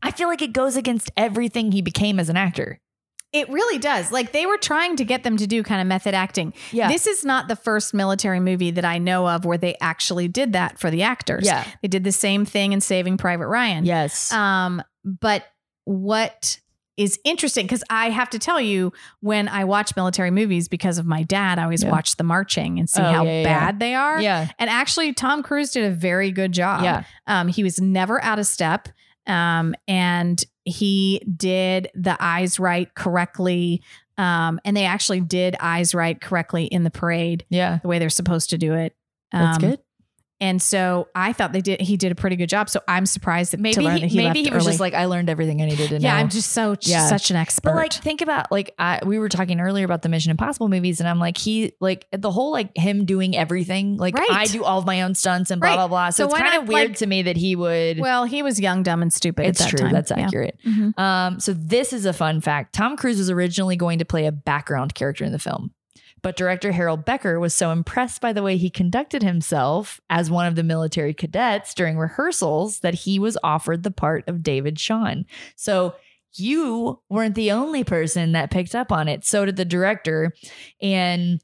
[SPEAKER 13] I feel like it goes against everything he became as an actor.
[SPEAKER 2] It really does. Like they were trying to get them to do kind of method acting.
[SPEAKER 13] Yeah.
[SPEAKER 2] This is not the first military movie that I know of where they actually did that for the actors.
[SPEAKER 13] Yeah.
[SPEAKER 2] They did the same thing in Saving Private Ryan.
[SPEAKER 13] Yes.
[SPEAKER 2] Um, but what is interesting, because I have to tell you, when I watch military movies because of my dad, I always
[SPEAKER 13] Yeah.
[SPEAKER 2] watch the marching and see
[SPEAKER 13] Oh,
[SPEAKER 2] how
[SPEAKER 13] yeah, yeah,
[SPEAKER 2] bad they are.
[SPEAKER 13] yeah.
[SPEAKER 2] And actually, Tom Cruise did a very good job.
[SPEAKER 13] Yeah.
[SPEAKER 2] Um, he was never out of step. Um, and he did the eyes right correctly. Um, and they actually did eyes right correctly in the parade,
[SPEAKER 13] Yeah.
[SPEAKER 2] the way they're supposed to do it. Um,
[SPEAKER 13] That's good.
[SPEAKER 2] And so I thought they did. He did a pretty good job. So I'm surprised that to
[SPEAKER 13] Maybe
[SPEAKER 2] learn
[SPEAKER 13] he,
[SPEAKER 2] that he
[SPEAKER 13] maybe
[SPEAKER 2] left
[SPEAKER 13] he was
[SPEAKER 2] early.
[SPEAKER 13] just like, I learned everything I needed to know.
[SPEAKER 2] yeah, I'm just so
[SPEAKER 13] Yeah.
[SPEAKER 2] such an expert.
[SPEAKER 13] But like, think about like I we were talking earlier about the Mission Impossible movies, and I'm like he like the whole like him doing everything. Like
[SPEAKER 2] Right.
[SPEAKER 13] I do all of my own stunts and blah
[SPEAKER 2] Right.
[SPEAKER 13] blah blah. So,
[SPEAKER 2] So
[SPEAKER 13] it's
[SPEAKER 2] why
[SPEAKER 13] kind of
[SPEAKER 2] not,
[SPEAKER 13] weird
[SPEAKER 2] like-
[SPEAKER 13] to me that he would.
[SPEAKER 2] well, he was young, dumb, and stupid.
[SPEAKER 13] it's
[SPEAKER 2] at that
[SPEAKER 13] true.
[SPEAKER 2] time.
[SPEAKER 13] That's
[SPEAKER 2] Yeah.
[SPEAKER 13] accurate.
[SPEAKER 2] Mhm.
[SPEAKER 13] Um, so this is a fun fact. Tom Cruise was originally going to play a background character in the film, but director Harold Becker was so impressed by the way he conducted himself as one of the military cadets during rehearsals that he was offered the part of David Shawn. So you weren't the only person that picked up on it. So did the director. And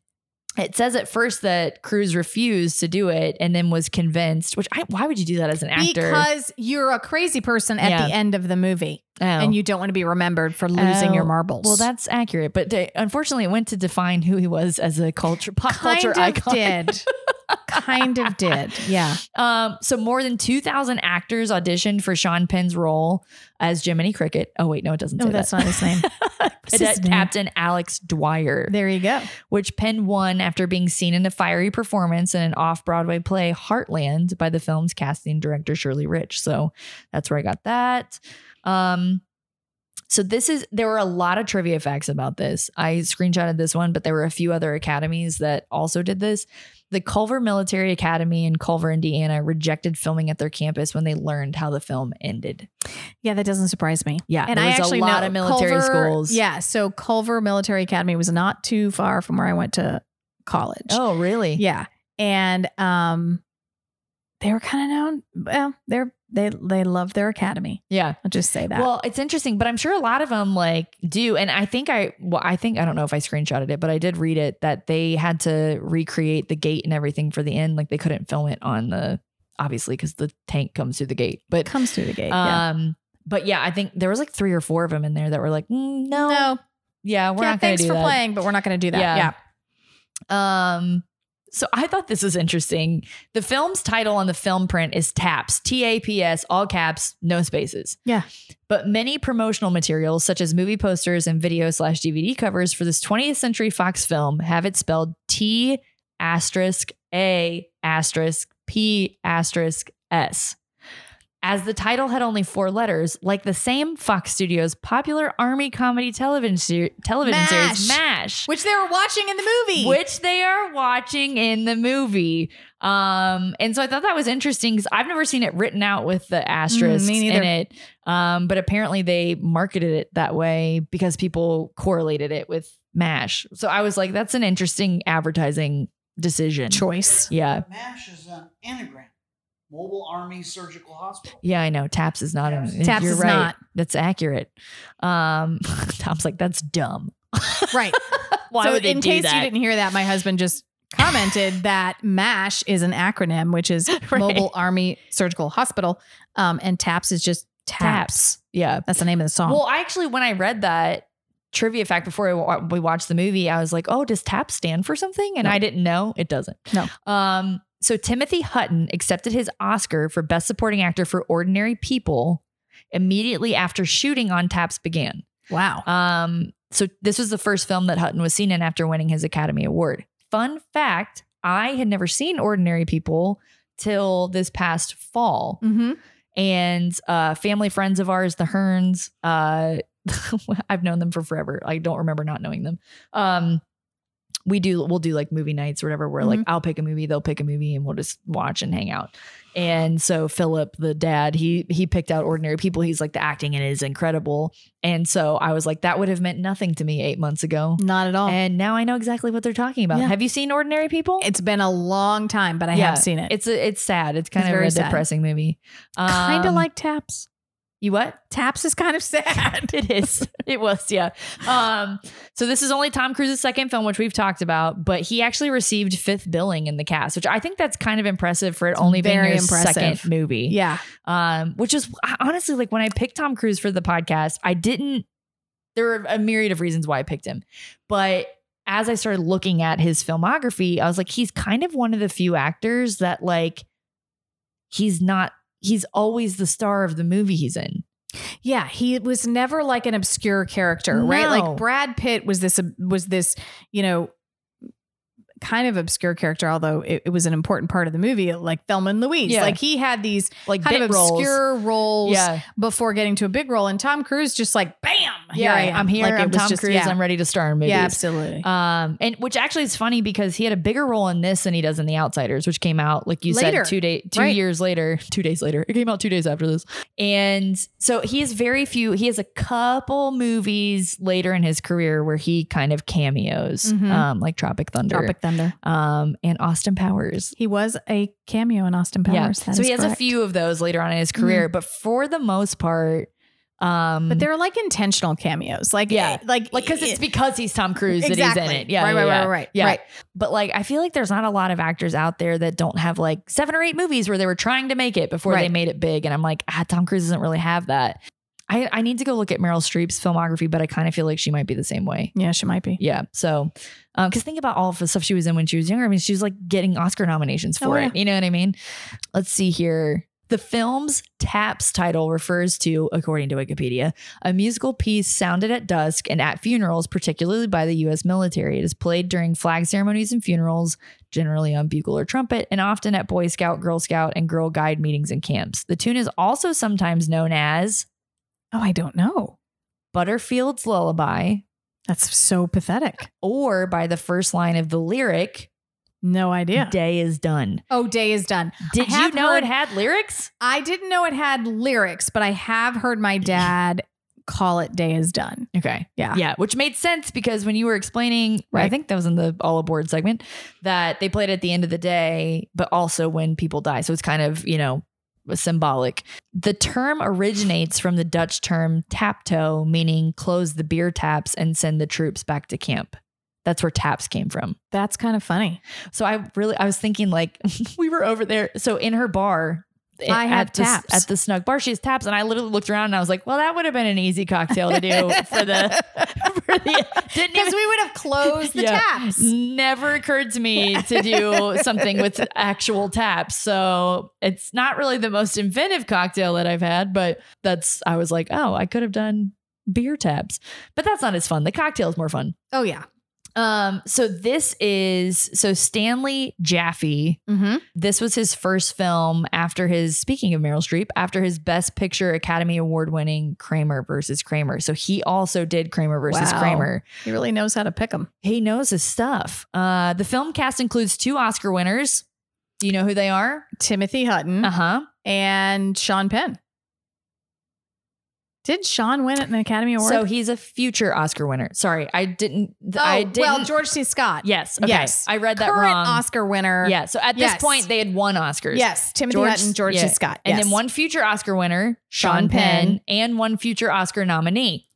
[SPEAKER 13] it says at first that Cruz refused to do it and then was convinced, which I, why would you do that as an actor?
[SPEAKER 2] Because you're a crazy person at
[SPEAKER 13] Yeah.
[SPEAKER 2] the end of the movie.
[SPEAKER 13] Oh.
[SPEAKER 2] and you don't want to be remembered for losing your
[SPEAKER 13] Oh,
[SPEAKER 2] marbles.
[SPEAKER 13] Well, that's accurate, but they, unfortunately, it went to define who he was as a culture pop
[SPEAKER 2] kind
[SPEAKER 13] culture
[SPEAKER 2] of
[SPEAKER 13] icon.
[SPEAKER 2] did, kind of did. Yeah,
[SPEAKER 13] Um, so more than two thousand actors auditioned for Sean Penn's role as Jiminy Cricket. Oh wait, no, it doesn't.
[SPEAKER 2] No,
[SPEAKER 13] say
[SPEAKER 2] that's
[SPEAKER 13] that.
[SPEAKER 2] not his name. What's his
[SPEAKER 13] Cadet
[SPEAKER 2] name?
[SPEAKER 13] Captain Alex Dwyer,
[SPEAKER 2] there you go.
[SPEAKER 13] which Penn won after being seen in a fiery performance in an off-Broadway play Heartland by the film's casting director Shirley Rich. So that's where I got that. Um, so this is there were a lot of trivia facts about this. I screenshotted this one, but there were a few other academies that also did this. The Culver Military Academy in Culver, Indiana, rejected filming at their campus when they learned how the film ended.
[SPEAKER 2] Yeah, that doesn't surprise me.
[SPEAKER 13] Yeah,
[SPEAKER 2] And
[SPEAKER 13] there
[SPEAKER 2] I
[SPEAKER 13] was
[SPEAKER 2] actually
[SPEAKER 13] a lot
[SPEAKER 2] know
[SPEAKER 13] of military
[SPEAKER 2] Culver-
[SPEAKER 13] schools.
[SPEAKER 2] Yeah, so Culver Military Academy was not too far from where I went to college.
[SPEAKER 13] Oh, really?
[SPEAKER 2] yeah, and um, they were kind of known. Well, they're they they love their academy.
[SPEAKER 13] Yeah.
[SPEAKER 2] I'll just say that.
[SPEAKER 13] Well, it's interesting, but I'm sure a lot of them like do. And I think I, well, I think, I don't know if I screenshotted it, but I did read it that they had to recreate the gate and everything for the end. Like they couldn't film it on the, obviously, because the tank comes through the gate. But,
[SPEAKER 2] comes through the gate. yeah.
[SPEAKER 13] um, But yeah, I think there was like three or four of them in there that were like, "Mm, no,
[SPEAKER 2] No.
[SPEAKER 13] yeah, we're
[SPEAKER 2] yeah,
[SPEAKER 13] not going to
[SPEAKER 2] thanks
[SPEAKER 13] do
[SPEAKER 2] for
[SPEAKER 13] that.
[SPEAKER 2] playing, but we're not going to do that.
[SPEAKER 13] Yeah.
[SPEAKER 2] Yeah.
[SPEAKER 13] Um, so I thought this was interesting. The film's title on the film print is TAPS, T A P S, all caps, no spaces.
[SPEAKER 2] Yeah.
[SPEAKER 13] But many promotional materials, such as movie posters and video slash DVD covers for this 20th Century Fox film, have it spelled T asterisk A asterisk P asterisk S. As the title had only four letters, like the same Fox Studios popular army comedy television ser- television
[SPEAKER 2] MASH.
[SPEAKER 13] series MASH,
[SPEAKER 2] Which they were watching in the movie.
[SPEAKER 13] which they are watching in the movie. Um, and so I thought that was interesting because I've never seen it written out with the asterisk
[SPEAKER 2] Mm, me neither.
[SPEAKER 13] in it. Um, but apparently they marketed it that way because people correlated it with MASH. So I was like, that's an interesting advertising decision.
[SPEAKER 2] choice.
[SPEAKER 13] Yeah.
[SPEAKER 1] MASH is an anagram. Mobile Army Surgical Hospital.
[SPEAKER 13] Yeah, I know. Taps is not. An,
[SPEAKER 2] Taps
[SPEAKER 13] you're
[SPEAKER 2] is
[SPEAKER 13] right.
[SPEAKER 2] not.
[SPEAKER 13] That's accurate. Um, Tom's like, that's dumb.
[SPEAKER 2] Right.
[SPEAKER 13] Why
[SPEAKER 2] so
[SPEAKER 13] would they
[SPEAKER 2] in
[SPEAKER 13] do
[SPEAKER 2] case
[SPEAKER 13] that?
[SPEAKER 2] you didn't hear that, my husband just commented that MASH is an acronym, which is
[SPEAKER 13] Right.
[SPEAKER 2] Mobile Army Surgical Hospital, um, and TAPS is just TAPS.
[SPEAKER 13] Yeah.
[SPEAKER 2] That's the name of the song.
[SPEAKER 13] Well, I actually, when I read that trivia fact before I wa- we watched the movie, I was like, oh, does TAP stand for something? And
[SPEAKER 2] No.
[SPEAKER 13] I didn't know it doesn't.
[SPEAKER 2] No.
[SPEAKER 13] Um, so Timothy Hutton accepted his Oscar for Best Supporting Actor for Ordinary People immediately after shooting on TAPS began.
[SPEAKER 2] wow.
[SPEAKER 13] Um, so this was the first film that Hutton was seen in after winning his Academy Award. Fun fact I had never seen Ordinary People till this past fall
[SPEAKER 2] Mm-hmm.
[SPEAKER 13] and uh, family friends of ours, the Hearns. Uh, I've known them for forever. I don't remember not knowing them. Um, we do we'll do like movie nights or whatever where like
[SPEAKER 2] Mhm.
[SPEAKER 13] I'll pick a movie, they'll pick a movie, and we'll just watch and hang out. And so Philip, the dad, he he picked out Ordinary People. He's like the acting in it is incredible. And so I was like, that would have meant nothing to me eight months ago.
[SPEAKER 2] Not at all.
[SPEAKER 13] And now I know exactly what they're talking about.
[SPEAKER 2] Yeah.
[SPEAKER 13] Have you seen Ordinary People?
[SPEAKER 2] it's been a long time, but I
[SPEAKER 13] Yeah.
[SPEAKER 2] have seen it.
[SPEAKER 13] It's a, it's sad. It's kind
[SPEAKER 2] It's
[SPEAKER 13] of
[SPEAKER 2] very
[SPEAKER 13] a
[SPEAKER 2] sad.
[SPEAKER 13] depressing movie.
[SPEAKER 2] kind of
[SPEAKER 13] Um,
[SPEAKER 2] like TAPS.
[SPEAKER 13] you what?
[SPEAKER 2] TAPS is kind of sad.
[SPEAKER 13] it is. It was, yeah. Um, so this is only Tom Cruise's second film, which we've talked about, but he actually received fifth billing in the cast, which I think that's kind of impressive for it only being
[SPEAKER 2] very
[SPEAKER 13] your
[SPEAKER 2] impressive.
[SPEAKER 13] second movie.
[SPEAKER 2] Yeah.
[SPEAKER 13] Um, which is I- honestly like when I picked Tom Cruise for the podcast, I didn't. There were a myriad of reasons why I picked him, but as I started looking at his filmography, I was like, he's kind of one of the few actors that like he's not. He's always the star of the movie he's in.
[SPEAKER 2] Yeah, he was never like an obscure character, right?
[SPEAKER 13] No.
[SPEAKER 2] Like Brad Pitt was this was this, you know, kind of obscure character, although it, it was an important part of the movie, like Thelma and Louise.
[SPEAKER 13] Yeah.
[SPEAKER 2] Like he had these
[SPEAKER 13] Like
[SPEAKER 2] kind
[SPEAKER 13] bit
[SPEAKER 2] of
[SPEAKER 13] roles.
[SPEAKER 2] obscure roles,
[SPEAKER 13] Yeah,
[SPEAKER 2] before getting to a big role. And Tom Cruise just like bam, here I am.
[SPEAKER 13] I'm here.
[SPEAKER 2] Like, it
[SPEAKER 13] I'm
[SPEAKER 2] was
[SPEAKER 13] Tom
[SPEAKER 2] just-
[SPEAKER 13] Cruise.
[SPEAKER 2] Yeah,
[SPEAKER 13] I'm ready to star in movies.
[SPEAKER 2] yeah absolutely.
[SPEAKER 13] Um, and which actually is funny because he had a bigger role in this than he does in The Outsiders, which came out like you
[SPEAKER 2] Later.
[SPEAKER 13] said two day two
[SPEAKER 2] Right.
[SPEAKER 13] years later, two days later. It came out two days after this, and so he has very few. He has a couple movies later in his career where he kind of cameos,
[SPEAKER 2] Mhm.
[SPEAKER 13] um, like Tropic Thunder,
[SPEAKER 2] Tropic Thunder.
[SPEAKER 13] um, and Austin Powers.
[SPEAKER 2] He was a cameo in Austin Powers.
[SPEAKER 13] yeah, so he has a few of those later on in his career, but for the most part, um,
[SPEAKER 2] Mm-hmm. but they're like intentional cameos. Like
[SPEAKER 13] Yeah.
[SPEAKER 2] like
[SPEAKER 13] like because it's
[SPEAKER 2] it-
[SPEAKER 13] because he's Tom Cruise that he's in
[SPEAKER 2] Exactly.
[SPEAKER 13] it. Yeah,
[SPEAKER 2] Right,
[SPEAKER 13] yeah,
[SPEAKER 2] right,
[SPEAKER 13] yeah.
[SPEAKER 2] right, right,
[SPEAKER 13] yeah.
[SPEAKER 2] right.
[SPEAKER 13] But like, I feel like there's not a lot of actors out there that don't have like seven or eight movies where they were trying to make it before they
[SPEAKER 2] Right.
[SPEAKER 13] made it big. And I'm like, ah, Tom Cruise doesn't really have that. I I need to go look at Meryl Streep's filmography, but I kind of feel like she might be the same way.
[SPEAKER 2] yeah, she might be.
[SPEAKER 13] Yeah. So, um, because think about all of the stuff she was in when she was younger. I mean, she was like getting Oscar nominations
[SPEAKER 2] Oh,
[SPEAKER 13] for
[SPEAKER 2] yeah.
[SPEAKER 13] it. You know what I mean? Let's see here. The film's TAPS title refers to, according to Wikipedia, a musical piece sounded at dusk and at funerals, particularly by the U.S. military. It is played during flag ceremonies and funerals, generally on bugle or trumpet, and often at Boy Scout, Girl Scout, and Girl Guide meetings and camps. The tune is also sometimes known as
[SPEAKER 2] Oh, I don't know.
[SPEAKER 13] Butterfield's Lullaby,
[SPEAKER 2] That's so pathetic.
[SPEAKER 13] or by the first line of the lyric,
[SPEAKER 2] No idea.
[SPEAKER 13] Day is done.
[SPEAKER 2] Oh, day is done.
[SPEAKER 13] Did you
[SPEAKER 2] have
[SPEAKER 13] know
[SPEAKER 2] heard-
[SPEAKER 13] it had lyrics?
[SPEAKER 2] I didn't know it had lyrics, but I have heard my dad call it "Day is Done."
[SPEAKER 13] Okay.
[SPEAKER 2] Yeah.
[SPEAKER 13] Yeah. Which made sense because when you were explaining, I
[SPEAKER 2] Right.
[SPEAKER 13] think that was in the all aboard segment, that they played at the end of the day, but also when people die. So it's kind of, you know, symbolic. The term originates from the Dutch term tapto, meaning close the beer taps and send the troops back to camp. That's where taps came from.
[SPEAKER 2] That's kind of funny.
[SPEAKER 13] So I really I was thinking like we were over there. So in her bar, eh,
[SPEAKER 2] I have
[SPEAKER 13] at the,
[SPEAKER 2] taps.
[SPEAKER 13] at the snug bar. She has taps, and I literally looked around and I was like, "Well, that would have been an easy cocktail to do for the for the didn't
[SPEAKER 2] Because
[SPEAKER 13] even
[SPEAKER 2] we would have
[SPEAKER 13] oh,
[SPEAKER 2] closed the
[SPEAKER 13] Yeah.
[SPEAKER 2] taps.
[SPEAKER 13] Never occurred to me to do something with actual taps, so it's not really the most inventive cocktail that I've had. But that's I was like, oh, I could have done beer taps, but that's not as fun. The cocktail is more fun.
[SPEAKER 2] Oh yeah.
[SPEAKER 13] Um, so this is so Stanley Jaffe.
[SPEAKER 2] Mm-hmm.
[SPEAKER 13] This was his first film after his, speaking of Meryl Streep, after his Best Picture Academy Award winning Kramer versus Kramer. So he also did Kramer versus
[SPEAKER 2] Wow.
[SPEAKER 13] Kramer.
[SPEAKER 2] He really knows how to pick them.
[SPEAKER 13] He knows his stuff. Uh, the film cast includes two Oscar winners. Do you know who they are?
[SPEAKER 2] Timothy Hutton
[SPEAKER 13] Uh huh.
[SPEAKER 2] and Sean Penn. Did Sean win an Academy Award?
[SPEAKER 13] So he's a future Oscar winner. Sorry, I didn't.
[SPEAKER 2] oh,
[SPEAKER 13] I didn't.
[SPEAKER 2] well, George C. Scott.
[SPEAKER 13] yes. Okay.
[SPEAKER 2] Yes.
[SPEAKER 13] I read that
[SPEAKER 2] Current
[SPEAKER 13] wrong.
[SPEAKER 2] Oscar winner.
[SPEAKER 13] Yeah. So at this
[SPEAKER 2] Yes.
[SPEAKER 13] point, they had won Oscars.
[SPEAKER 2] Yes. Timothy Hutton, George
[SPEAKER 13] yeah.
[SPEAKER 2] C. Scott.
[SPEAKER 13] And
[SPEAKER 2] Yes.
[SPEAKER 13] then one future Oscar winner,
[SPEAKER 2] Sean
[SPEAKER 13] Sean Penn,
[SPEAKER 2] Penn.
[SPEAKER 13] and one future Oscar nominee.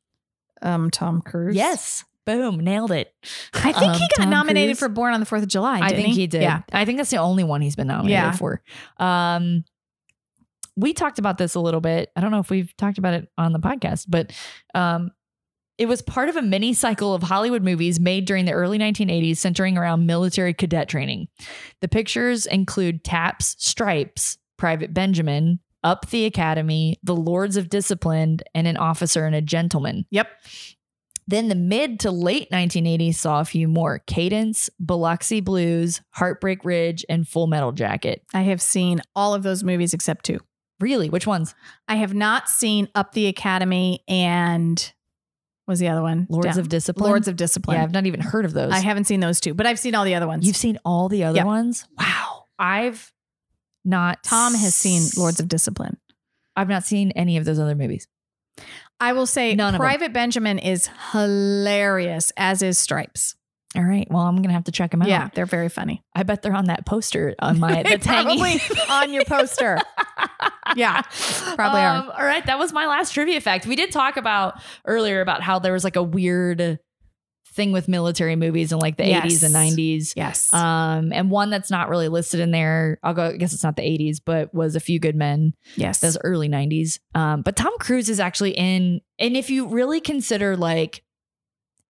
[SPEAKER 2] um Tom Cruise.
[SPEAKER 13] Yes. Boom. Nailed it.
[SPEAKER 2] I think
[SPEAKER 13] Um,
[SPEAKER 2] he got
[SPEAKER 13] Tom
[SPEAKER 2] nominated
[SPEAKER 13] Cruise.
[SPEAKER 2] for Born on the Fourth of July.
[SPEAKER 13] I
[SPEAKER 2] didn't
[SPEAKER 13] think he, did.
[SPEAKER 2] Yeah.
[SPEAKER 13] I think that's the only one he's been nominated
[SPEAKER 2] Yeah.
[SPEAKER 13] for. Um, we talked about this a little bit. I don't know if we've talked about it on the podcast, but um, it was part of a mini cycle of Hollywood movies made during the early 1980s centering around military cadet training. The pictures include Taps, Stripes, Private Benjamin, Up the Academy, The Lords of Discipline, and An Officer and a Gentleman.
[SPEAKER 2] Yep.
[SPEAKER 13] Then the mid to late 1980s saw a few more Cadence, Biloxi Blues, Heartbreak Ridge, and Full Metal Jacket.
[SPEAKER 2] I have seen all of those movies except two.
[SPEAKER 13] Really? Which ones?
[SPEAKER 2] I have not seen Up the Academy and what was the other one?
[SPEAKER 13] Lords
[SPEAKER 2] Down-
[SPEAKER 13] of Discipline?
[SPEAKER 2] Lords of Discipline.
[SPEAKER 13] Yeah, I've not even heard of those.
[SPEAKER 2] I haven't seen those two, but I've seen all the other ones.
[SPEAKER 13] You've seen all the other
[SPEAKER 2] Yeah.
[SPEAKER 13] ones? Wow. I've not.
[SPEAKER 2] Tom has seen Lords of Discipline.
[SPEAKER 13] I've not seen any of those other movies.
[SPEAKER 2] I will say
[SPEAKER 13] None of them.
[SPEAKER 2] Private Benjamin is hilarious, as is Stripes.
[SPEAKER 13] All right. Well, I'm going to have to check them out.
[SPEAKER 2] Yeah, they're very funny.
[SPEAKER 13] I bet they're on that poster on my that's hanging.
[SPEAKER 2] probably on your poster. yeah. Probably are.
[SPEAKER 13] Um, All right, that was my last trivia fact. We did talk about earlier about how there was like a weird thing with military movies in like the
[SPEAKER 2] Yes.
[SPEAKER 13] 80s and 90s.
[SPEAKER 2] Yes.
[SPEAKER 13] Um, and one that's not really listed in there, I'll go, I guess it's not the 80s, but was A Few Good Men,
[SPEAKER 2] yes.
[SPEAKER 13] those early 90s. Um, but Tom Cruise is actually in, and if you really consider like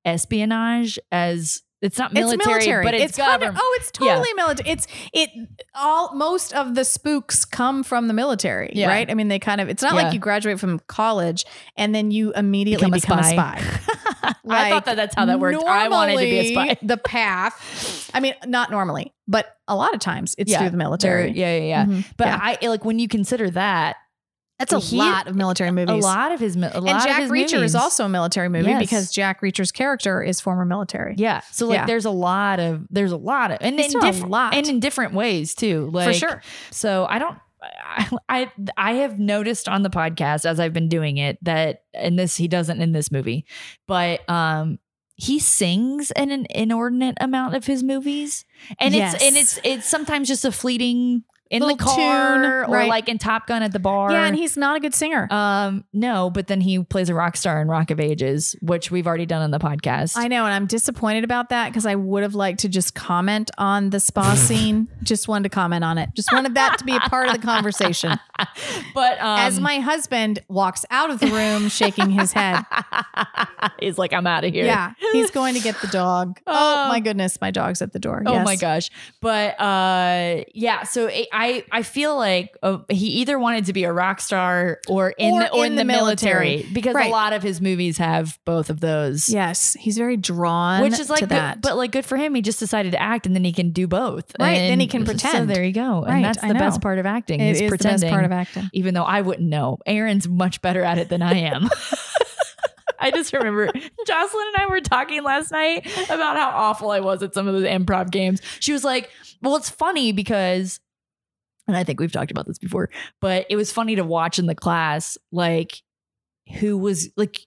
[SPEAKER 13] espionage as it's not military, but it's,
[SPEAKER 2] hundred-
[SPEAKER 13] government.
[SPEAKER 2] Oh, it's
[SPEAKER 13] Yeah.
[SPEAKER 2] totally military. It's it all most of the spooks come from the military,
[SPEAKER 13] Yeah.
[SPEAKER 2] right? I mean, they kind of it's not
[SPEAKER 13] Yeah.
[SPEAKER 2] like you graduate from college and then you immediately become, a spy.
[SPEAKER 13] I thought
[SPEAKER 2] Like,
[SPEAKER 13] that that's how that worked. I wanted to be a
[SPEAKER 2] normally,
[SPEAKER 13] spy.
[SPEAKER 2] the path. I mean, not normally, but a lot of times it's
[SPEAKER 13] Yeah,
[SPEAKER 2] through the military.
[SPEAKER 13] There- Yeah, yeah, yeah.
[SPEAKER 2] Mhm.
[SPEAKER 13] But
[SPEAKER 2] Yeah.
[SPEAKER 13] I like when you consider that
[SPEAKER 2] That's a
[SPEAKER 13] he-
[SPEAKER 2] lot of military movies.
[SPEAKER 13] a lot of his mi- a lot
[SPEAKER 2] and
[SPEAKER 13] of
[SPEAKER 2] Jack
[SPEAKER 13] his
[SPEAKER 2] Reacher
[SPEAKER 13] movies.
[SPEAKER 2] is also a military movie
[SPEAKER 13] Yes.
[SPEAKER 2] because Jack Reacher's character is former military.
[SPEAKER 13] yeah. So like
[SPEAKER 2] Yeah.
[SPEAKER 13] there's a lot of there's a lot of and
[SPEAKER 2] It's
[SPEAKER 13] in
[SPEAKER 2] a
[SPEAKER 13] different
[SPEAKER 2] lot.
[SPEAKER 13] and in different ways too. Like
[SPEAKER 2] for sure.
[SPEAKER 13] So I don't. I, I I have noticed on the podcast as I've been doing it that and this he doesn't in this movie, but um he sings in an inordinate amount of his movies, and
[SPEAKER 2] Yes.
[SPEAKER 13] it's and it's it's sometimes just a fleeting in the
[SPEAKER 2] Little
[SPEAKER 13] car
[SPEAKER 2] tune,
[SPEAKER 13] or
[SPEAKER 2] right.
[SPEAKER 13] like in Top Gun at the bar.
[SPEAKER 2] Yeah, and he's not a good singer.
[SPEAKER 13] Um, no, but then he plays a rock star in Rock of Ages, which we've already done on the podcast.
[SPEAKER 2] I know, and I'm disappointed about that because I would have liked to just comment on the spa scene. Just wanted to comment on it. Just wanted that to be a part of the conversation.
[SPEAKER 13] but um,
[SPEAKER 2] As my husband walks out of the room shaking his head.
[SPEAKER 13] he's like, I'm out of here.
[SPEAKER 2] Yeah, he's going to get the dog. Oh
[SPEAKER 13] Um,
[SPEAKER 2] my goodness, my dog's at the door.
[SPEAKER 13] Oh
[SPEAKER 2] Yes.
[SPEAKER 13] my gosh. But uh yeah, so I I, I feel like uh, he either wanted to be a rock star or in
[SPEAKER 2] Or
[SPEAKER 13] the or in, the, military, because
[SPEAKER 2] Right.
[SPEAKER 13] a lot of his movies have both of those.
[SPEAKER 2] Yes, he's very drawn,
[SPEAKER 13] Which is like
[SPEAKER 2] to
[SPEAKER 13] good-
[SPEAKER 2] that.
[SPEAKER 13] but like good for him. He just decided to act and then he can do both.
[SPEAKER 2] Right, then
[SPEAKER 13] And
[SPEAKER 2] he can
[SPEAKER 13] so
[SPEAKER 2] pretend.
[SPEAKER 13] there you go.
[SPEAKER 2] Right,
[SPEAKER 13] And that's
[SPEAKER 2] I
[SPEAKER 13] the best
[SPEAKER 2] know.
[SPEAKER 13] part of acting.
[SPEAKER 2] it
[SPEAKER 13] is
[SPEAKER 2] is the
[SPEAKER 13] pretending.
[SPEAKER 2] best part of acting.
[SPEAKER 13] even though I wouldn't know. Aaron's much better at it than I am. I just remember Jocelyn and I were talking last night about how awful I was at some of those improv games. She was like, Well, it's funny because, and I think we've talked about this before, but it was funny to watch in the class, like, who was like,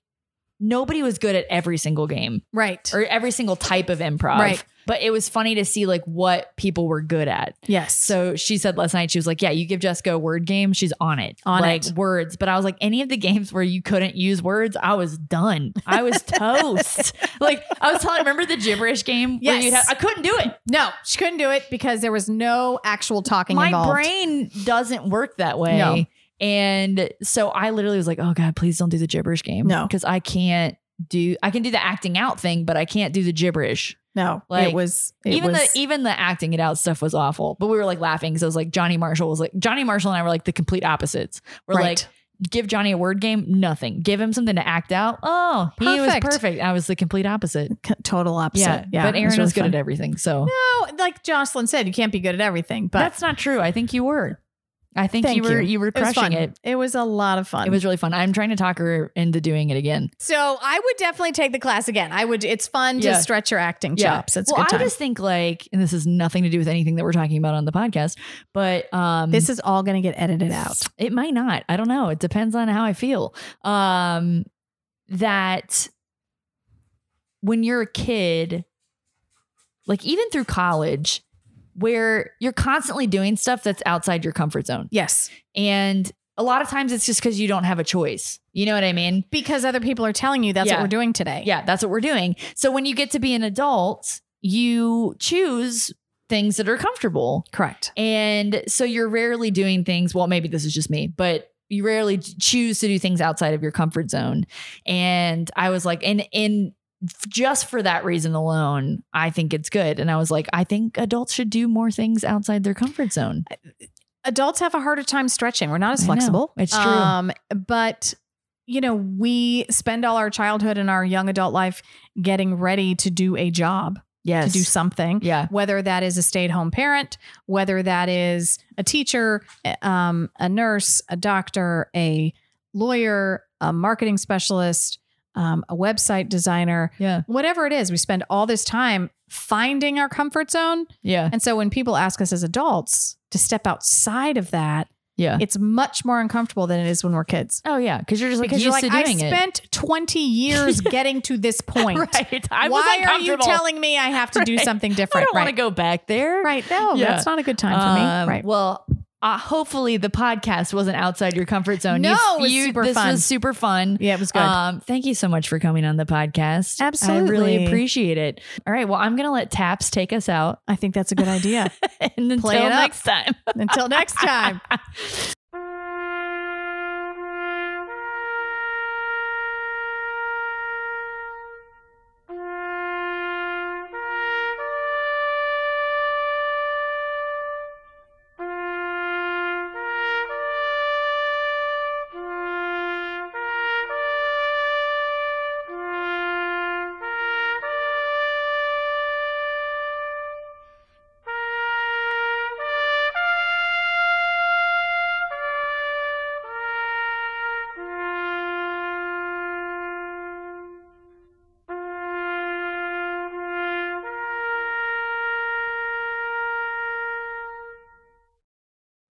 [SPEAKER 13] nobody was good at every single game
[SPEAKER 2] Right.
[SPEAKER 13] or every single type of improv.
[SPEAKER 2] Right.
[SPEAKER 13] But it was funny to see like what people were good at.
[SPEAKER 2] Yes.
[SPEAKER 13] So she said last night, she was like, Yeah, you give Jessica a word game, she's on it.
[SPEAKER 2] On
[SPEAKER 13] like
[SPEAKER 2] it.
[SPEAKER 13] words. But I was like, any of the games where you couldn't use words, I was done. I was toast. like I was telling remember the gibberish game where
[SPEAKER 2] Yes.
[SPEAKER 13] you'd have I couldn't do it.
[SPEAKER 2] No, she couldn't do it because there was no actual talking
[SPEAKER 13] My
[SPEAKER 2] involved.
[SPEAKER 13] brain doesn't work that way.
[SPEAKER 2] No.
[SPEAKER 13] And so I literally was like, Oh God, please don't do the gibberish game.
[SPEAKER 2] No.
[SPEAKER 13] Because I can't do I can do the acting out thing, but I can't do the gibberish.
[SPEAKER 2] No,
[SPEAKER 13] Like,
[SPEAKER 2] it was it
[SPEAKER 13] even
[SPEAKER 2] was-
[SPEAKER 13] the e- even the acting it out stuff was awful, but we were like laughing because it was like Johnny Marshall was like Johnny Marshall and I were like the complete opposites. We're
[SPEAKER 2] Right.
[SPEAKER 13] like, give Johnny a word game, nothing. Give him something to act out. Oh, he was
[SPEAKER 2] Perfect.
[SPEAKER 13] perfect. I was the complete opposite.
[SPEAKER 2] c- total opposite.
[SPEAKER 13] Yeah,
[SPEAKER 2] Yeah,
[SPEAKER 13] but
[SPEAKER 2] it
[SPEAKER 13] Aaron was,
[SPEAKER 2] really
[SPEAKER 13] good
[SPEAKER 2] fun.
[SPEAKER 13] at everything. So
[SPEAKER 2] No, like Jocelyn said, you can't be good at everything. But
[SPEAKER 13] that's not true. I think you were. I think
[SPEAKER 2] thank
[SPEAKER 13] you were you, were
[SPEAKER 2] It was
[SPEAKER 13] crushing
[SPEAKER 2] fun.
[SPEAKER 13] it.
[SPEAKER 2] It was a lot of fun.
[SPEAKER 13] It was really fun. I'm trying to talk her into doing it again.
[SPEAKER 2] So I would definitely take the class again. I would. It's fun
[SPEAKER 13] Yeah.
[SPEAKER 2] to stretch your acting chops. It's a
[SPEAKER 13] well,
[SPEAKER 2] good time.
[SPEAKER 13] I just think like, and this is nothing to do with anything that we're talking about on the podcast, but um
[SPEAKER 2] this is all going to get edited out.
[SPEAKER 13] It might not. I don't know. It depends on how I feel. Um, that when you're a kid, like even through college, where you're constantly doing stuff that's outside your comfort zone.
[SPEAKER 2] Yes,
[SPEAKER 13] And a lot of times it's just because you don't have a choice. You know what I mean?
[SPEAKER 2] because other people are telling you that's
[SPEAKER 13] Yeah.
[SPEAKER 2] what we're doing today.
[SPEAKER 13] Yeah, that's what we're doing. So when you get to be an adult, you choose things that are comfortable.
[SPEAKER 2] correct.
[SPEAKER 13] And so you're rarely doing things, well, maybe this is just me, but you rarely ch- choose to do things outside of your comfort zone. And I was like, and and f- just for that reason alone, I think it's good. And I was like, I think adults should do more things outside their comfort zone.
[SPEAKER 2] Adults have a harder time stretching. We're not as
[SPEAKER 13] I know.
[SPEAKER 2] flexible. Um,
[SPEAKER 13] It's true.
[SPEAKER 2] but you know, we spend all our childhood and our young adult life getting ready to do a job,
[SPEAKER 13] Yes.
[SPEAKER 2] to do something.
[SPEAKER 13] yeah.
[SPEAKER 2] whether that is a stay-at-home parent, whether that is a teacher, um, a nurse, a doctor, a lawyer, a marketing specialist, um, a website designer,
[SPEAKER 13] Yeah.
[SPEAKER 2] whatever it is, we spend all this time finding our comfort zone.
[SPEAKER 13] Yeah.
[SPEAKER 2] And so when people ask us as adults to step outside of that,
[SPEAKER 13] Yeah.
[SPEAKER 2] it's much more uncomfortable than it is when we're kids.
[SPEAKER 13] Oh yeah. Cause you're just like
[SPEAKER 2] Because you're
[SPEAKER 13] used
[SPEAKER 2] like,
[SPEAKER 13] to
[SPEAKER 2] I
[SPEAKER 13] doing it.
[SPEAKER 2] spent 20 years getting to this point.
[SPEAKER 13] Right. I was
[SPEAKER 2] Why are you
[SPEAKER 13] uncomfortable.
[SPEAKER 2] telling me I have to do
[SPEAKER 13] Right.
[SPEAKER 2] something
[SPEAKER 13] I
[SPEAKER 2] different?
[SPEAKER 13] don't want to go back there.
[SPEAKER 2] Right. No,
[SPEAKER 13] Yeah.
[SPEAKER 2] that's not a good time for me.
[SPEAKER 13] Um,
[SPEAKER 2] right.
[SPEAKER 13] Well, uh, hopefully the podcast wasn't outside your comfort zone.
[SPEAKER 2] No,
[SPEAKER 13] You-
[SPEAKER 2] it was
[SPEAKER 13] you-
[SPEAKER 2] super
[SPEAKER 13] this
[SPEAKER 2] fun.
[SPEAKER 13] was super fun.
[SPEAKER 2] yeah, it was good.
[SPEAKER 13] Um, thank you so much for coming on the podcast. I really
[SPEAKER 2] Absolutely.
[SPEAKER 13] appreciate it. All right. Well, I'm going to let Taps take us out.
[SPEAKER 2] I think that's a good idea.
[SPEAKER 13] and until
[SPEAKER 2] play it up.
[SPEAKER 13] next time.
[SPEAKER 2] Until next time.